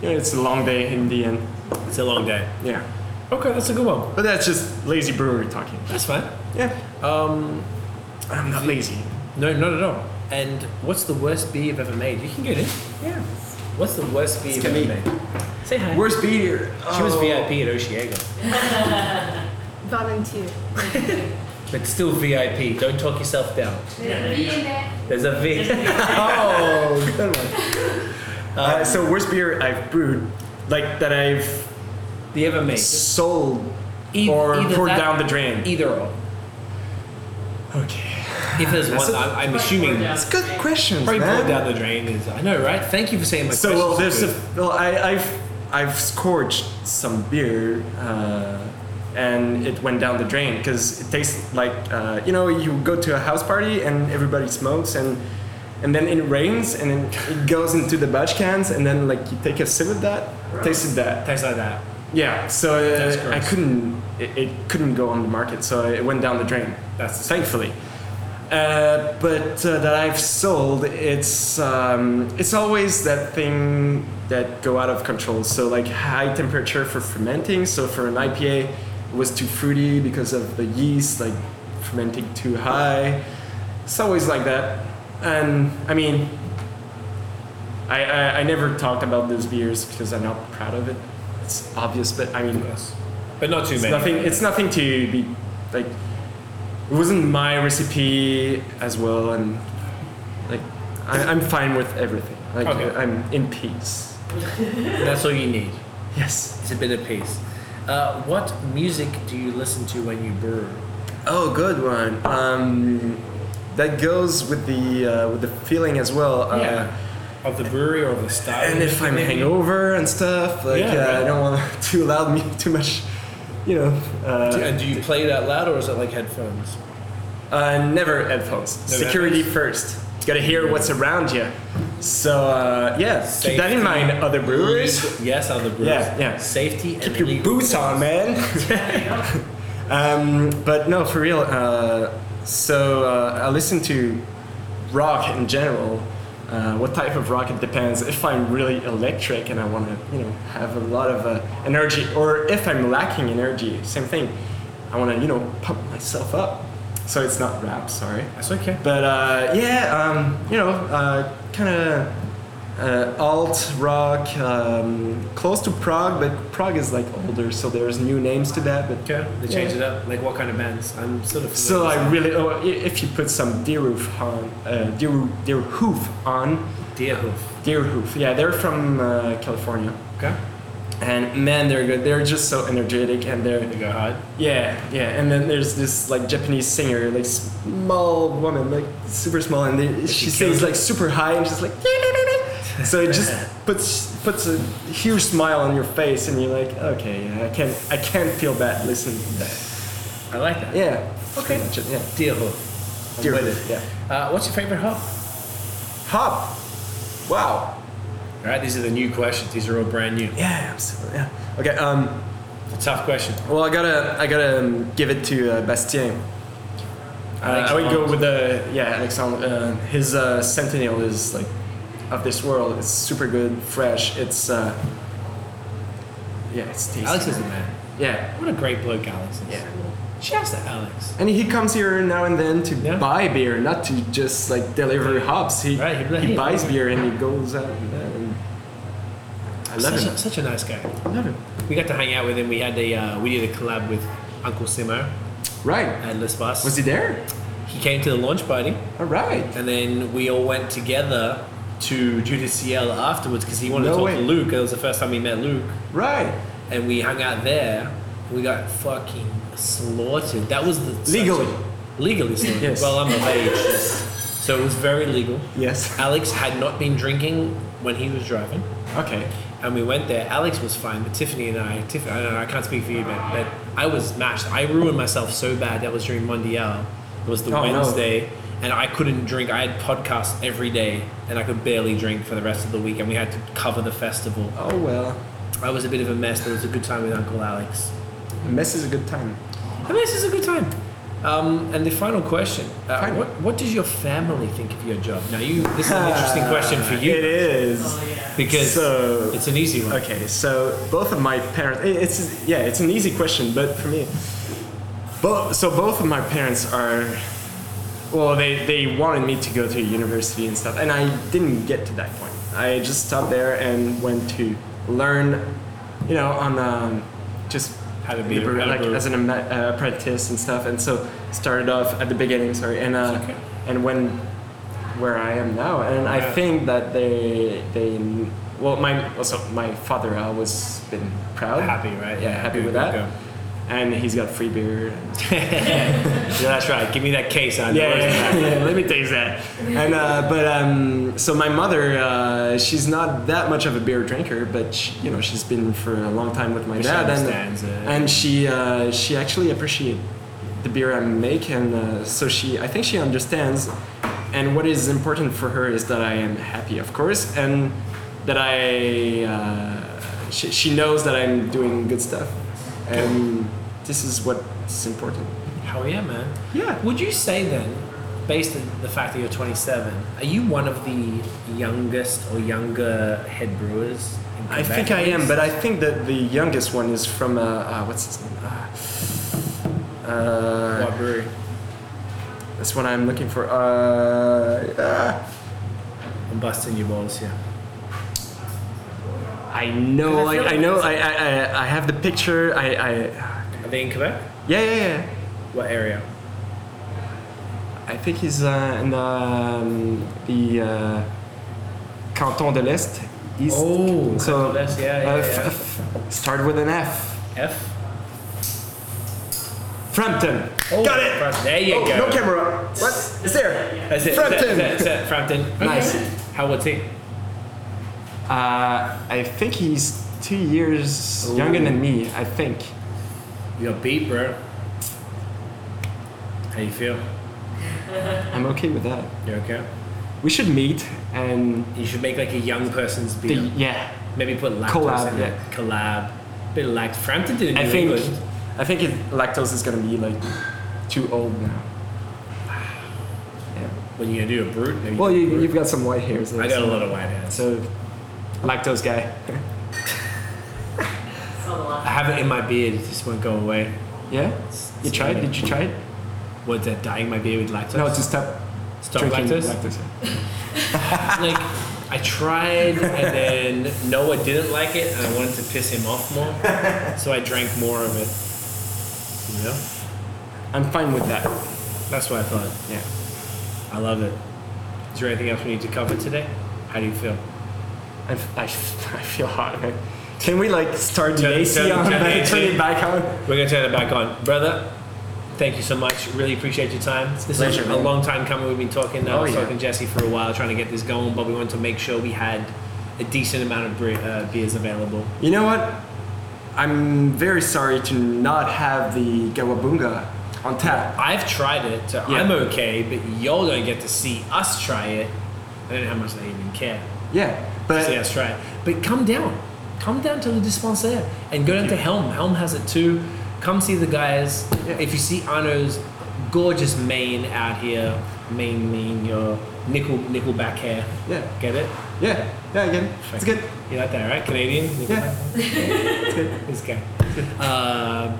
S3: you know, it's a long day in the end.
S2: It's a long day.
S3: Yeah.
S2: Okay, that's a good one.
S3: But that's just lazy brewery talking.
S2: That's fine.
S3: Yeah.
S2: Um,
S3: I'm not lazy.
S2: no, not at all. And what's the worst beer you've ever made? You can get it.
S3: Yeah.
S2: What's the worst beer you've
S3: It's
S2: ever
S3: gonna
S2: made? Say hi.
S3: Worst beer.
S2: She was
S3: Oh.
S2: VIP at Oshiego.
S7: Volunteer.
S2: [LAUGHS] But still VIP. Don't talk yourself down. There's a
S3: [LAUGHS]
S2: V. [LAUGHS]
S3: Oh, good one. Uh, so worst beer I've brewed, like that I've
S2: the ever made.
S3: sold
S2: Eith-
S3: or
S2: E- either
S3: poured
S2: that- e-
S3: down the drain.
S2: Either or.
S3: Okay.
S2: If there's
S3: That's
S2: one,
S3: a-
S2: i I'm assuming.
S3: It's good questions,
S2: Probably
S3: man.
S2: pulled down the drain is. I know, right? Thank you for saying my
S3: So
S2: questions
S3: well,
S2: are
S3: there's
S2: good.
S3: a, well, I, I've I've scorched some beer, uh, and it went down the drain because it tastes like uh, you know you go to a house party and everybody smokes and and then it rains, and then it goes into the batch cans, and then like you take a sip of that, tasted that.
S2: Tastes like that.
S3: Yeah, so
S2: That's
S3: uh,
S2: gross.
S3: I couldn't. It, it couldn't go on the market, so it went down the drain.
S2: That's-
S3: thankfully. Uh, but uh, that I've sold, it's um, it's always that thing that go out of control. So like high temperature for fermenting. So for an IPA, it was too fruity because of the yeast like fermenting too high. It's always like that, and I mean, I I, I never talked about those beers because I'm not proud of it. It's obvious, but I mean.
S2: But not too
S3: It's
S2: many.
S3: nothing. It's nothing to be like. It wasn't my recipe as well, and like I, I'm fine with everything. Like
S2: Okay.
S3: I'm in peace.
S2: That's all you need.
S3: Yes.
S2: It's a bit of peace. Uh, what music do you listen to when you brew?
S3: Oh, good one. Um, that goes with the uh, with the feeling as well. Uh,
S2: Of the brewery or of the style?
S3: And if I'm
S2: Maybe.
S3: hangover and stuff, like
S2: Yeah,
S3: uh,
S2: right.
S3: I don't want [LAUGHS] too loud, mu- too much, you know.
S2: Do-
S3: Uh,
S2: And do you play it out loud or is it like headphones?
S3: Uh, never headphones. Security first. You gotta hear what's around you. So uh, yeah, keep that in
S2: Safety.
S3: mind, other brewers.
S2: [LAUGHS] Yes, other brewers.
S3: Yeah, yeah.
S2: Safety and
S3: Keep your
S2: legal
S3: boots on, man. [LAUGHS] um, but no, for real. Uh, so uh, I listen to rock in general. Uh, what type of rock it depends. If I'm really electric and I want to, you know, have a lot of uh, energy, or if I'm lacking energy, same thing. I want to, you know, pump myself up. So it's not rap, sorry.
S2: That's okay.
S3: But uh, yeah, um, you know, uh, kind of uh, alt rock, um, close to Prague, but Prague is like older, so there's new names to that. But
S2: Okay, they change it up. Like what kind of bands? I'm sort of.
S3: so
S2: familiar
S3: I really, oh, i- if you put some deer hoof on, uh, deer, deer hoof on,
S2: with Deerhoof.
S3: deer hoof. Yeah, they're from uh, California,
S2: Okay.
S3: and man, they're good. They're just so energetic, and they're
S2: They go hard.
S3: Yeah, yeah, and then there's this like Japanese singer, like small woman, like super small, and they, she sings like super high, and she's like, so it just [LAUGHS] puts puts a huge smile on your face, and you're like, okay, yeah, I can I can feel bad listening to that.
S2: I like that.
S3: Yeah.
S2: Okay.
S3: Pretty much it, Yeah.
S2: Deerhoof. I'm
S3: Deer
S2: with
S3: hoof,
S2: it. Uh, what's your favorite hop?
S3: Hop. Wow.
S2: All right, these are the new questions. These are all brand new.
S3: Yeah. I'm super, yeah. Okay. Um.
S2: Tough question.
S3: Well, I gotta I gotta um, give it to uh, Bastien. Uh, I would go
S2: Alexandre.
S3: with the yeah Alexandre. Uh, his uh, Sentinel is like of this world. It's super good, fresh. It's uh, yeah, it's tasty.
S2: Alex is the man.
S3: yeah,
S2: What a great bloke Alex is.
S3: Yeah.
S2: Shouts to Alex.
S3: and he comes here now and then to
S2: Yeah.
S3: buy beer, not to just like deliver hops. He
S2: Right, he'd be like,
S3: he
S2: "Hey,
S3: buys
S2: man."
S3: beer and he goes out with that. And I love
S2: such,
S3: him.
S2: A, such a nice guy.
S3: I love him.
S2: We got to hang out with him. We had a uh, we did a collab with Uncle Simo
S3: Right.
S2: at Les Bus.
S3: Was he there?
S2: He came to the launch party,
S3: All right.
S2: and then we all went together to Judiciel afterwards because he wanted
S3: No
S2: to talk
S3: way.
S2: to Luke. It was the first time we met Luke,
S3: Right.
S2: and we hung out there. We got fucking slaughtered. That was the
S3: Legally.
S2: legally slaughtered.
S3: Yes.
S2: Well, I'm of age, so it was very legal.
S3: Yes.
S2: Alex had not been drinking when he was driving.
S3: Okay.
S2: and we went there. Alex was fine, but Tiffany and I, Tiff, I, don't know, I can't speak for you, but, but I was mashed. I ruined myself so bad. That was during Mondial. It was the
S3: Oh, no.
S2: Wednesday, and I couldn't drink. I had podcasts every day, and I could barely drink for the rest of the week. And we had to cover the festival.
S3: Oh well.
S2: I was a bit of a mess, but it was a good time with Uncle Alex.
S3: A mess is a good time.
S2: And this is a good time. Um, and the final question: uh,
S3: Final.
S2: What what does your family think of your job? Now, you this is an [LAUGHS]
S3: [LAUGHS]
S2: interesting question for you
S3: It is.
S8: Oh,
S2: because
S3: So-
S2: it's an easy one.
S3: Okay, so both of my parents. i- It's yeah, it's an easy question, but for me, both. So both of my parents are. Well, they they wanted me to go to university and stuff, and I didn't get to that point. I just stopped there and went to learn, you know, on um, just
S2: How to be a-
S3: liber-
S2: how to
S3: like
S2: brew.
S3: as an am- uh, apprentice and stuff, and so started off at the beginning. Sorry, and uh,
S2: okay.
S3: and when where I am now, and I
S2: Yeah.
S3: think that they they well my also my father always been proud,
S2: Happy, right?
S3: yeah, happy
S2: Good,
S3: with
S2: good,
S3: that,
S2: good.
S3: and he's got free beer.
S2: [LAUGHS]
S3: [LAUGHS]
S2: Yeah, that's right. Give me that case, Andy.
S3: yeah,
S2: Where's that?
S3: yeah, yeah, let me taste that. And uh, but um, so my mother, uh, she's not that much of a beer drinker, but she, you know she's been for a long time with my
S2: But she
S3: dad,
S2: understands
S3: and
S2: it.
S3: and she uh, she actually appreciates the beer I make, and uh, so she I think she understands. and what is important for her is that I am happy, of course, and that I uh, she, she knows that I'm doing good stuff, and this is what's important.
S2: Hell yeah, man.
S3: Yeah.
S2: Would you say then, based on the fact that you're 27, are you one of the youngest or younger head brewers? in
S3: I
S2: Quebec,
S3: think I
S2: at
S3: am,
S2: least?
S3: but I think that the youngest one is from uh, uh, what's his name? Uh, uh,
S2: What brewery?
S3: That's what I'm looking for. Uh, uh,
S2: I'm busting your balls here.
S3: I know,
S2: I
S3: like,
S2: feel
S3: I
S2: like
S3: know,
S2: it's-
S3: I, I, I, I have the picture. I, I,
S2: Are they in Quebec?
S3: yeah, yeah, yeah.
S2: What area?
S3: I think he's uh, in um, the uh, Canton de l'Est. East.
S2: Oh,
S3: so
S2: Canton de l'Est, yeah, yeah,
S3: uh,
S2: yeah.
S3: F- F- start with an F.
S2: F?
S3: Frampton.
S2: Oh,
S3: Got it.
S2: Frampton. There you
S3: Oh,
S2: go.
S3: No camera. What? It's there.
S2: That's it.
S3: Frampton.
S2: That's it. That's it. Frampton.
S3: Nice.
S2: How was he?
S3: Uh, I think he's two years younger than me. I think.
S2: You're beat, bro. How you feel?
S3: I'm okay with that.
S2: You okay?
S3: We should meet and
S2: You should make like a young person's
S3: the,
S2: beer.
S3: yeah.
S2: Maybe put lactose
S3: Collab,
S2: in it. Collab. Bit of lactose. Frampton did it.
S3: I
S2: in
S3: think.
S2: England.
S3: I think it, lactose is gonna be like too old now. Yeah.
S2: When you do a brute, maybe
S3: Well,
S2: do a
S3: you,
S2: brute.
S3: you've got some white hairs. There,
S2: I got a
S3: so-
S2: lot of white hairs.
S3: So, lactose guy.
S2: I have it in my beard. It just won't go away.
S3: yeah? You tried? Did you try it?
S2: What's that? Dyeing my beard with lactose?
S3: No, to stop
S2: stop
S3: drinking
S2: lactose.
S3: yeah.
S2: like I tried, and then Noah didn't like it, and I wanted to piss him off more, so I drank more of it. You know,
S3: I'm fine with that.
S2: that's what I thought.
S3: Yeah.
S2: I love it. Is there anything else we need to cover today? How do you feel?
S3: I, f- I [LAUGHS] f- I feel hot. man. Can we like start the
S2: Turn-
S3: AC
S2: turn-
S3: on
S2: turn
S3: and
S2: AC.
S3: turn it back on?
S2: We're gonna turn it back on, brother. Thank you so much. Really appreciate your time. This
S3: Pleasure,
S2: is a
S3: man.
S2: long time coming. We've been talking. Uh, I
S3: Oh,
S2: was
S3: yeah.
S2: talking to Jesse for a while, trying to get this going, but we wanted to make sure we had a decent amount of bre- uh, beers available.
S3: You know what? I'm very sorry to not have the Gawabunga on tap.
S2: I've tried it. So
S3: Yeah.
S2: I'm okay, but y'all don't get to see us try it. I don't know how much they even care.
S3: Yeah, but
S2: See us try it. But come down. Come down to the dispensaire and go down to Helm. Helm has it too. Come see the guys.
S3: Yeah.
S2: If you see Arno's gorgeous mane out here, mane, mane, your nickel, nickelback hair.
S3: Yeah.
S2: Get it?
S3: yeah, yeah, again, it's good.
S2: You like that, right? Canadian?
S3: Yeah,
S2: This guy. Uh,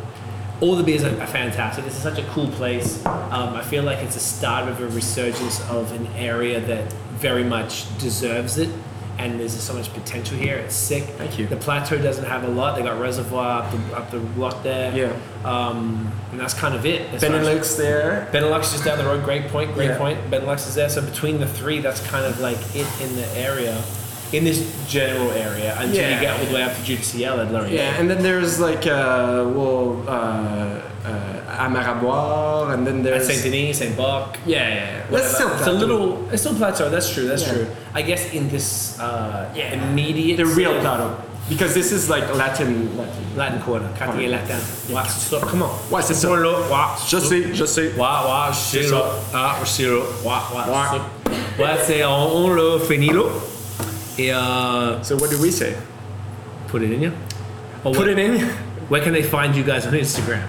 S2: all the beers are, are fantastic. This is such a cool place. Um, I feel like it's a start of a resurgence of an area that very much deserves it. And there's just so much potential here. It's sick.
S3: Thank you.
S2: The plateau doesn't have a lot. They got reservoir up the, up the block there.
S3: Yeah.
S2: Um, and that's kind of it. as far as-
S3: Benelux there.
S2: Benelux just down the road. Great point. Great
S3: Yeah.
S2: point. Benelux is there. So between the three, that's kind of like it in the area, in this general area until you
S3: Yeah.
S2: get all the way up to Judicial at Lorient.
S3: Yeah, and then there's like uh, well, uh, uh, Amaraboire, and then
S2: At
S3: there's
S2: Saint Denis, Saint Bark.
S3: yeah, yeah, yeah.
S2: whatever.
S3: That's still
S2: it's
S3: plateau.
S2: a little. It's still plateau. That's true. That's
S3: Yeah.
S2: true. I guess in this uh, yeah immediate
S3: the real
S2: sort of
S3: plateau because this is like Latin. Latin.
S2: Latin quarter. Quartier
S3: Yeah.
S2: Latin. Wow, so- Come on.
S3: Ouais, c'est ça.
S2: Voilà, wow,
S3: Je
S2: so-
S3: sais, je sais.
S2: Wow, wow, c'est
S6: ça.
S2: là. Ah, c'est là. Wow, wow,
S3: Ouais.
S2: c'est- Ouais, c'est on, on l'a fini là. Et euh,
S3: So what do we say?
S2: put it in you. Or
S3: Put
S2: where,
S3: it in.
S2: Where can they find you guys on Instagram?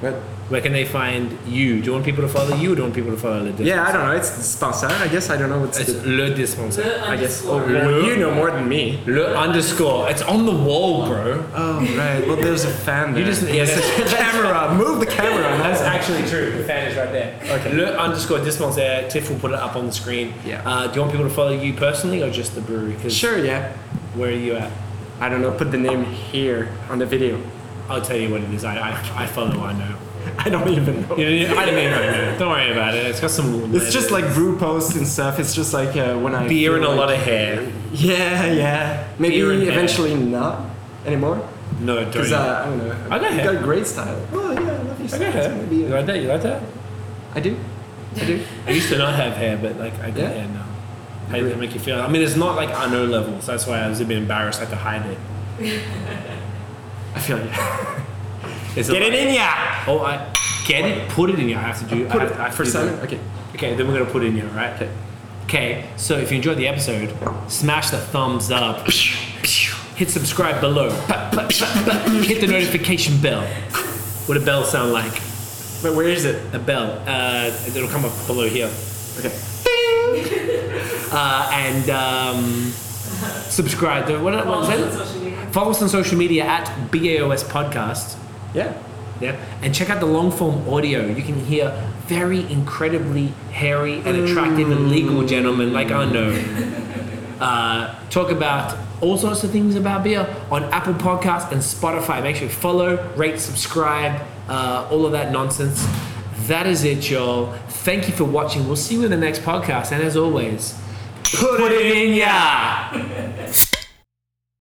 S3: What?
S2: Where can they find you? Do you want people to follow you? Or do you want people to follow the?
S3: Yeah, I don't know. It's dispensaire, I guess. I don't know what's.
S2: It's
S3: the-
S2: le dispensaire.
S3: I guess. Oh,
S8: Underscore.
S3: well, you know more than me.
S2: Le underscore. It's on the wall, bro.
S3: Oh right. Well, there's a fan. There.
S2: You just- yeah,
S3: There's a
S2: that's-
S3: [LAUGHS] camera. Move the camera.
S2: That's
S3: That's
S2: actually true. The fan is right there.
S3: Okay.
S2: Le underscore dispensaire. Tiff will put it up on the screen.
S3: Yeah.
S2: Uh, do you want people to follow you personally or just the brewery? 'Cause
S3: sure. Yeah.
S2: Where are you at?
S3: I don't know. Put the name here on the video.
S2: I'll tell you what it is. I, I, I follow. I know.
S3: I don't even know.
S2: You know, I don't even know. Don't worry about it. It's got some.
S3: It's just like brew posts and stuff. It's just like uh, when I
S2: beer and a lot
S3: of. [LAUGHS]
S2: of hair.
S3: Yeah, yeah. Maybe
S2: Beer and hair.
S3: eventually not anymore.
S2: No, don't.
S3: Because uh, I don't know.
S2: I got
S3: you
S2: hair.
S3: got a great style. Well, yeah, I love your
S2: I
S3: style.
S2: got
S3: It's
S2: hair.
S3: gonna be-
S2: You like that? You like that?
S3: I do. I do.
S2: I used to not have hair, but like I got
S3: Yeah?
S2: hair now. How does that make you feel? I mean, it's not like I know levels. That's why I was a bit embarrassed. I had to hide it.
S3: I feel you.
S2: It's a-
S3: Get it in ya!
S2: Oh, I get it. Put it in. your- I have to do. I
S3: Put
S2: have
S3: it
S2: to, I have to
S3: for
S2: do
S3: Simon.
S2: that.
S3: Okay.
S2: Okay, then we're gonna put in here, right? Okay, so if you enjoyed the episode, smash the thumbs up. Hit subscribe below. Hit the notification bell. What a bell sound like?
S3: But where is it?
S2: A bell. Uh, it'll come up below here.
S3: Okay.
S2: [LAUGHS] Uh, and um, subscribe. The- What, what was that? Follow us on social media at BAOS Podcast.
S3: Yeah.
S2: Yeah. And check out the long form audio. You can hear very incredibly hairy and attractive and legal gentlemen like Arno [LAUGHS] uh, talk about all sorts of things about beer on Apple Podcasts and Spotify. Make sure you follow, rate, subscribe, uh, all of that nonsense. That is it, y'all. Thank you for watching. We'll see you in the next podcast. And as always, put, it in ya!